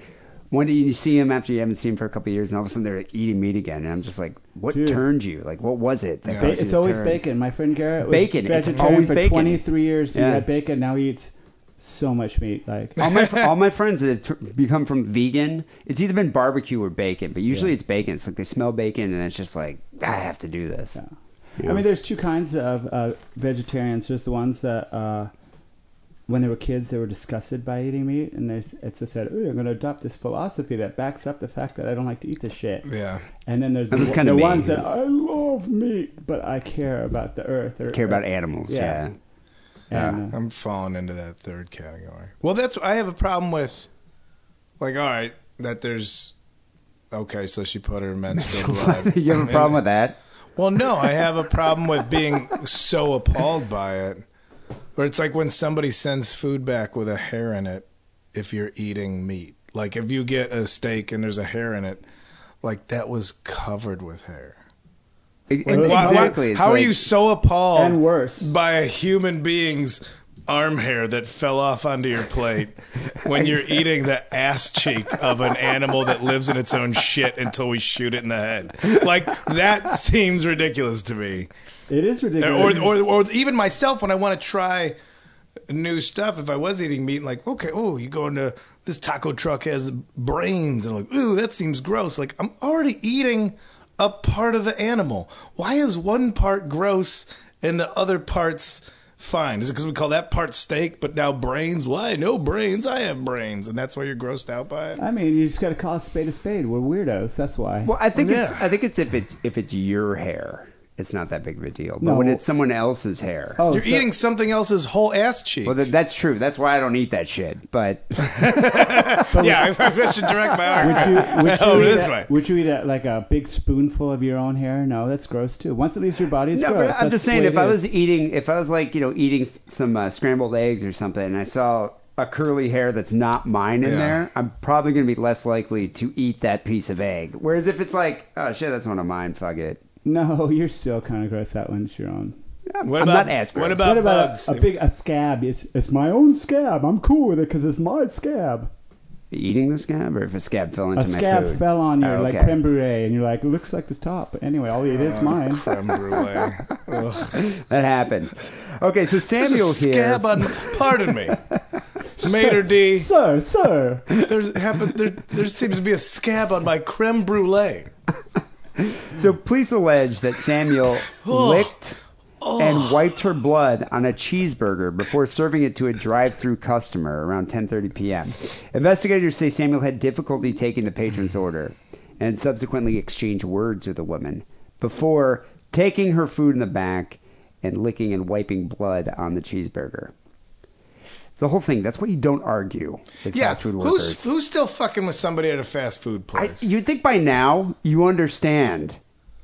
S6: when you see them after you haven't seen them for a couple of years, and all of a sudden they're like, eating meat again, and I'm just like, what
S7: Dude.
S6: turned you? Like, what was it? That
S7: Ba-
S6: caused you
S7: it's
S6: to
S7: always
S6: turn?
S7: bacon. My friend Garrett was
S6: Bacon. It's
S7: vegetarian
S6: always
S7: for
S6: bacon.
S7: 23 years. He
S6: Yeah.
S7: had bacon. Now he eats so much meat. Like
S8: Oh.
S6: all my fr- all my friends that have tr- become from vegan, it's either been barbecue or bacon, but usually it's bacon. It's like they smell bacon, and it's just like I have to do this.
S7: I mean, there's two kinds of uh, vegetarians. There's the ones that, uh, when they were kids, they were disgusted by eating meat, and they it's just said, "Ooh, I'm going to adopt this philosophy that backs up the fact that I don't like to eat this shit."
S8: Yeah.
S7: And then there's
S6: That
S7: the,
S6: was kinda
S7: the
S6: me.
S7: ones that I love meat, but I care about the earth. Or,
S6: care about animals. Yeah. Ah.
S7: Yeah. and, uh,
S8: I'm falling into that third category. Well, that's I have a problem with. Like, all right, that there's. Okay, so she put her menstrual blood.
S6: you have a problem with that?
S8: Well, no, I have a problem with being so appalled by it. Or it's like when somebody sends food back with a hair in it if you're eating meat. Like if you get a steak and there's a hair in it, like that was covered with hair.
S6: E-
S8: Like, why- why-
S6: exactly. It's
S8: how are
S6: like-
S8: you so appalled
S7: and worse.
S8: by a human being's arm hair that fell off onto your plate when you're eating the ass cheek of an animal that lives in its own shit until we shoot it in the head. Like that seems ridiculous to me.
S7: uh, It is ridiculous.
S8: Or, or or even myself when I want to try new stuff if I was eating meat like okay oh you go into this taco truck has brains and like ooh that seems gross like I'm already eating a part of the animal why is one part gross and the other parts fine is it because we call that part steak but now brains why no brains I have brains and that's why you're grossed out by it
S7: I mean, you just got to call a spade a spade. We're weirdos. That's why.
S6: Well, I think it's
S8: Yeah.
S6: I think it's if it's if it's your hair, it's not that big of a deal. But
S7: No.
S6: when it's someone else's hair,
S7: oh,
S8: you're
S7: so-
S8: eating something else's whole ass cheek
S6: well, th- that's true. That's why I don't eat that shit. But
S8: yeah I, I should direct my
S7: Would
S8: arm
S7: you, would
S8: Oh,
S7: you eat
S8: this
S7: a-
S8: way.
S7: Would you eat a, like a big spoonful of your own hair? No, that's gross too. Once it leaves your body, it's
S6: no, but
S7: gross.
S6: I'm
S7: That's
S6: just
S7: the
S6: saying
S7: way
S6: if
S7: it
S6: I
S7: is.
S6: was eating, if I was like you know eating s- some uh, scrambled eggs or something, and I saw a curly hair that's not mine in
S8: Yeah.
S6: there, I'm probably going to be less likely to eat that piece of egg. Whereas if it's like, oh shit, that's one of mine. Fuck it.
S7: no, you're still kind of gross. That one's your own.
S8: what
S6: I'm
S8: about
S6: not as
S8: what
S6: gross.
S8: about,
S7: What about
S8: bugs
S7: a, a big a scab? It's it's my own scab. I'm cool with it because it's my scab.
S6: Eating the scab, or if a scab fell into
S7: A
S6: my
S7: scab
S6: food?
S7: fell on you
S6: Oh,
S7: like
S6: okay. Oh,
S7: creme brulee, and you're like, it looks like the top. Anyway, I'll eat it. It's mine.
S8: creme brulee Ugh.
S6: That happens. Okay, so
S8: There's
S6: Samuel
S8: a
S6: here.
S8: scab on. Pardon me, Mater D.
S7: sir, sir.
S8: There's happen, there, there seems to be a scab on my creme brulee.
S6: So police allege that Samuel
S8: Oh.
S6: licked and wiped her blood on a cheeseburger before serving it to a drive-through customer around 10:30 p.m. Investigators say Samuel had difficulty taking the patron's order and subsequently exchanged words with the woman before taking her food in the back and licking and wiping blood on the cheeseburger. It's the whole thing. That's what you don't argue with
S8: Yeah,
S6: fast food
S8: who's
S6: workers.
S8: who's still fucking with somebody at a fast food
S6: I,
S8: place?
S6: you'd think by now you understand.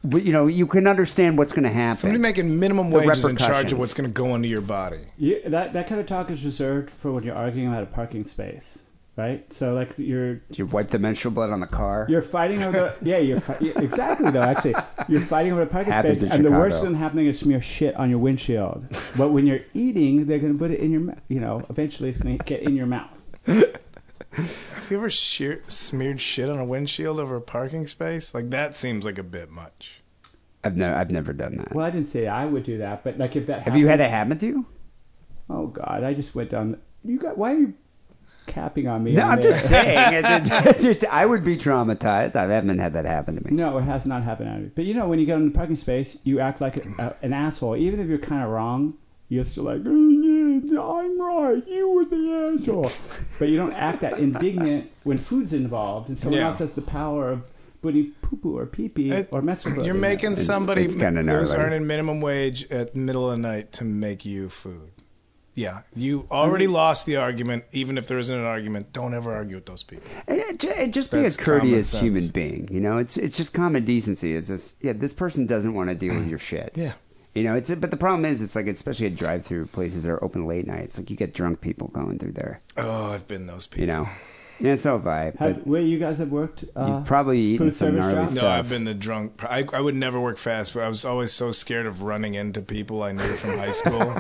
S6: But, you know, you can understand what's going to happen.
S8: somebody making minimum
S6: The
S8: wages in charge
S6: repercussions.
S8: of what's going to go into your body.
S7: You, that that kind of talk is reserved for when you're arguing about a parking space, right? So like you're
S6: You wipe the menstrual blood on the car.
S7: You're fighting over the yeah. You're fi- yeah, exactly though. Actually, you're fighting over the parking
S6: Happens
S7: space,
S6: in
S7: and the worst
S6: Chicago.
S7: thing happening is smear shit on your windshield. But when you're eating, they're gonna put it in your mouth. You know, eventually it's gonna get in your mouth.
S8: Have you ever sheer, smeared shit on a windshield over a parking space? Like that seems like a bit much.
S6: I've never, I've never done that.
S7: Well, I didn't say I would do that, but like if that
S6: Have you had
S7: happened-
S6: it happen to you?
S7: Oh God, I just went down. You got why are you capping on me?
S6: No,
S7: on
S6: I'm
S7: there?
S6: just saying. It's- it's- I would be traumatized. I haven't had that happen to me.
S7: No, it has not happened to me. But you know, when you get in the parking space, you act like a, an asshole, even if you're kind of wrong. You're still like, "Oh, yeah, I'm right. You were the asshole. But you don't act that indignant when food's involved, and someone
S8: Yeah.
S7: else has the power of putting poo poo or pee pee
S8: It-
S7: or menstrual blood
S8: You're
S7: in
S8: making
S7: it.
S8: somebody
S6: it's kinda
S8: who's
S6: gnarly.
S8: earning minimum wage at middle of the night to make you food. Yeah, you already lost the argument. Even if there isn't an argument, don't ever argue with those people.
S6: Eh, ju- eh, just be a
S8: That's common
S6: courteous
S8: sense.
S6: human being. You know, it's it's just common decency. Is this? Yeah, this person doesn't want to deal with your shit.
S8: Yeah.
S6: You know, it's but the problem is, it's like especially at drive-through places that are open late night. It's like you get drunk people going through there.
S8: Oh, I've been those people.
S6: You know, yeah, so have I. But
S10: Have, where you guys have worked? Uh,
S6: you've probably eaten
S10: food
S6: some
S10: service
S6: gnarly
S10: job?
S6: stuff.
S8: No, I've been the drunk. I, I would never work fast food. I was always so scared of running into people I knew from high school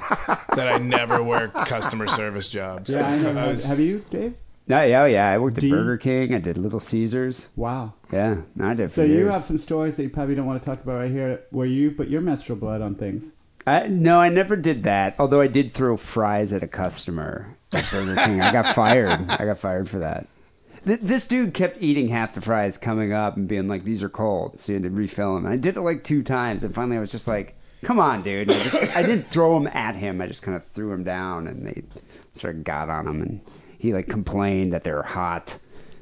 S8: that I never worked customer service jobs.
S10: yeah, I know.
S8: I was-
S10: have you, Dave?
S6: No, yeah, oh, yeah. I worked at
S10: Do you-
S6: Burger King. I did Little Caesars.
S10: Wow.
S6: Yeah, no, I did.
S10: So
S6: for
S10: you
S6: years.
S10: have some stories that you probably don't want to talk about right here, where you put your menstrual blood on things.
S6: I, no, I never did that. Although I did throw fries at a customer at Burger King. I got fired. I got fired for that. Th- this dude kept eating half the fries, coming up and being like, "These are cold," so you had to refill them. I did it like two times, and finally I was just like, "Come on, dude!" And I, just, I didn't throw them at him. I just kind of threw them down, and they sort of got on him, and he like complained that they were hot.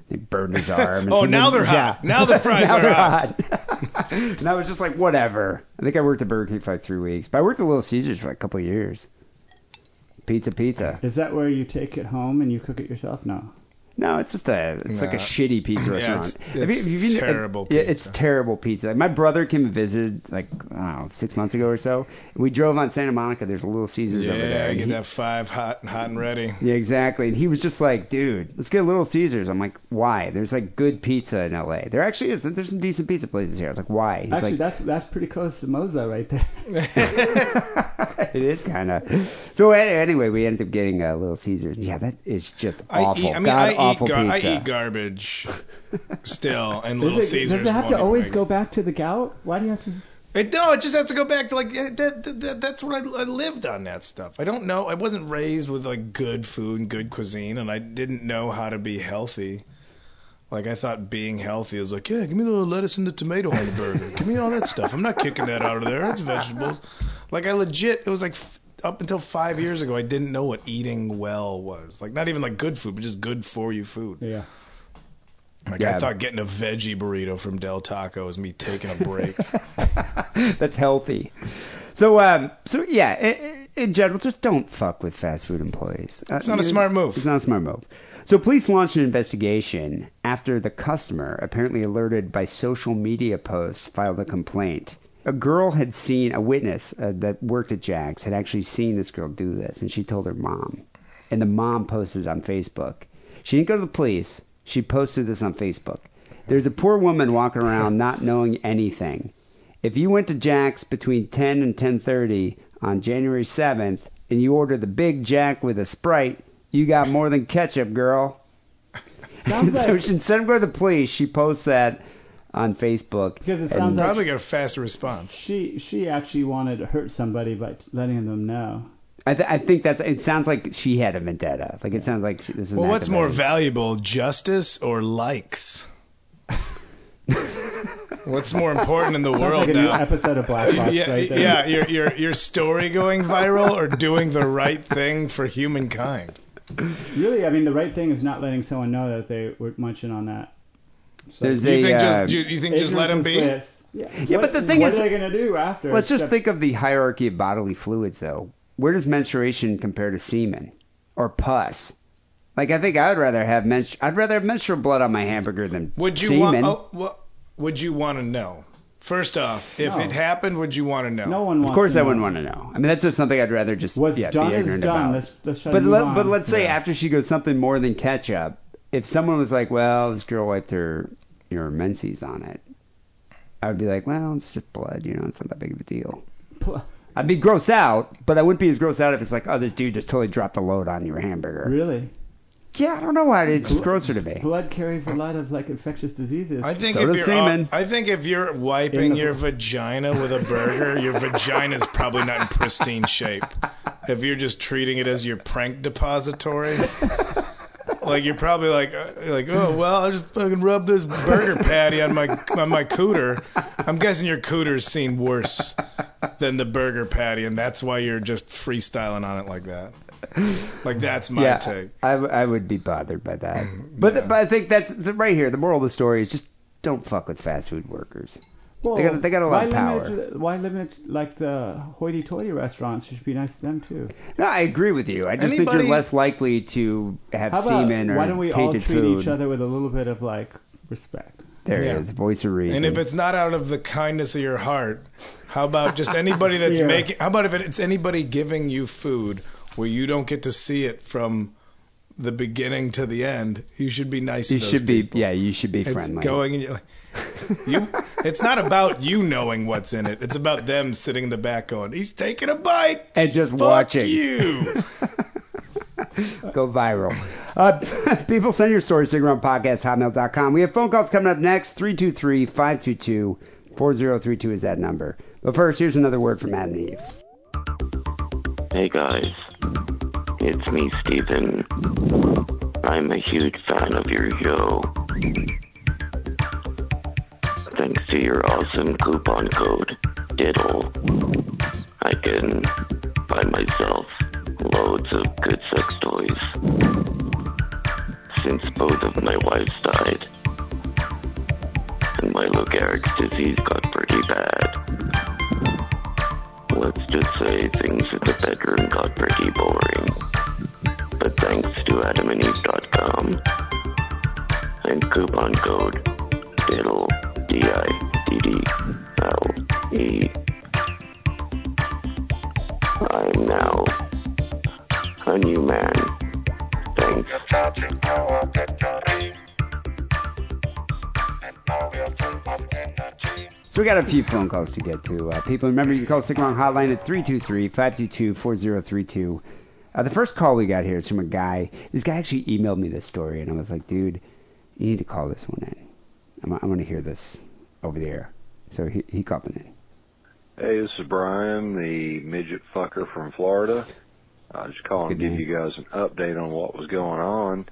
S6: They burned his arm. and
S8: Oh,
S6: so
S8: now
S6: then-
S8: they're hot.
S6: yeah.
S8: Now the fries
S6: Now
S8: are
S6: they're
S8: hot.
S6: hot. and I was just like, whatever. I think I worked at Burger King for like three weeks, but I worked at Little Caesars for like a couple of years. Pizza, pizza.
S10: Is that where you take it home and you cook it yourself? No.
S6: No, it's just a. It's like a
S8: No.
S6: shitty pizza
S8: Yeah,
S6: restaurant.
S8: it's-
S6: Have
S8: it's
S6: have been-
S8: terrible
S6: Yeah, it's
S8: pizza.
S6: terrible pizza. Like, my brother came and visited like I don't know six months ago or so. We drove on Santa Monica. There's a Little Caesars over there.
S8: Yeah, I
S6: and
S8: get
S6: he-
S8: that five hot and hot and ready.
S6: Yeah, exactly. And he was just like, dude, let's get Little Caesars. I'm like, why? There's like good pizza in LA. There actually is. There's some decent pizza places here. I was like, why? He's
S10: Actually,
S6: like,
S10: that's that's pretty close to Moza right there.
S6: it is kind of. So a- anyway, we ended up getting uh, Little Caesars. Yeah, that is just awful.
S8: I eat. I mean,
S6: God
S8: I, eat
S6: awful
S8: gar- I
S6: pizza.
S8: eat garbage still, and Little
S10: does, it,
S8: Caesars.
S10: does it have
S8: won't
S10: to always
S8: make-
S10: go back to the gout? Why do you have to?
S8: It, no, it just has to go back to like eh, that, that, that- That's what I, I lived on that stuff. I don't know. I wasn't raised with like good food and good cuisine, and I didn't know how to be healthy. Like I thought being healthy is like, yeah, give me the little lettuce and the tomato on the burger. Give me all that stuff. I'm not kicking that out of there. It's vegetables. Like I legit, it was like f- up until five years ago, I didn't know what eating well was. Like not even like good food, but just good for you food.
S10: Yeah.
S8: Like
S6: Yeah.
S8: I thought getting a veggie burrito from Del Taco is me taking a break.
S6: That's healthy. So, um, so yeah, in, in general, just don't fuck with fast food employees. Uh,
S8: It's not a smart move.
S6: It's not a smart move. So, police launched an investigation after the customer, apparently alerted by social media posts, filed a complaint. A girl had seen a witness uh, that worked at Jack's had actually seen this girl do this, and she told her mom. And the mom posted it on Facebook. She didn't go to the police. She posted this on Facebook. There's a poor woman walking around not knowing anything. If you went to Jack's between 10 and 10:30 on January 7th and you ordered the Big Jack with a Sprite, you got more than ketchup, girl.
S10: Sounds
S6: so
S10: like
S6: she, instead of going to the police, she posts that on Facebook.
S10: because it
S6: And
S10: sounds like
S8: Probably got a faster response.
S10: she she actually wanted to hurt somebody by t- letting them know.
S6: I, th- I think that's. It sounds like she had a vendetta. Like it sounds like she, this is.
S8: Well,
S6: an
S8: what's
S6: act of
S8: more
S6: vengeance.
S8: valuable, justice or likes? what's more important in the
S10: Sounds
S8: world
S10: like a new
S8: now?
S10: episode of Black Box
S8: Yeah,
S10: right there.
S8: yeah, your your your story going viral or doing the right thing for humankind.
S10: Really, I mean, the right thing is not letting someone know that they were munching on that.
S6: There's
S8: You
S6: a.
S8: think
S6: uh,
S8: just you, you think just let them
S10: Ignorance
S8: be?
S10: is bliss. Yeah,
S6: Yeah, but the thing
S10: is, what
S6: is-
S10: are they going to do after?
S6: Let's just
S10: Except-
S6: think of the hierarchy of bodily fluids, though. Where does menstruation compare to semen or pus? Like, I think I would rather have menstru- I'd rather have menstrual blood on my hamburger than
S8: Would you
S6: semen.
S8: want? Oh, well, would you want to know? First off, if
S10: No.
S8: it happened, would you want to know?
S10: No one.
S6: of
S10: wants
S6: course,
S10: to
S6: I
S10: know.
S6: wouldn't want to know. I mean, that's just something I'd rather just
S10: What's
S6: yeah,
S10: done
S6: be
S10: is
S6: ignorant
S10: done.
S6: about.
S10: Let's- let's try to
S6: but
S10: move
S6: let,
S10: on.
S6: but let's say after she goes something more than ketchup, if someone was like, "Well, this girl wiped her your menses on it," I would be like, "Well, it's just blood. You know, it's not that big of a deal."
S10: Pl-
S6: I'd be grossed out, but I wouldn't be as grossed out if it's like, oh, this dude just totally dropped a load on your hamburger.
S10: Really,
S6: Yeah, I don't know why. It's just grosser to me.
S10: blood carries a lot of like infectious diseases.
S8: I think
S6: So
S8: if
S6: does
S8: you're
S6: semen.
S8: I think if you're
S10: In
S8: wiping
S10: the-
S8: your vagina with a burger, your vagina's probably not in pristine shape. If you're just treating it as your prank depository, like you're probably like uh, like oh well, I'll just fucking rub this burger patty on my on my cooter. I'm guessing your cooter's seen worse than the burger patty, and that's why you're just freestyling on it like that. Like that's my
S6: yeah,
S8: take.
S6: I, w- I would be bothered by that. But but I think that's the, right here. The moral of the story is just don't fuck with fast food workers. they got they got a lot
S10: why
S6: of
S10: limit
S6: power.
S10: it to the- why limit like the hoity-toity restaurants? It should be nice to them too.
S6: No, I agree with you. I just think
S8: Anybody-
S6: you're less likely to have
S10: How about
S6: semen or
S10: why don't we all
S6: tainted
S10: treat
S6: food.
S10: each other with a little bit of like respect?
S6: There
S8: Yeah.
S6: it is, voice of reason.
S8: And if it's not out of the kindness of your heart, how about just anybody that's
S7: Yeah.
S8: making? How about if it's anybody giving you food where you don't get to see it from the beginning to the end? You should be nice.
S6: you
S8: to those
S6: should be,
S8: people.
S6: yeah, you should be
S8: It's
S6: friendly.
S8: going and you're like, you. It's not about you knowing what's in it. It's about them sitting in the back going, "He's taking a bite
S6: And just
S8: Fuck
S6: watching."
S8: you."
S6: Go viral. Uh, people send your stories to sigaroundpodcast.hotmail.com. We have phone calls coming up next 323 522 4032 is that number. But first, here's another word from Adam and Eve.
S11: Hey guys, it's me, Steven. I'm a huge fan of your show. Thanks to your awesome coupon code, Diddle, I can buy myself loads of good sex toys. Since both of my wives died, and my Lou Gehrig's disease got pretty bad. Let's just say things in the bedroom got pretty boring. But thanks to adamandeve.com and coupon code DIDDLE, D-I-D-D-L-E, I'm now a new man. Thanks.
S6: So we got a few phone calls to get to. Uh, people, remember you can call Sick Wrong Hotline at 323-522-4032. Uh, the first call we got here is from a guy. This guy actually emailed me this story, and I was like, dude, you need to call this one in. I'm, I want to hear this over the air. So he, he called it in.
S12: Hey, this is Brian, the midget fucker from Florida. I was just calling to
S6: good
S12: give you guys an update on what was going on.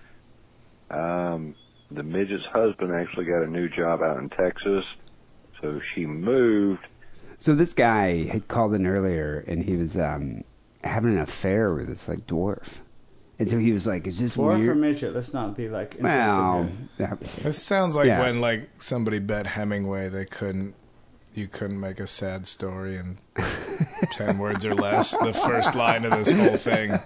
S12: Um, the midget's husband actually got a new job out in Texas, so she moved.
S6: So this guy had called in earlier, and he was um, having an affair with this, like, dwarf. And so he was like, is this
S7: Dwarf or
S6: weird?
S7: midget? Let's not be like. insensitive.
S6: Well, yeah.
S8: This sounds like
S6: Yeah.
S8: when like somebody bet Hemingway they couldn't you couldn't make a sad story in ten words or less. The first line of this whole thing.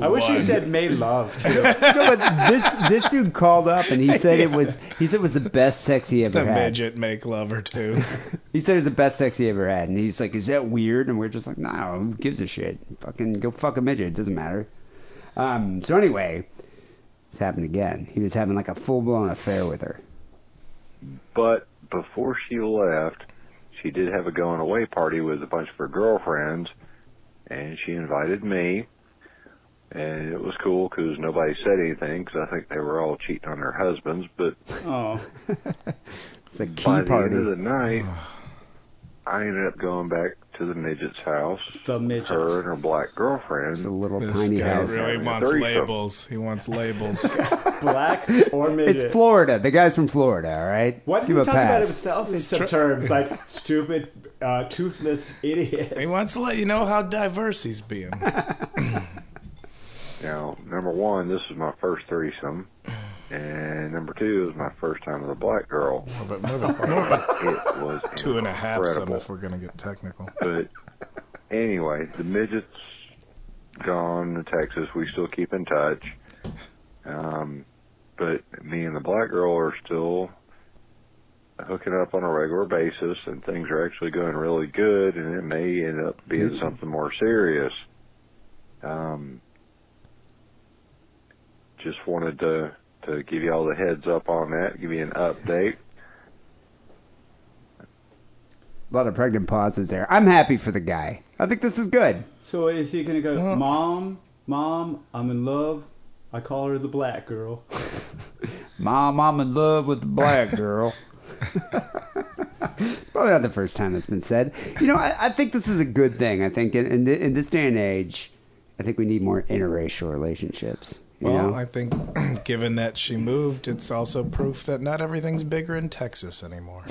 S7: I wish you said made love. Too.
S6: No, but this this dude called up and he said it was he said it was the best sex he ever
S8: the
S6: had.
S8: midget make lover too.
S6: He said it was the best sex he ever had, and he's like, "Is that weird?" And we're just like, "No, who gives a shit? Fucking go fuck a midget. It doesn't matter." Um, so anyway, this happened again. He was having like a full blown affair with her.
S12: But before she left, she did have a going away party with a bunch of her girlfriends, and she invited me. And it was cool because nobody said anything because I think they were all cheating on their husbands. But
S7: Oh,
S6: It's a key
S12: by
S6: party.
S12: the end of the night, I ended up going back to the midget's house.
S7: The midget.
S12: Her and her black girlfriend.
S6: It's a little
S8: This
S6: tiny
S8: guy
S6: house.
S8: really
S12: Yeah,
S8: wants
S12: threesome.
S8: labels. He wants labels.
S7: black or midget.
S6: It's Florida. The guy's from Florida. All right.
S7: Why does
S6: Give him
S7: he
S6: a
S7: talk about
S6: pass.
S7: himself in such terms like stupid, uh, toothless idiot?
S8: he wants to let you know how diverse he's being.
S12: Now, number one, this was my first threesome. And number two, it was my first time with a black girl.
S8: But more of a- more of a
S12: It was
S8: two and a half some
S12: incredible.
S8: if we're gonna get technical.
S12: But anyway, the midget's gone to Texas. We still keep in touch. Um, but me and the black girl are still hooking up on a regular basis, and things are actually going really good, and it may end up being something more serious. Um, just wanted to to give you all the heads up on that, give you an update.
S6: A lot of pregnant pauses there. I'm happy for the guy. I think this is good.
S7: So is he gonna go, mom, mom, I'm in love. I call her the black girl.
S6: Mom, I'm in love with the black girl. it's probably not the first time that's been said. You know, I, I think this is a good thing. I think in, in, thi- in this day and age, I think we need more interracial relationships. You
S8: Well,
S6: know?
S8: I think given that she moved, it's also proof that not everything's bigger in Texas anymore.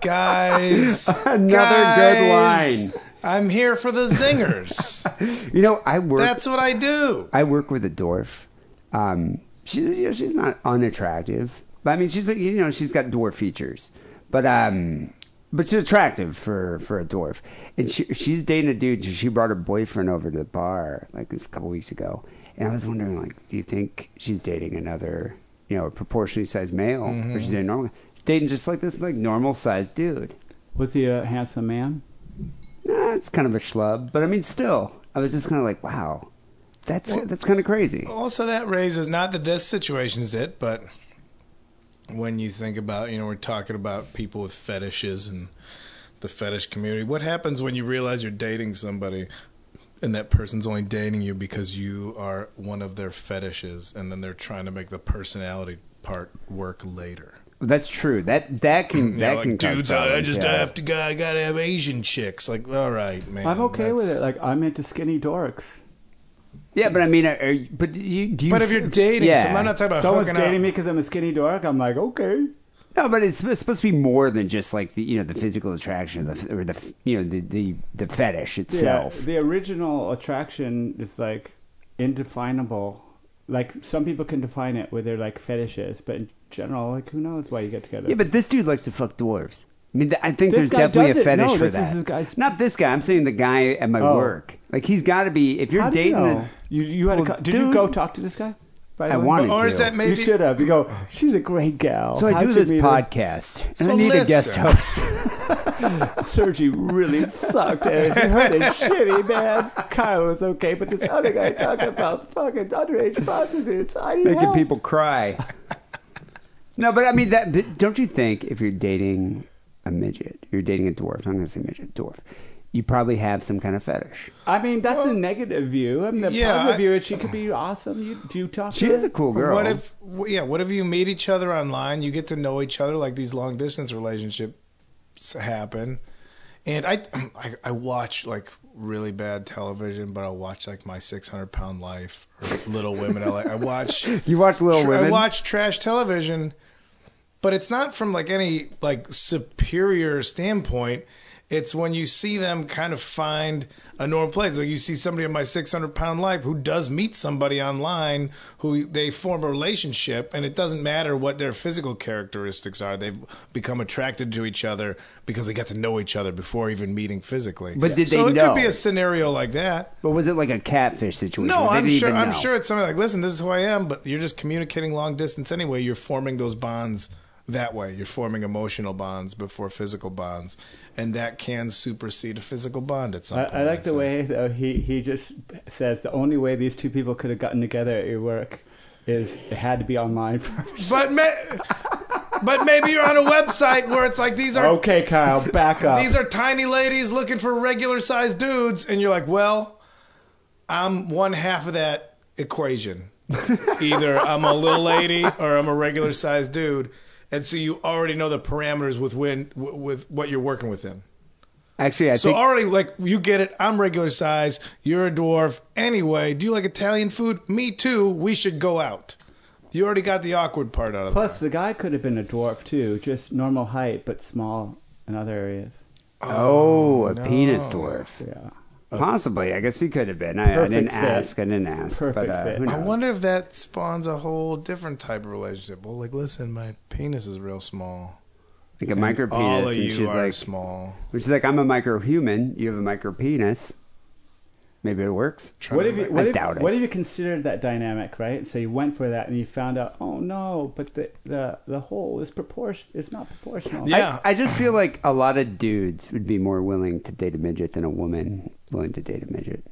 S8: guys,
S6: Another
S8: guys,
S6: good line.
S8: I'm here for the zingers.
S6: You know, I work.
S8: That's what I do.
S6: I work with a dwarf. Um, she's you know, she's not unattractive, but I mean she's like, you know she's got dwarf features, but um, but she's attractive for for a dwarf. And she she's dating a dude. She brought her boyfriend over to the bar like this a couple weeks ago, and I was wondering like, do you think she's dating another you know, a proportionally sized male, or she did normally. She's dating just like this, like normal sized dude.
S7: Was he a handsome man?
S6: Nah, it's kind of a schlub, but I mean, still, I was just kind of like, wow, that's that's kind of crazy.
S8: Also, that raises not that this situation is it, but when you think about, you know, we're talking about people with fetishes and the fetish community. What happens when you realize you're dating somebody and that person's only dating you because you are one of their fetishes and then they're trying to make the personality part work later?
S6: That's true. That that can
S8: Yeah,
S6: that
S8: like
S6: can cause
S8: dudes, I, I
S6: problems,
S8: just
S6: yeah.
S8: I have to I gotta have Asian chicks. Like, all right, man,
S7: I'm okay with
S8: that's-
S7: it. Like I'm into skinny dorks.
S6: Yeah, but I mean, are, are you, but you do. You
S8: But if you're dating
S6: yeah.
S8: someone- I'm not talking about
S7: Someone's
S8: hooking up.
S7: dating me because I'm a skinny dork. I'm like, okay.
S6: No, but it's, it's supposed to be more than just like the you know the physical attraction or the, or the you know the, the the fetish itself.
S7: The, the original attraction is like indefinable. Like some people can define it where they're like fetishes, but in general, like who knows why you get together?
S6: Yeah, but this dude likes to fuck dwarves. I mean, th- I think there's
S7: This guy
S6: definitely a
S7: doesn't.
S6: fetish
S7: No,
S6: for
S7: this is
S6: that.
S7: this guy's-
S6: Not this guy. I'm saying the guy at my
S7: Oh.
S6: work. Like he's got to be. If you're
S7: How do you
S6: dating, a-
S7: know? you you had a
S6: Well,
S7: co- did
S6: dude-
S7: you go talk to this guy? By the
S6: I
S7: way?
S6: wanted
S8: Or is
S6: to.
S8: that maybe
S7: You should have. You go. She's a great gal.
S6: so I
S7: How'd
S6: do
S7: you
S6: this
S7: meet her?"
S6: podcast, and I
S8: So
S6: need a guest
S8: listen.
S6: host.
S7: Sergi really sucked, and he heard it shitty, man. Kyle was okay, but this other guy talking about fucking underage prostitutes. I need
S6: making
S7: help.
S6: people cry. no, but I mean that. But don't you think if you're dating a midget, you're dating a dwarf? I'm going to say midget dwarf. You probably have some kind of fetish.
S7: I mean, that's a negative view. I mean, the
S8: yeah,
S7: positive
S8: I-
S7: view is she could be awesome. You do you talk
S6: She
S7: to
S6: is
S7: her?
S6: a cool girl.
S8: What if, w- yeah, what if you meet each other online? You get to know each other like these long distance relationships happen. And I, I, I watch like really bad television, but I watch like My 600 Pound Life or Little Women. I, like, I watch,
S6: you watch Little
S8: tr-
S6: Women?
S8: I watch trash television, but it's not from like any like superior standpoint. It's when you see them kind of find a normal place. Like you see somebody in my 600 pound life who does meet somebody online who they form a relationship, and it doesn't matter what their physical characteristics are. They've become attracted to each other because they got to know each other before even meeting physically.
S6: But did
S8: so
S6: they
S8: it
S6: know?
S8: could be a scenario like that.
S6: But was it like a catfish situation?
S8: No,
S6: where they
S8: I'm
S6: didn't
S8: sure.
S6: even
S8: I'm
S6: know?
S8: sure it's something like, listen, this is who I am, but you're just communicating long distance anyway. You're forming those bonds that way. You're forming emotional bonds before physical bonds, and that can supersede a physical bond at some
S7: I,
S8: point.
S7: I like the
S8: So-
S7: way though he he just says the only way these two people could have gotten together at your work is it had to be online first.
S8: But ma- but maybe you're on a website where it's like these are
S7: okay, Kyle, back up.
S8: these are tiny ladies looking for regular sized dudes, and you're like, well, I'm one half of that equation. Either I'm a little lady or I'm a regular sized dude, and so you already know the parameters with when w- with what you're working within.
S6: Actually, I
S8: So
S6: think
S8: already, like you get it. I'm regular size. You're a dwarf. Anyway, do you like Italian food? Me too. We should go out. You already got the awkward part out of it.
S7: Plus, the guy could have been a dwarf too, just normal height but small in other areas.
S6: oh, a penis dwarf.
S7: Yeah,
S6: Possibly. I guess he could have been. I, I
S7: Perfect
S6: didn't
S7: fit.
S6: ask. I didn't ask. but,
S7: Perfect
S6: uh,
S7: fit.
S6: who
S8: I
S6: knows?
S8: wonder if that spawns a whole different type of relationship. Well, like, listen, my penis is real small.
S6: Like a micro penis.
S8: All of
S6: and
S8: you
S6: she's
S8: are
S6: like,
S8: small.
S6: which is like, I'm a micro human. You have a micro penis. Maybe it works.
S7: What if you, what
S6: I
S7: if,
S6: doubt it.
S7: What if you considered that dynamic, right? So you went for that, and you found out, oh no, but the the, the whole is proportion is not proportional.
S8: Yeah.
S6: I, I just feel like a lot of dudes would be more willing to date a midget than a woman willing to date a midget.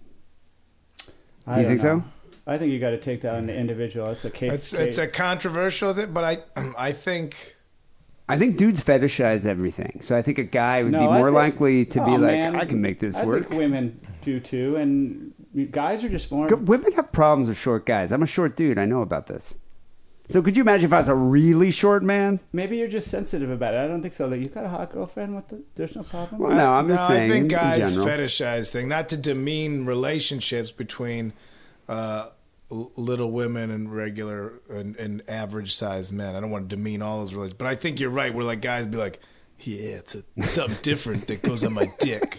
S7: I,
S6: Do you
S7: don't
S6: think so?
S7: know. I think you got to take that on the individual. It's a case.
S8: It's it's a
S7: case.
S8: controversial thing, but I I think
S6: I think dudes fetishize everything. So I think a guy would
S7: No,
S6: be
S7: I
S6: more
S7: think-
S6: likely to be
S7: Oh,
S6: like,
S7: man.
S6: I can make this
S7: I
S6: work.
S7: Think women do too, and guys are just more.
S6: G- Women have problems with short guys. I'm a short dude. I know about this. So could you imagine if I was a really short man?
S7: Maybe you're just sensitive about it. I don't think so. That you got a hot girlfriend. What the, there's no problem.
S6: Well, no, I'm just
S8: no,
S6: saying.
S8: I think
S6: in
S8: guys
S6: general.
S8: fetishize thing, not to demean relationships between uh, l- little women and regular and, and average sized men. I don't want to demean all those relationships, but I think you're right. Where like guys be like, yeah, it's a, something different that goes on my dick.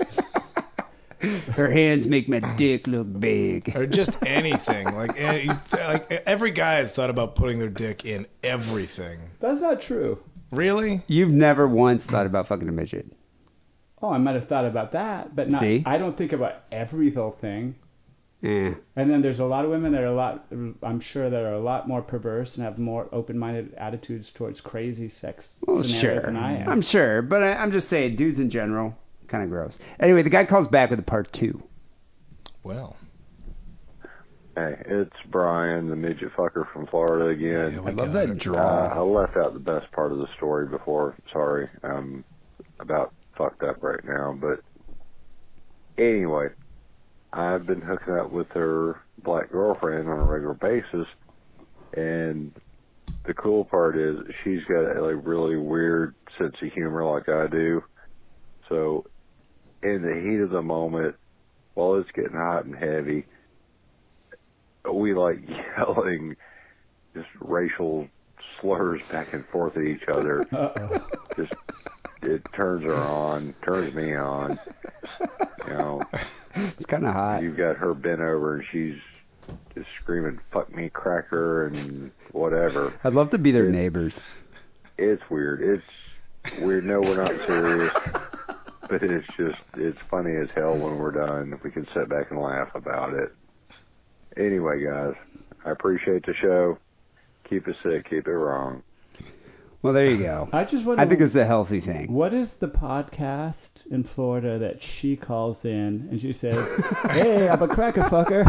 S6: Her hands make my dick look big.
S8: or just anything. like, any, like eh, every guy has thought about putting their dick in everything.
S7: That's not true.
S8: Really?
S6: You've never once thought about fucking a midget.
S7: Oh, I might have thought about that, but not.
S6: See?
S7: I don't think about every little thing.
S6: Eh.
S7: And then there's a lot of women that are a lot, I'm sure, that are a lot more perverse and have more open-minded attitudes towards crazy sex
S6: Well,
S7: scenarios
S6: sure.
S7: than I am.
S6: I'm sure, but I, I'm just saying, dudes in general, kind of gross. Anyway, the guy calls back with a part two.
S8: Well,
S12: Hey, it's Brian, the midget fucker from Florida again.
S6: I love that draw.
S12: Uh, I left out the best part of the story before. Sorry, I'm about fucked up right now. But anyway, I've been hooking up with her black girlfriend on a regular basis, and the cool part is she's got a like, really weird sense of humor like I do. So, in the heat of the moment, while it's getting hot and heavy, we like yelling just racial slurs back and forth at each other. Just it turns her on, turns me on. You know,
S6: It's kind of hot.
S12: you've got her bent over and she's just screaming "fuck me, cracker" and whatever.
S6: I'd love to be their neighbors.
S12: It's weird. It's weird. No, we're not serious. But it's just, it's funny as hell when we're done. We can sit back and laugh about it. Anyway, guys, I appreciate the show. Keep it sick, keep it wrong.
S6: Well, there you go.
S7: I just want
S6: I think it's a healthy thing.
S7: What is the podcast in Florida that she calls in and she says, "Hey, I'm a cracker fucker.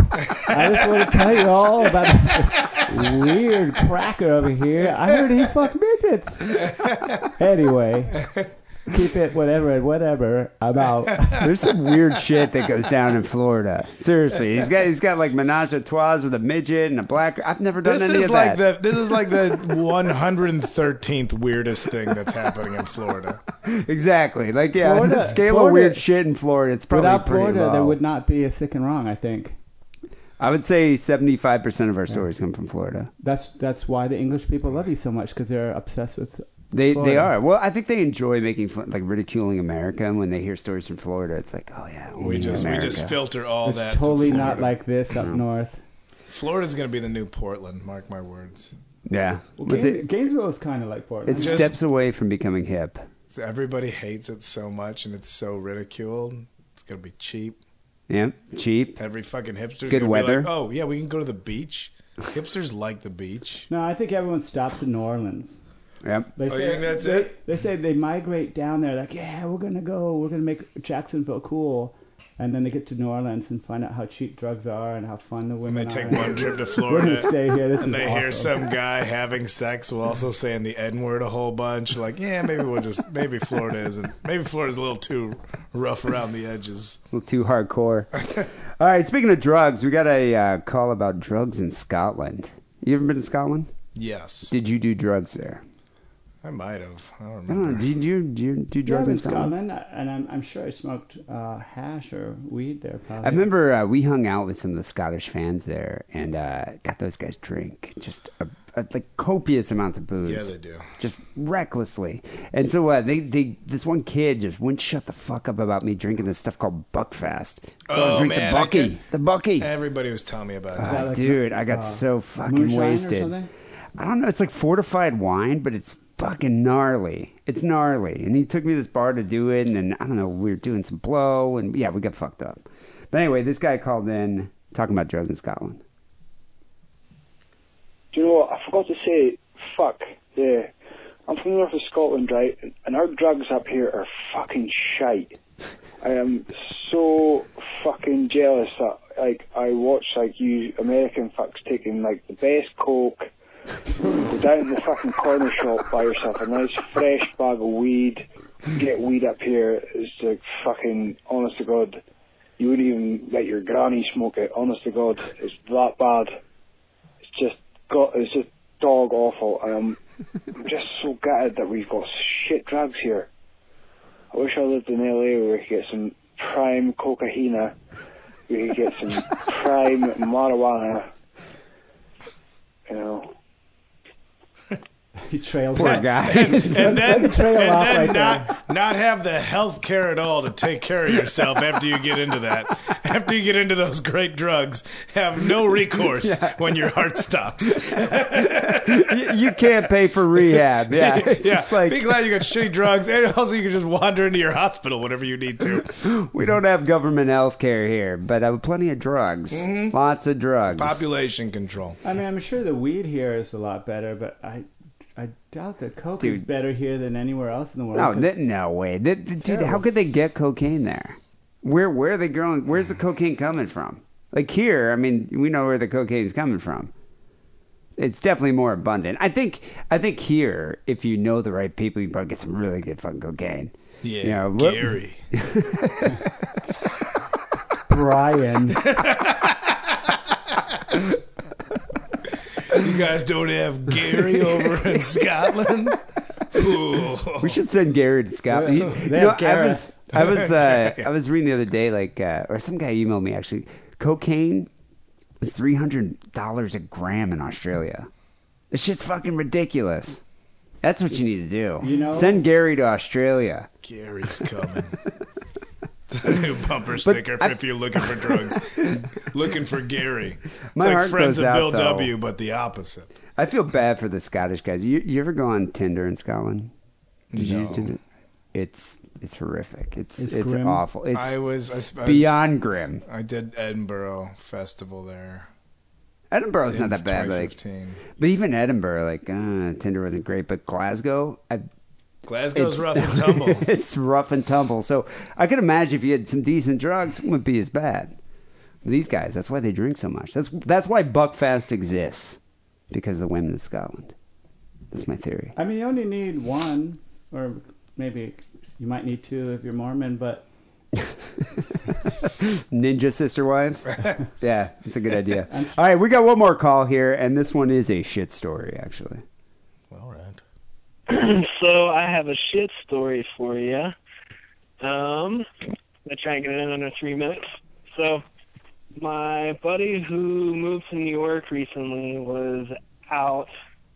S7: I just want to tell you all about this weird cracker over here. I heard he fucked midgets. Anyway, keep it whatever and whatever. I'm out.
S6: There's some weird shit that goes down in Florida. Seriously, he's got he's got like menage a trois with a midget and a black. I've never done
S8: this
S6: any
S8: is
S6: of
S8: like
S6: that.
S8: the this is like the 113th weirdest thing that's happening in Florida.
S6: exactly. Like yeah, on the
S7: Florida-
S6: scale of
S7: Florida-
S6: weird shit in Florida, it's probably
S7: Without
S6: pretty
S7: Florida,
S6: low.
S7: there would not be a sick and wrong. I think
S6: I would say seventy five percent of our stories come from Florida.
S7: that's that's why the English people love you so much because they're obsessed with.
S6: They they
S7: Florida.
S6: are. Well, I think they enjoy making fun, like ridiculing America. And when they hear stories from Florida, it's like, oh yeah,
S8: We just we just filter all
S7: It's
S8: that.
S7: totally
S8: to
S7: not
S8: Florida.
S7: like this up north.
S8: Florida's going to be the new Portland. Mark my words.
S6: yeah. Was
S7: Gaines-
S6: it,
S7: Gainesville is kind of like Portland.
S6: it
S8: just-
S6: steps away from becoming hip.
S8: Everybody hates it so much, and it's so ridiculed. It's going to be cheap.
S6: Yeah, cheap.
S8: Every fucking hipster's
S6: Good
S8: gonna Be
S6: weather.
S8: like, oh yeah, we can go to the beach. Hipsters like the beach.
S7: No, I think everyone stops in New Orleans.
S6: Yep.
S7: They
S8: Oh, you think that's
S7: they,
S8: it?
S7: They say they migrate down there, like, yeah, we're gonna go, we're gonna make Jacksonville cool, and then they get to New Orleans and find out how cheap drugs are and how fun the
S8: And
S7: women
S8: they take
S7: are.
S8: one trip to
S7: We're gonna
S8: Florida.
S7: stay here. This
S8: And
S7: is
S8: they
S7: awesome.
S8: hear some guy having sex while also saying the N word a whole bunch. Like, yeah, maybe we'll just maybe Florida isn't maybe Florida's a little too rough around the edges.
S6: A little too hardcore. All right. Speaking of drugs, we got a uh, call about drugs in Scotland. You ever been to Scotland?
S8: Yes,
S6: Did you do drugs there?
S8: I might have. I don't
S6: I don't know.
S8: remember.
S6: Did you, did you do
S7: Yeah,
S6: drugs
S7: I'm in
S6: in Scotland?
S7: Scotland, and I'm, I'm sure I smoked uh, hash or weed there. Probably.
S6: I remember uh, we hung out with some of the Scottish fans there and uh, got those guys drink just a, a, like copious amounts of booze.
S8: Yeah, they do.
S6: Just recklessly. And so uh, they, they this one kid just wouldn't shut the fuck up about me drinking this stuff called Buckfast.
S8: Oh,
S6: drink
S8: man,
S6: the
S8: I
S6: Bucky.
S8: could-
S6: The Bucky.
S8: Everybody was telling me about
S6: Ah,
S8: that.
S7: that like
S6: dude,
S7: mo-
S6: I got
S7: uh,
S6: so fucking
S7: moonshine or
S6: wasted.
S7: something?
S6: I don't know. It's like fortified wine, but it's fucking gnarly. It's gnarly. And he took me to this bar to do it, and then I don't know. We were doing some blow, and yeah, we got fucked up. But anyway, this guy called in talking about drugs in Scotland.
S11: Do you know what? I forgot to say, fuck, yeah. I'm from the north of Scotland, right? And our drugs up here are fucking shite. I am so fucking jealous that, like, I watch, like, you American fucks taking, like, the best coke, go down to the fucking corner shop, buy yourself a nice fresh bag of weed, get weed up here. It's like fucking, honest to God, you wouldn't even let your granny smoke it. Honest to God, it's that bad it's just got it's just dog awful. and I'm I'm just so gutted that we've got shit drugs here. I wish I lived in LA where we could get some prime cocaine, we could get some prime marijuana. You know.
S7: he trails
S6: Poor
S7: off.
S6: guy.
S8: and, and then, and
S7: Trail off
S8: then
S7: right
S8: not not have the health care at all to take care of yourself after you get into that. After you get into those great drugs, have no recourse when your heart stops.
S6: you, you can't pay for rehab. Yeah, it's
S8: yeah.
S6: just like
S8: Be glad you got shitty drugs, and also you can just wander into your hospital whenever you need to.
S6: we don't have government health care here, but uh, plenty of drugs,
S8: Mhm.
S6: lots of drugs.
S8: Population control.
S7: I mean, I'm sure the weed here is a lot better, but I, I doubt that coke is
S6: Dude.
S7: better here than anywhere else in the world.
S6: No,
S7: 'cause-
S6: th- no way. Th- th- dude,
S7: Terrible.
S6: how could they get cocaine there? Where where are they going? Where's the cocaine coming from? Like here, I mean, we know where the cocaine's coming from. It's definitely more abundant. I think I think here, if you know the right people, you can probably get some really good fucking cocaine.
S8: Yeah,
S6: You know, what-
S8: Gary.
S7: Brian.
S8: You guys don't have Gary over in Scotland. Ooh.
S6: We should send Gary to Scotland.
S7: Yeah.
S6: You- you
S7: They
S6: know,
S7: have
S6: I
S7: Gareth.
S6: was, I was, uh, I was reading the other day, like, uh, or some guy emailed me actually. Cocaine is three hundred dollars a gram in Australia. This shit's fucking ridiculous. That's what you need to do.
S7: You know-
S6: send Gary to Australia.
S8: Gary's coming. It's a new bumper sticker for if you're looking for drugs. looking for Gary.
S6: My
S8: it's like
S6: heart goes
S8: friends of
S6: out,
S8: Bill
S6: though.
S8: W, but the opposite.
S6: I feel bad for the Scottish guys. You, you ever go on Tinder in Scotland? Did you
S8: No.
S6: do- It's it's horrific. It's
S7: It's
S6: it's,
S7: grim.
S6: awful. It's
S8: I was I, sp- I was-
S6: beyond grim.
S8: I did Edinburgh Festival there.
S6: Edinburgh's not
S8: in
S6: that bad. but, Like,
S8: 2015.
S6: but even Edinburgh, like uh, Tinder wasn't great. But Glasgow, I It's-
S8: Glasgow's rough and tumble.
S6: it's rough and tumble. So I can imagine if you had some decent drugs, it wouldn't be as bad. These guys, that's why they drink so much. That's that's why Buckfast exists because of the women of Scotland. That's my theory.
S7: I mean, you only need one, or maybe you might need two if you're Mormon, but
S6: Ninja sister wives. yeah, that's a good idea. All right, we got one more call here, and this one is a shit story actually.
S8: All right.
S11: so I have a shit story for you. Um, I try and get it in under three minutes. So my buddy who moved to New York recently was out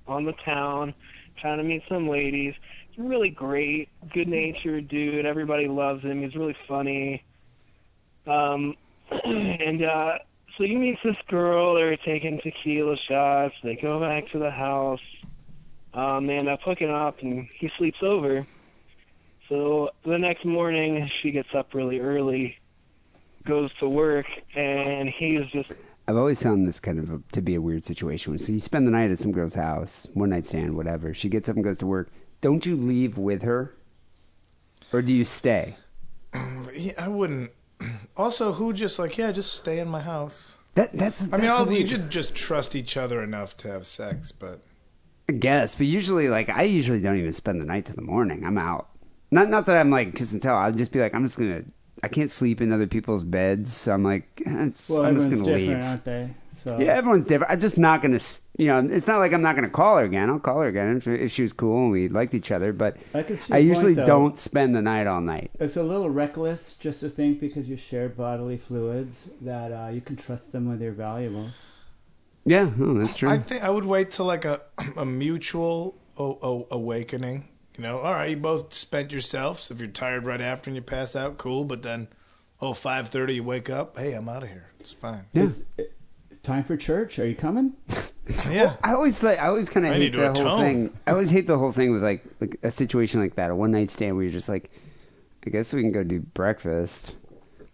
S11: on the town trying to meet some ladies. He's a really great, good natured dude. Everybody loves him. He's really funny. Um, and uh, so he meets this girl. They're taking tequila shots. They go back to the house um, they end up hooking up and he sleeps over. So the next morning, she gets up really early, goes to work, and he's just
S6: I've always found this kind of a, to be a weird situation. So you spend the night at some girl's house, one night stand, whatever. She gets up and goes to work. Don't you leave with her, or do you stay?
S8: Yeah, I wouldn't. Also, who just like yeah, just stay in my house.
S6: That that's.
S8: I mean,
S6: that's
S8: all you
S6: weird-
S8: should just trust each other enough to have sex, but
S6: I guess, but usually, like, I usually don't even spend the night to the morning. I'm out. Not not that I'm like kiss and tell. I'll just be like, I'm just gonna. I can't sleep in other people's beds, so I'm like, eh, it's-
S7: well,
S6: I'm just
S7: everyone's
S6: gonna
S7: different,
S6: leave.
S7: aren't they? So
S6: Yeah, everyone's different. I'm just not gonna. s- You know, it's not like I'm not gonna call her again. I'll call her again if, if she was cool and we liked each other. But
S7: I can see
S6: I
S7: your
S6: usually
S7: point, though.
S6: don't spend the night all night.
S7: it's a little reckless just to think because you share bodily fluids that uh, you can trust them with your valuables.
S6: Yeah, oh, that's true.
S8: I think I would wait till like a a mutual o- o- awakening. You know, all right, you both spent yourselves. If you're tired right after and you pass out, cool. But then, oh, five thirty, you wake up. Hey, I'm out of here. It's fine.
S7: Is it, time for church? Are you coming?
S8: Yeah,
S6: I always like I always kind of
S8: I
S6: hate
S8: need
S6: the
S8: to
S6: whole
S8: atone.
S6: thing. I always hate the whole thing with like, like a situation like that, a one night stand where you're just like, I guess we can go do breakfast.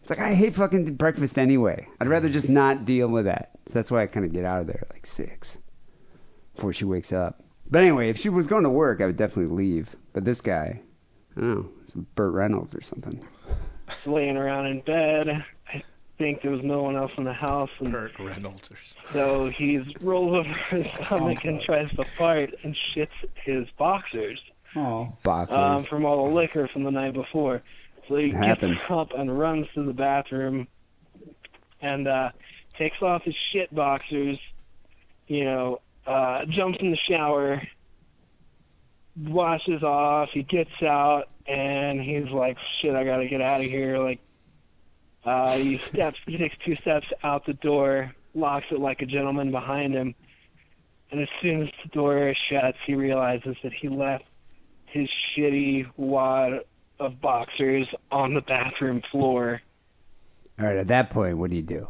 S6: It's like I hate fucking breakfast anyway. I'd rather just not deal with that. So that's why I kind of get out of there at like six before she wakes up. But anyway, if she was going to work, I would definitely leave. But this guy, I don't know, it's Burt Reynolds or something.
S11: laying around in bed. I think there was no one else in the house, and
S8: Burt Reynolds or something.
S11: so he rolls over his stomach and tries to fart and shits his boxers
S7: Oh,
S6: Boxers.
S11: um, from all the liquor from the night before. So he
S6: It happens.
S11: gets up and runs to the bathroom and uh, takes off his shit boxers, you know, uh, jumps in the shower, washes off, he gets out, and he's like, shit, I gotta get out of here. Like, uh, he steps, he takes two steps out the door, locks it like a gentleman behind him, And as soon as the door shuts, he realizes that he left his shitty wad of boxers on the bathroom floor.
S6: All right, at that point, what do you do?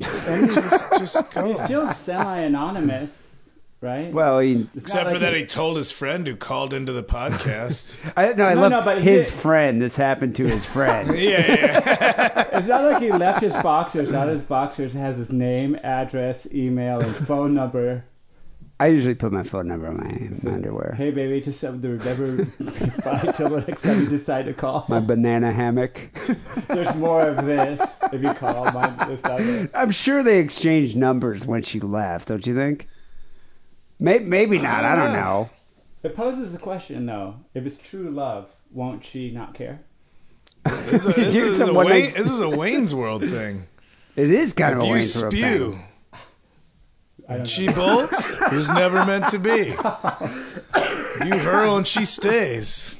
S8: And he's just, just go.
S7: He's still semi-anonymous, right?
S6: Well, he,
S8: Except for that, he told his friend who called into the podcast.
S6: I, no, I
S7: No,
S6: love
S7: no, but he
S6: his
S7: did-
S6: friend. This happened to his friend.
S7: it's not like he left his boxers out. His boxers has his name, address, email, and phone number.
S6: I usually put my phone number on my, my underwear.
S7: Hey, baby, just um, something to remember. Bye till the next time you decide to call.
S6: My banana hammock.
S7: There's more of this if you call my this other.
S6: I'm sure they exchanged numbers when she left, don't you think? Maybe, maybe not. I don't know.
S7: It poses a question though: If it's true love, won't she not care?
S8: This is a, this
S6: Dude,
S8: is
S6: some
S8: a,
S6: one
S8: Wayne,
S6: night-
S8: this is a Wayne's World thing.
S6: It is kind
S8: If
S6: of a
S8: you
S6: Wayne's World
S8: spew,
S6: thing.
S8: and she bolts, it was never meant to be. If you hurl and she stays.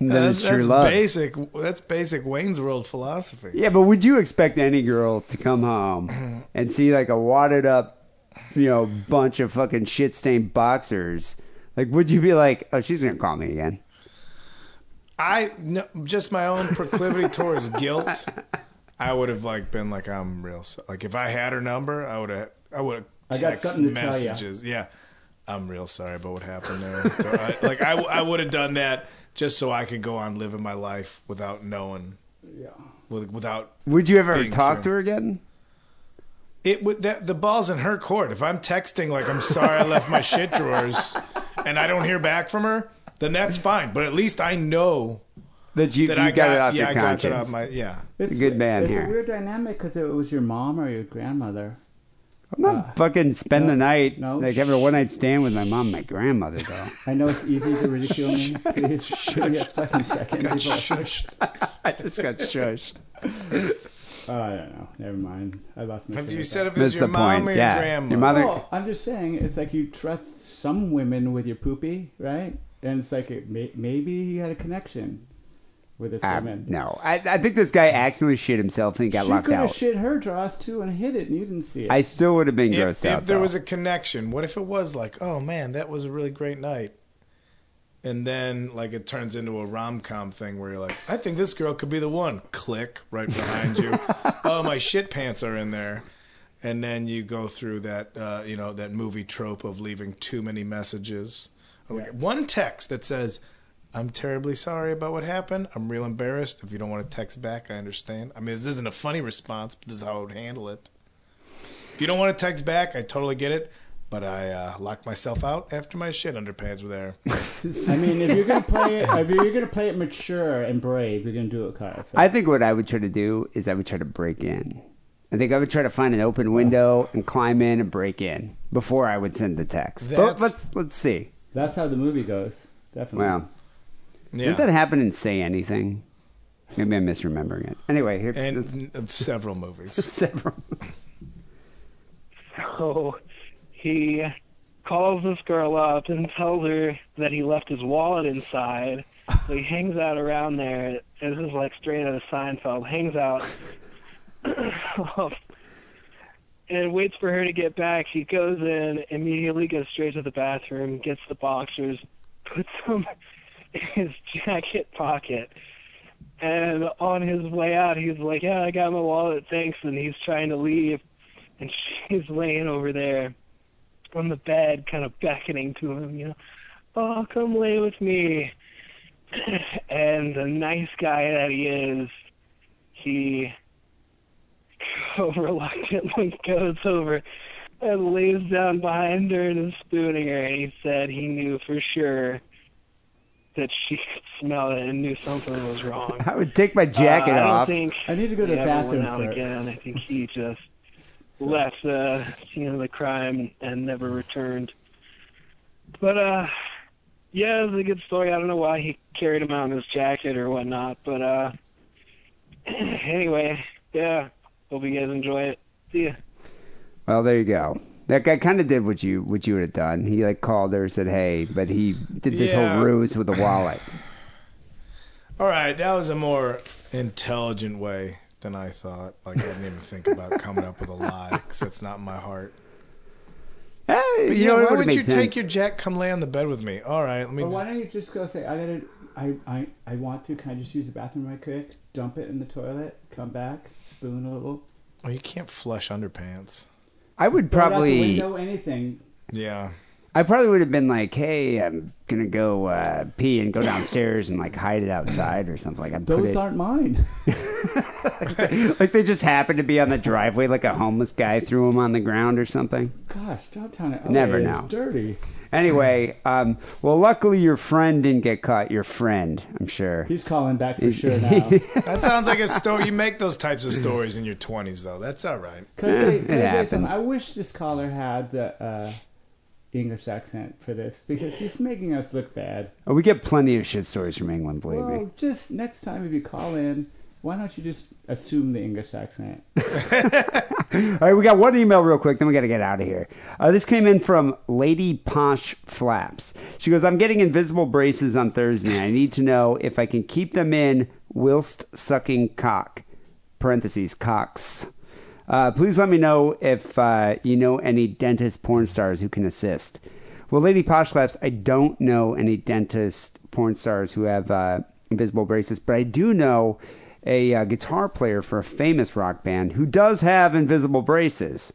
S6: And Then it's true love.
S8: Basic. That's basic Wayne's World philosophy.
S6: Yeah, but would you expect any girl to come home and see like a wadded up, you know, bunch of fucking shit stained boxers? Like, would you be like, oh, she's gonna call me again?
S8: I no, just my own proclivity towards guilt. I would have like been like I'm real. So, like if I had her number, I would have. I would have.
S7: I got
S8: text
S7: something to tell ya.
S8: messages. Yeah, I'm real sorry about what happened there. I- like I, I would have done that just so I could go on living my life without knowing. Yeah. Without
S6: Would you ever
S8: Being
S6: talk
S8: true.
S6: to her again?
S8: it would that the ball's in her court. If I'm texting like I'm sorry I left my shit drawers, and I don't hear back from her, then that's fine. But at least I know
S6: That you,
S8: that
S6: you
S8: I
S6: got,
S8: got
S6: it off
S8: yeah
S6: your
S8: I
S6: conscience.
S8: got that off my yeah.
S6: It's a good man
S7: it's
S6: here.
S7: a weird dynamic because it was your mom or your grandmother.
S6: I'm not fucking spend the night
S7: no,
S6: like having a one night stand with my mom, and my grandmother though.
S7: I know it's easy to ridicule me. Please give me a fucking second.
S8: Got
S7: people.
S8: shushed.
S6: I just got shushed.
S7: Oh, I don't know. Never mind. I lost my.
S8: Have
S7: train
S8: you
S7: of
S8: said
S7: thought.
S8: if it's
S6: That's
S8: your
S6: the
S8: mom
S6: point,
S8: or
S6: yeah.
S8: your grandma?
S6: Your mother-
S7: No, I'm just saying. It's like you trust some women with your poopy, right? And it's like it may, maybe you had a connection with this
S6: Uh,
S7: woman.
S6: no, I, I think this guy accidentally shit himself and he got
S7: she
S6: locked
S7: could have
S6: out.
S7: shit her draws too and hit it, and you didn't see it.
S6: I still would have been grossed
S8: If,
S6: out.
S8: if there
S6: though.
S8: was a connection, what if it was like, oh man, that was a really great night, and then like it turns into a rom com thing where you're like, I think this girl could be the one. Click right behind you. oh, my shit pants are in there. And then you go through that, uh, you know, that movie trope of leaving too many messages. Or, Like One text that says, "I'm terribly sorry about what happened. I'm real embarrassed. If you don't want to text back, I understand." I mean, this isn't a funny response, but this is how I would handle it. If you don't want to text back, I totally get it. But I uh, locked myself out after my shit underpants were there.
S7: I mean, if you're gonna play it, if you're gonna play it mature and brave, you're gonna do it, Kyle. So.
S6: I think what I would try to do is I would try to break in. I think I would try to find an open window and climb in and break in before I would send the text. But
S8: That's-
S6: let's let's see.
S7: That's how the movie goes. Definitely.
S6: Well,
S8: Yeah,
S6: did that happen and say anything? Maybe I'm misremembering it. Anyway, here it's
S8: and of several movies.
S6: several.
S11: So he calls this girl up and tells her that he left his wallet inside. So he hangs out around there. This is like straight out of Seinfeld. Hangs out and waits for her to get back. She goes in, immediately goes straight to the bathroom, gets the boxers, puts them in his jacket pocket. And on his way out, he's like, "Yeah, I got my wallet, thanks." And he's trying to leave, and she's laying over there on the bed, kind of beckoning to him, you know, oh, come lay with me. and the nice guy that he is, he reluctantly goes over and lays down behind her and is spooning her. And he said he knew for sure that she could smell it and knew something was wrong.
S6: I would take my jacket
S11: Uh, I don't
S6: off.
S11: Think
S7: I need to go to
S11: he
S7: the
S11: ever
S7: bathroom
S11: went out
S7: first.
S11: again. I think he just left the scene of the crime and never returned. But uh, yeah, it was a good story. I don't know why he carried him out in his jacket or whatnot, but uh, anyway, yeah. Hope you guys enjoy it. See ya.
S6: Well, there you go. That guy kind of did what you what you would have done. He like called her and said, "Hey," but he did this
S8: Yeah.
S6: whole ruse with a wallet.
S8: All right, that was a more intelligent way than I thought. Like I didn't even think about coming up with a lie because that's not my heart.
S6: Hey,
S4: But
S6: you
S4: yeah,
S6: know, it
S4: why
S6: would've
S4: would
S6: made
S4: you take
S6: sense.
S4: your jack? Come lay on the bed with me. All right, let me.
S7: Or why
S4: just-
S7: don't you just go say, I gotta, I, I, I want to. Can I just use the bathroom right quick? Dump it in the toilet. Come back. Spoon a little.
S4: Oh, you can't flush underpants.
S6: I would
S7: Throw it out the
S6: probably.
S7: window, anything.
S4: Yeah.
S6: I probably would have been like, "Hey, I'm gonna go uh, pee and go downstairs and like hide it outside or something." Like, I put
S7: Those
S6: it,
S7: aren't mine.
S6: like they just happened to be on the driveway, like a homeless guy threw them on the ground or something.
S7: Gosh, downtown LA
S6: Never
S7: is
S6: know.
S7: dirty.
S6: Anyway, um, well, luckily your friend didn't get caught. Your friend, I'm sure.
S7: He's calling back for
S6: Is-
S7: sure now. Can
S4: That sounds like a story. You make those types of stories in your twenties, though. That's all right.
S7: I say, can I
S6: Eh, it
S7: tell you something?
S6: happens.
S7: I wish this caller had the uh, English accent for this because he's making us look bad.
S6: Oh, we get plenty of shit stories from England, believe me.
S7: Well, just next time if you call in, why don't you just assume the English accent?
S6: All right, we got one email real quick, then we got to get out of here. Uh, this came in from Lady Posh Flaps. She goes, I'm getting invisible braces on Thursday. I need to know if I can keep them in whilst sucking cock. Parentheses, cocks. Uh, please let me know if uh, you know any dentist porn stars who can assist. Well, Lady Posh Flaps, I don't know any dentist porn stars who have uh, invisible braces, but I do know a uh, guitar player for a famous rock band who does have invisible braces.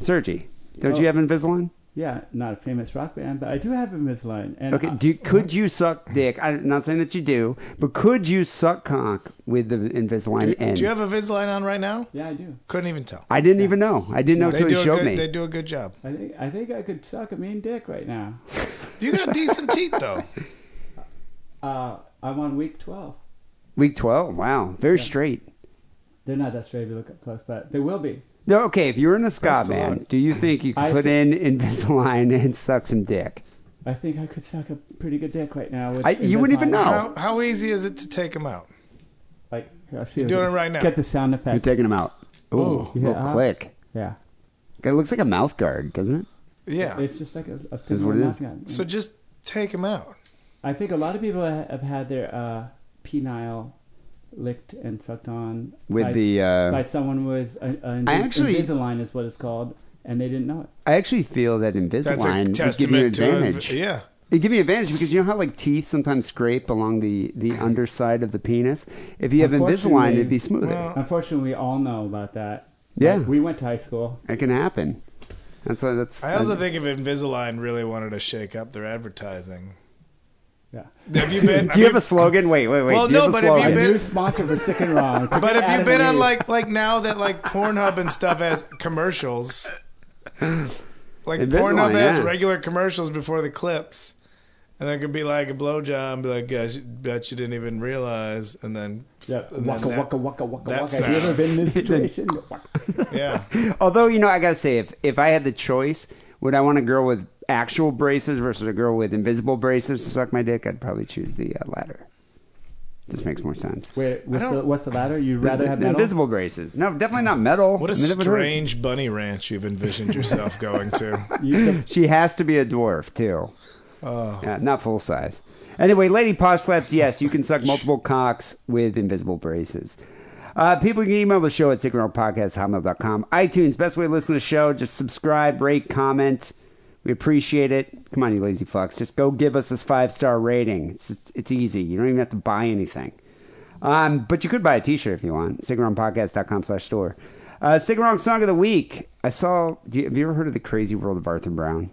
S6: Sergi, don't you
S7: Oh.
S6: have Invisalign?
S7: Yeah, not a famous rock band, but I do have Invisalign. And
S6: okay,
S4: Uh-uh.
S7: I-
S6: do you, could you suck dick? I'm not saying that you do, but could you suck cock with the
S4: Do,
S6: Invisalign end?
S4: do you have a Invisalign on right now?
S7: Yeah, I do.
S4: Couldn't even tell.
S6: I didn't even know. I didn't know
S4: They
S6: until
S4: do
S6: he
S4: a
S6: showed
S4: good,
S6: me.
S4: They do a good job.
S7: I think I think I could suck a mean dick right now.
S4: You got decent teeth, though.
S7: Uh, I'm on week twelve.
S6: Week 12, wow. Very straight.
S7: They're not that straight if you look up close, but they will be.
S6: No, okay, if you're in a ska
S7: Best of
S6: band,
S7: luck.
S6: do you think you can
S7: I
S6: put in Invisalign and suck some dick?
S7: I think I could suck a pretty good dick right now. With
S6: I- you wouldn't even
S4: How,
S6: know.
S7: Invisalign.
S4: how easy is it to take them out?
S7: Like here, I'll show
S4: You're
S7: you
S4: doing
S7: this.
S4: it right now.
S7: Get the sound effect.
S6: You're taking them out. Ooh,
S4: Ooh.
S6: real
S7: Yeah.
S6: quick.
S7: Yeah.
S6: It looks like a mouth guard, doesn't it?
S4: Yeah.
S7: It's just like a, a
S6: Is what it is.
S7: gun.
S4: So just take them out.
S7: I think a lot of people ha- have had their uh, penile licked and sucked on
S6: With
S7: by,
S6: the, uh,
S7: by someone with a, a
S6: I
S7: invis-
S6: actually-
S7: Invisalign is what it's called, and they didn't know it.
S6: I actually feel that
S4: That's
S6: Invisalign
S4: a
S6: would give
S4: testament
S6: you an
S4: to an-
S6: advantage.
S4: yeah.
S6: It'd give you advantage because you know how like teeth sometimes scrape along the, the underside of the penis? If you have Invisalign,
S7: Unfortunately-
S6: it'd be smoother.
S4: Uh.
S7: Unfortunately, we all know about that.
S6: Yeah.
S7: Like, we went to high school.
S6: it can happen. That's why that's.
S4: I also think if Invisalign really wanted to shake up their advertising.
S7: Yeah.
S4: Have you been?
S6: do you have a slogan? Wait, wait, wait.
S4: Well,
S6: do you
S4: no,
S6: have a
S4: but if you
S6: slogan?
S4: been-
S7: New sponsor for Sick and Wrong.
S4: But if
S7: Adam
S4: you've been
S7: and
S4: on
S7: Eve.
S4: like like now that like Pornhub and stuff has commercials, like
S6: Invisalign,
S4: Pornhub has
S6: yeah.
S4: regular commercials before the clips, and there could be like a blowjob and be like, "Gosh, bet you didn't even realize," and then
S7: Yeah,
S4: and then
S7: waka,
S4: that-
S7: waka, waka, waka,
S4: that
S7: waka. Have you ever
S4: sound.
S7: been in this situation?
S4: yeah.
S6: Although you know, I gotta say, if if I had the choice, would I want a girl with actual braces versus a girl with invisible braces to suck my dick? I'd probably choose the uh, latter. This makes more sense.
S7: Wait, what's
S4: don't-
S7: the, what's the latter? You'd rather
S6: The-
S7: have
S6: the
S7: metal?
S6: invisible braces? No, definitely not metal.
S4: What a
S6: I mean, it would hurt.
S4: strange bunny ranch you've envisioned yourself going to.
S7: You could-
S6: She has to be a dwarf too.
S4: Oh,
S6: Yeah, not full size. Anyway, Lady Posh Flaps, yes, you can suck multiple cocks with invisible braces. Uh, people can email the show at signalpodcast.com. iTunes, best way to listen to the show, just subscribe, rate, comment. We appreciate it. Come on, you lazy fucks. Just go give us this five star rating. It's, it's, it's easy. You don't even have to buy anything. Um, but you could buy a t-shirt if you want. SigaronePodcast.com slash store. Uh, Sigarong Song of the Week. I saw, do you, have you ever heard of The Crazy World of Arthur Brown?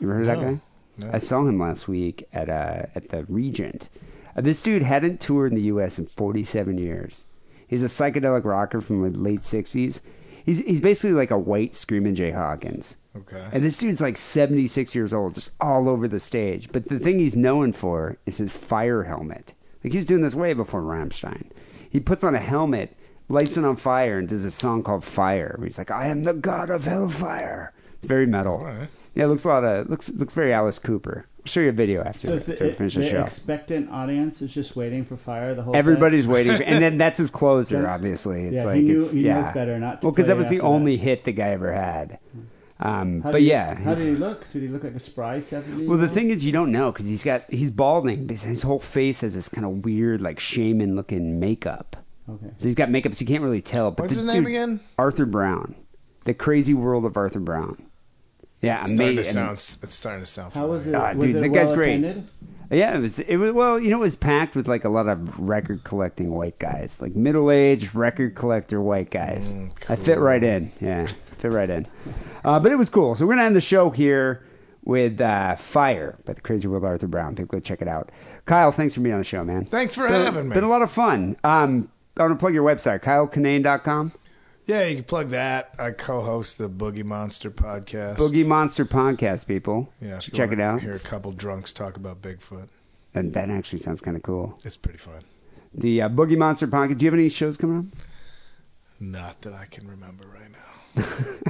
S6: You ever heard of that
S4: No.
S6: guy? I saw him last week at, uh, at the Regent. Uh, this dude hadn't toured in the U.S. in 47 years. He's a psychedelic rocker from the late 60s. He's, he's basically like a white Screaming Jay Hawkins.
S4: okay.
S6: And this dude's like 76 years old, just all over the stage. But the thing he's known for is his fire helmet. Like he was doing this way before Rammstein. He puts on a helmet, lights it on fire, and does a song called Fire. Where he's like, I am the god of hellfire. It's very metal.
S4: right.
S6: Yeah, it looks a lot of looks looks very Alice Cooper. I'll show you a video after
S7: So
S6: we
S7: it's the,
S6: finish the
S7: the
S6: show.
S7: expectant audience is just waiting for fire the whole set?
S6: Everybody's waiting, for, and then that's his closer. Obviously, it's
S7: Yeah, he
S6: like
S7: knew-
S6: it's
S7: he knows
S6: yeah.
S7: better not to
S6: well, because
S7: play
S6: that was
S7: it
S6: the
S7: after that.
S6: only hit the guy ever had. Um,
S7: How
S6: but
S7: did he-
S6: yeah,
S7: how did he look? Did he look like a spry seventy?
S6: Well, the thing is, you don't know because he's got he's balding. But his whole face has this kind of weird, like shaman looking makeup.
S7: Okay.
S6: So he's got makeup, so you can't really tell. But
S4: What's
S6: this
S4: his name
S6: dude's
S4: again?
S6: Arthur Brown. The Crazy World of Arthur Brown. Yeah,
S8: it's starting
S6: ama-
S8: to sound. It's starting to sound.
S7: How
S8: familiar.
S7: was it?
S6: Ah,
S7: was
S6: dude,
S7: it
S6: that
S7: well
S6: guy's great.
S7: attended?
S6: Yeah, it was. It was well, you know, it was packed with like a lot of record collecting white guys, like middle aged record collector white guys.
S8: Mm,
S6: I fit right in. Yeah, fit right in. Uh, but it was cool. So we're gonna end the show here with uh, "Fire" by the Crazy World Arthur Brown. People go check it out. Kyle, thanks for being on the show, man.
S8: Thanks for
S6: Been-
S8: having me.
S6: Been a lot of fun. Um, I want to plug your website, kylecanane.com.
S8: Yeah, you can plug that. I co-host the Boogie Monster podcast.
S6: Boogie Monster Podcast, people.
S8: Yeah, if
S6: Should
S8: you
S6: check it
S8: wanna
S6: out.
S8: Hear a couple drunks talk about Bigfoot.
S6: And that actually sounds kind of cool.
S8: It's pretty fun.
S6: The uh, Boogie Monster Podcast. Do you have any shows coming up?
S8: Not that I can remember right now.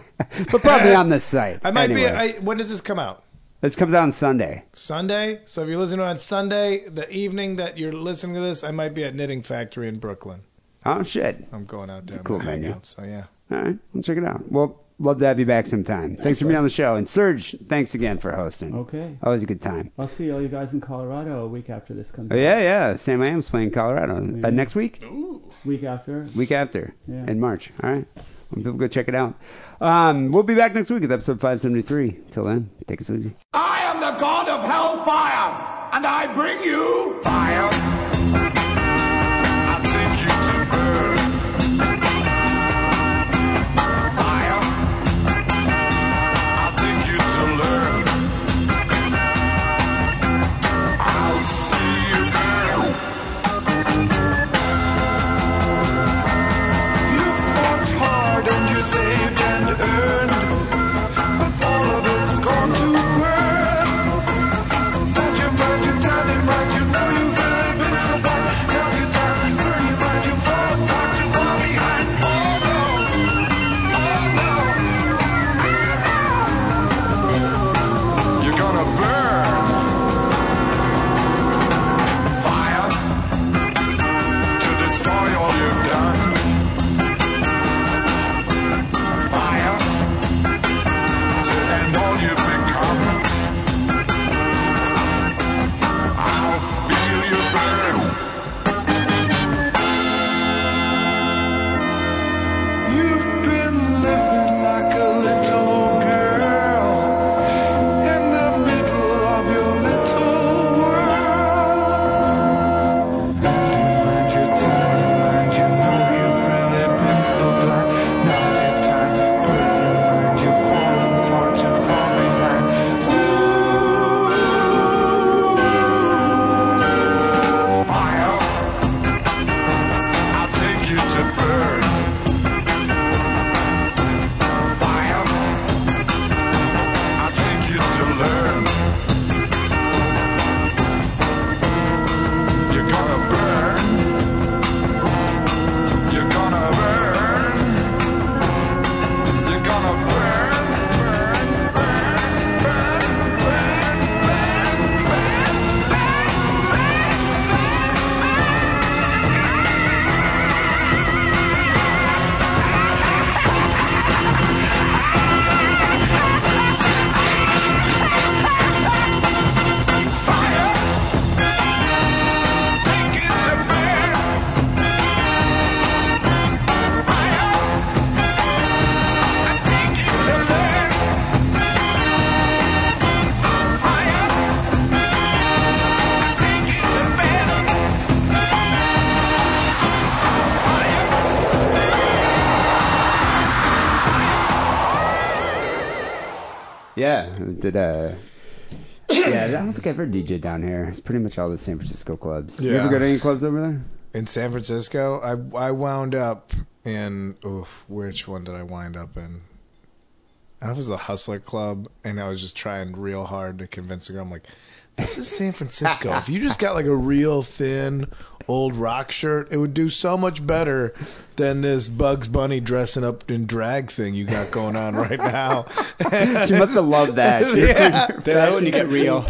S6: but probably on this site.
S8: I might
S6: Anyway,
S8: be. I, when does this come out?
S6: this comes out on Sunday.
S8: Sunday. So if you're listening on Sunday, the evening that you're listening to this, I might be at Knitting Factory in Brooklyn.
S6: Oh shit!
S8: I'm going out there.
S6: a cool
S8: I'm gonna hang
S6: venue.
S8: out, So yeah.
S6: All right, we'll check it out. Well, love to have you back sometime. Thanks, for being on the show, and Serge, thanks again for hosting.
S7: Okay.
S6: always a good time.
S7: I'll see all you guys in Colorado a week after this comes.
S6: Oh,
S7: out.
S6: yeah, yeah. Sam Am's playing Colorado uh, next week,
S7: Week after.
S6: week after,
S7: Yeah.
S6: in March. All right, well, people go check it out. Um, we'll be back next week with episode five seventy three. Till then, take it easy.
S11: I am the god of hellfire, and I bring you fire. I take you to burn. Fire. I take you to learn. I'll see you burn. You fought hard and you saved and earned, but all of it's gone to burn. But you burned your time and right, you know you've really been so bad. Now's your time, burn your mind, you fall apart, you fall behind. Oh no, oh no, oh no. You're gonna burn. Fire to destroy all you've done. Fire to end all you've become. I'll feel you burn. You've been living like a little girl in the middle of your little world. Mind your time, mind you know you've really been so blind. Now's your time, burn your mind. You've fallen far too far behind. Ooh. Fire, I'll take you to burn. Fire, I'll take you to learn. You're gonna burn. You're gonna burn. You're gonna burn. Burn, burn, burn, burn, burn, burn, burn, burn, burn,
S6: Yeah, it was at, uh, yeah. I don't think I've ever DJ'd down here. It's pretty much all the San Francisco clubs. You ever
S8: Yeah.
S6: go to any clubs over there?
S8: In San Francisco, I I wound up in oof, which one did I wind up in? I don't know if it was the Hustler Club, and I was just trying real hard to convince the girl. I'm like, this is San Francisco. if you just got like a real thin old rock shirt, it would do so much better than this Bugs Bunny dressing up in drag thing you got going on right now.
S6: she must have loved that. She-
S13: That when you get real.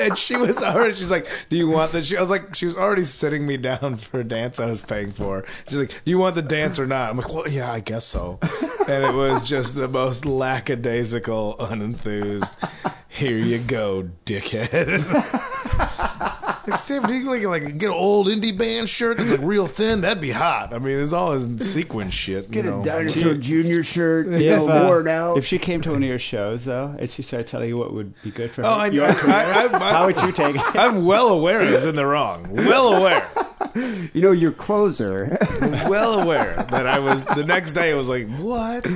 S8: and she was already she's like do you want the?" she i was like she was already sitting me down for a dance i was paying for she's like do you want the dance or not i'm like well yeah i guess so and it was just the most lackadaisical unenthused here you go dickhead Like San Francisco, like, like get an old indie band shirt that's like real thin. That'd be hot. I mean, it's all his sequin shit.
S14: Get
S8: you
S14: a
S8: know.
S14: dinosaur junior shirt.
S6: If,
S14: Yeah,
S6: uh,
S14: worn out.
S6: if she came to one of your shows though, and she started telling you what would be good for her,
S8: Oh, I,
S6: your
S8: I,
S6: career,
S8: I, I,
S6: how would you take it?
S8: I'm well aware he's in the wrong. Well aware.
S14: You know, your closer.
S8: Well aware that I was. The next day, I was like, "What?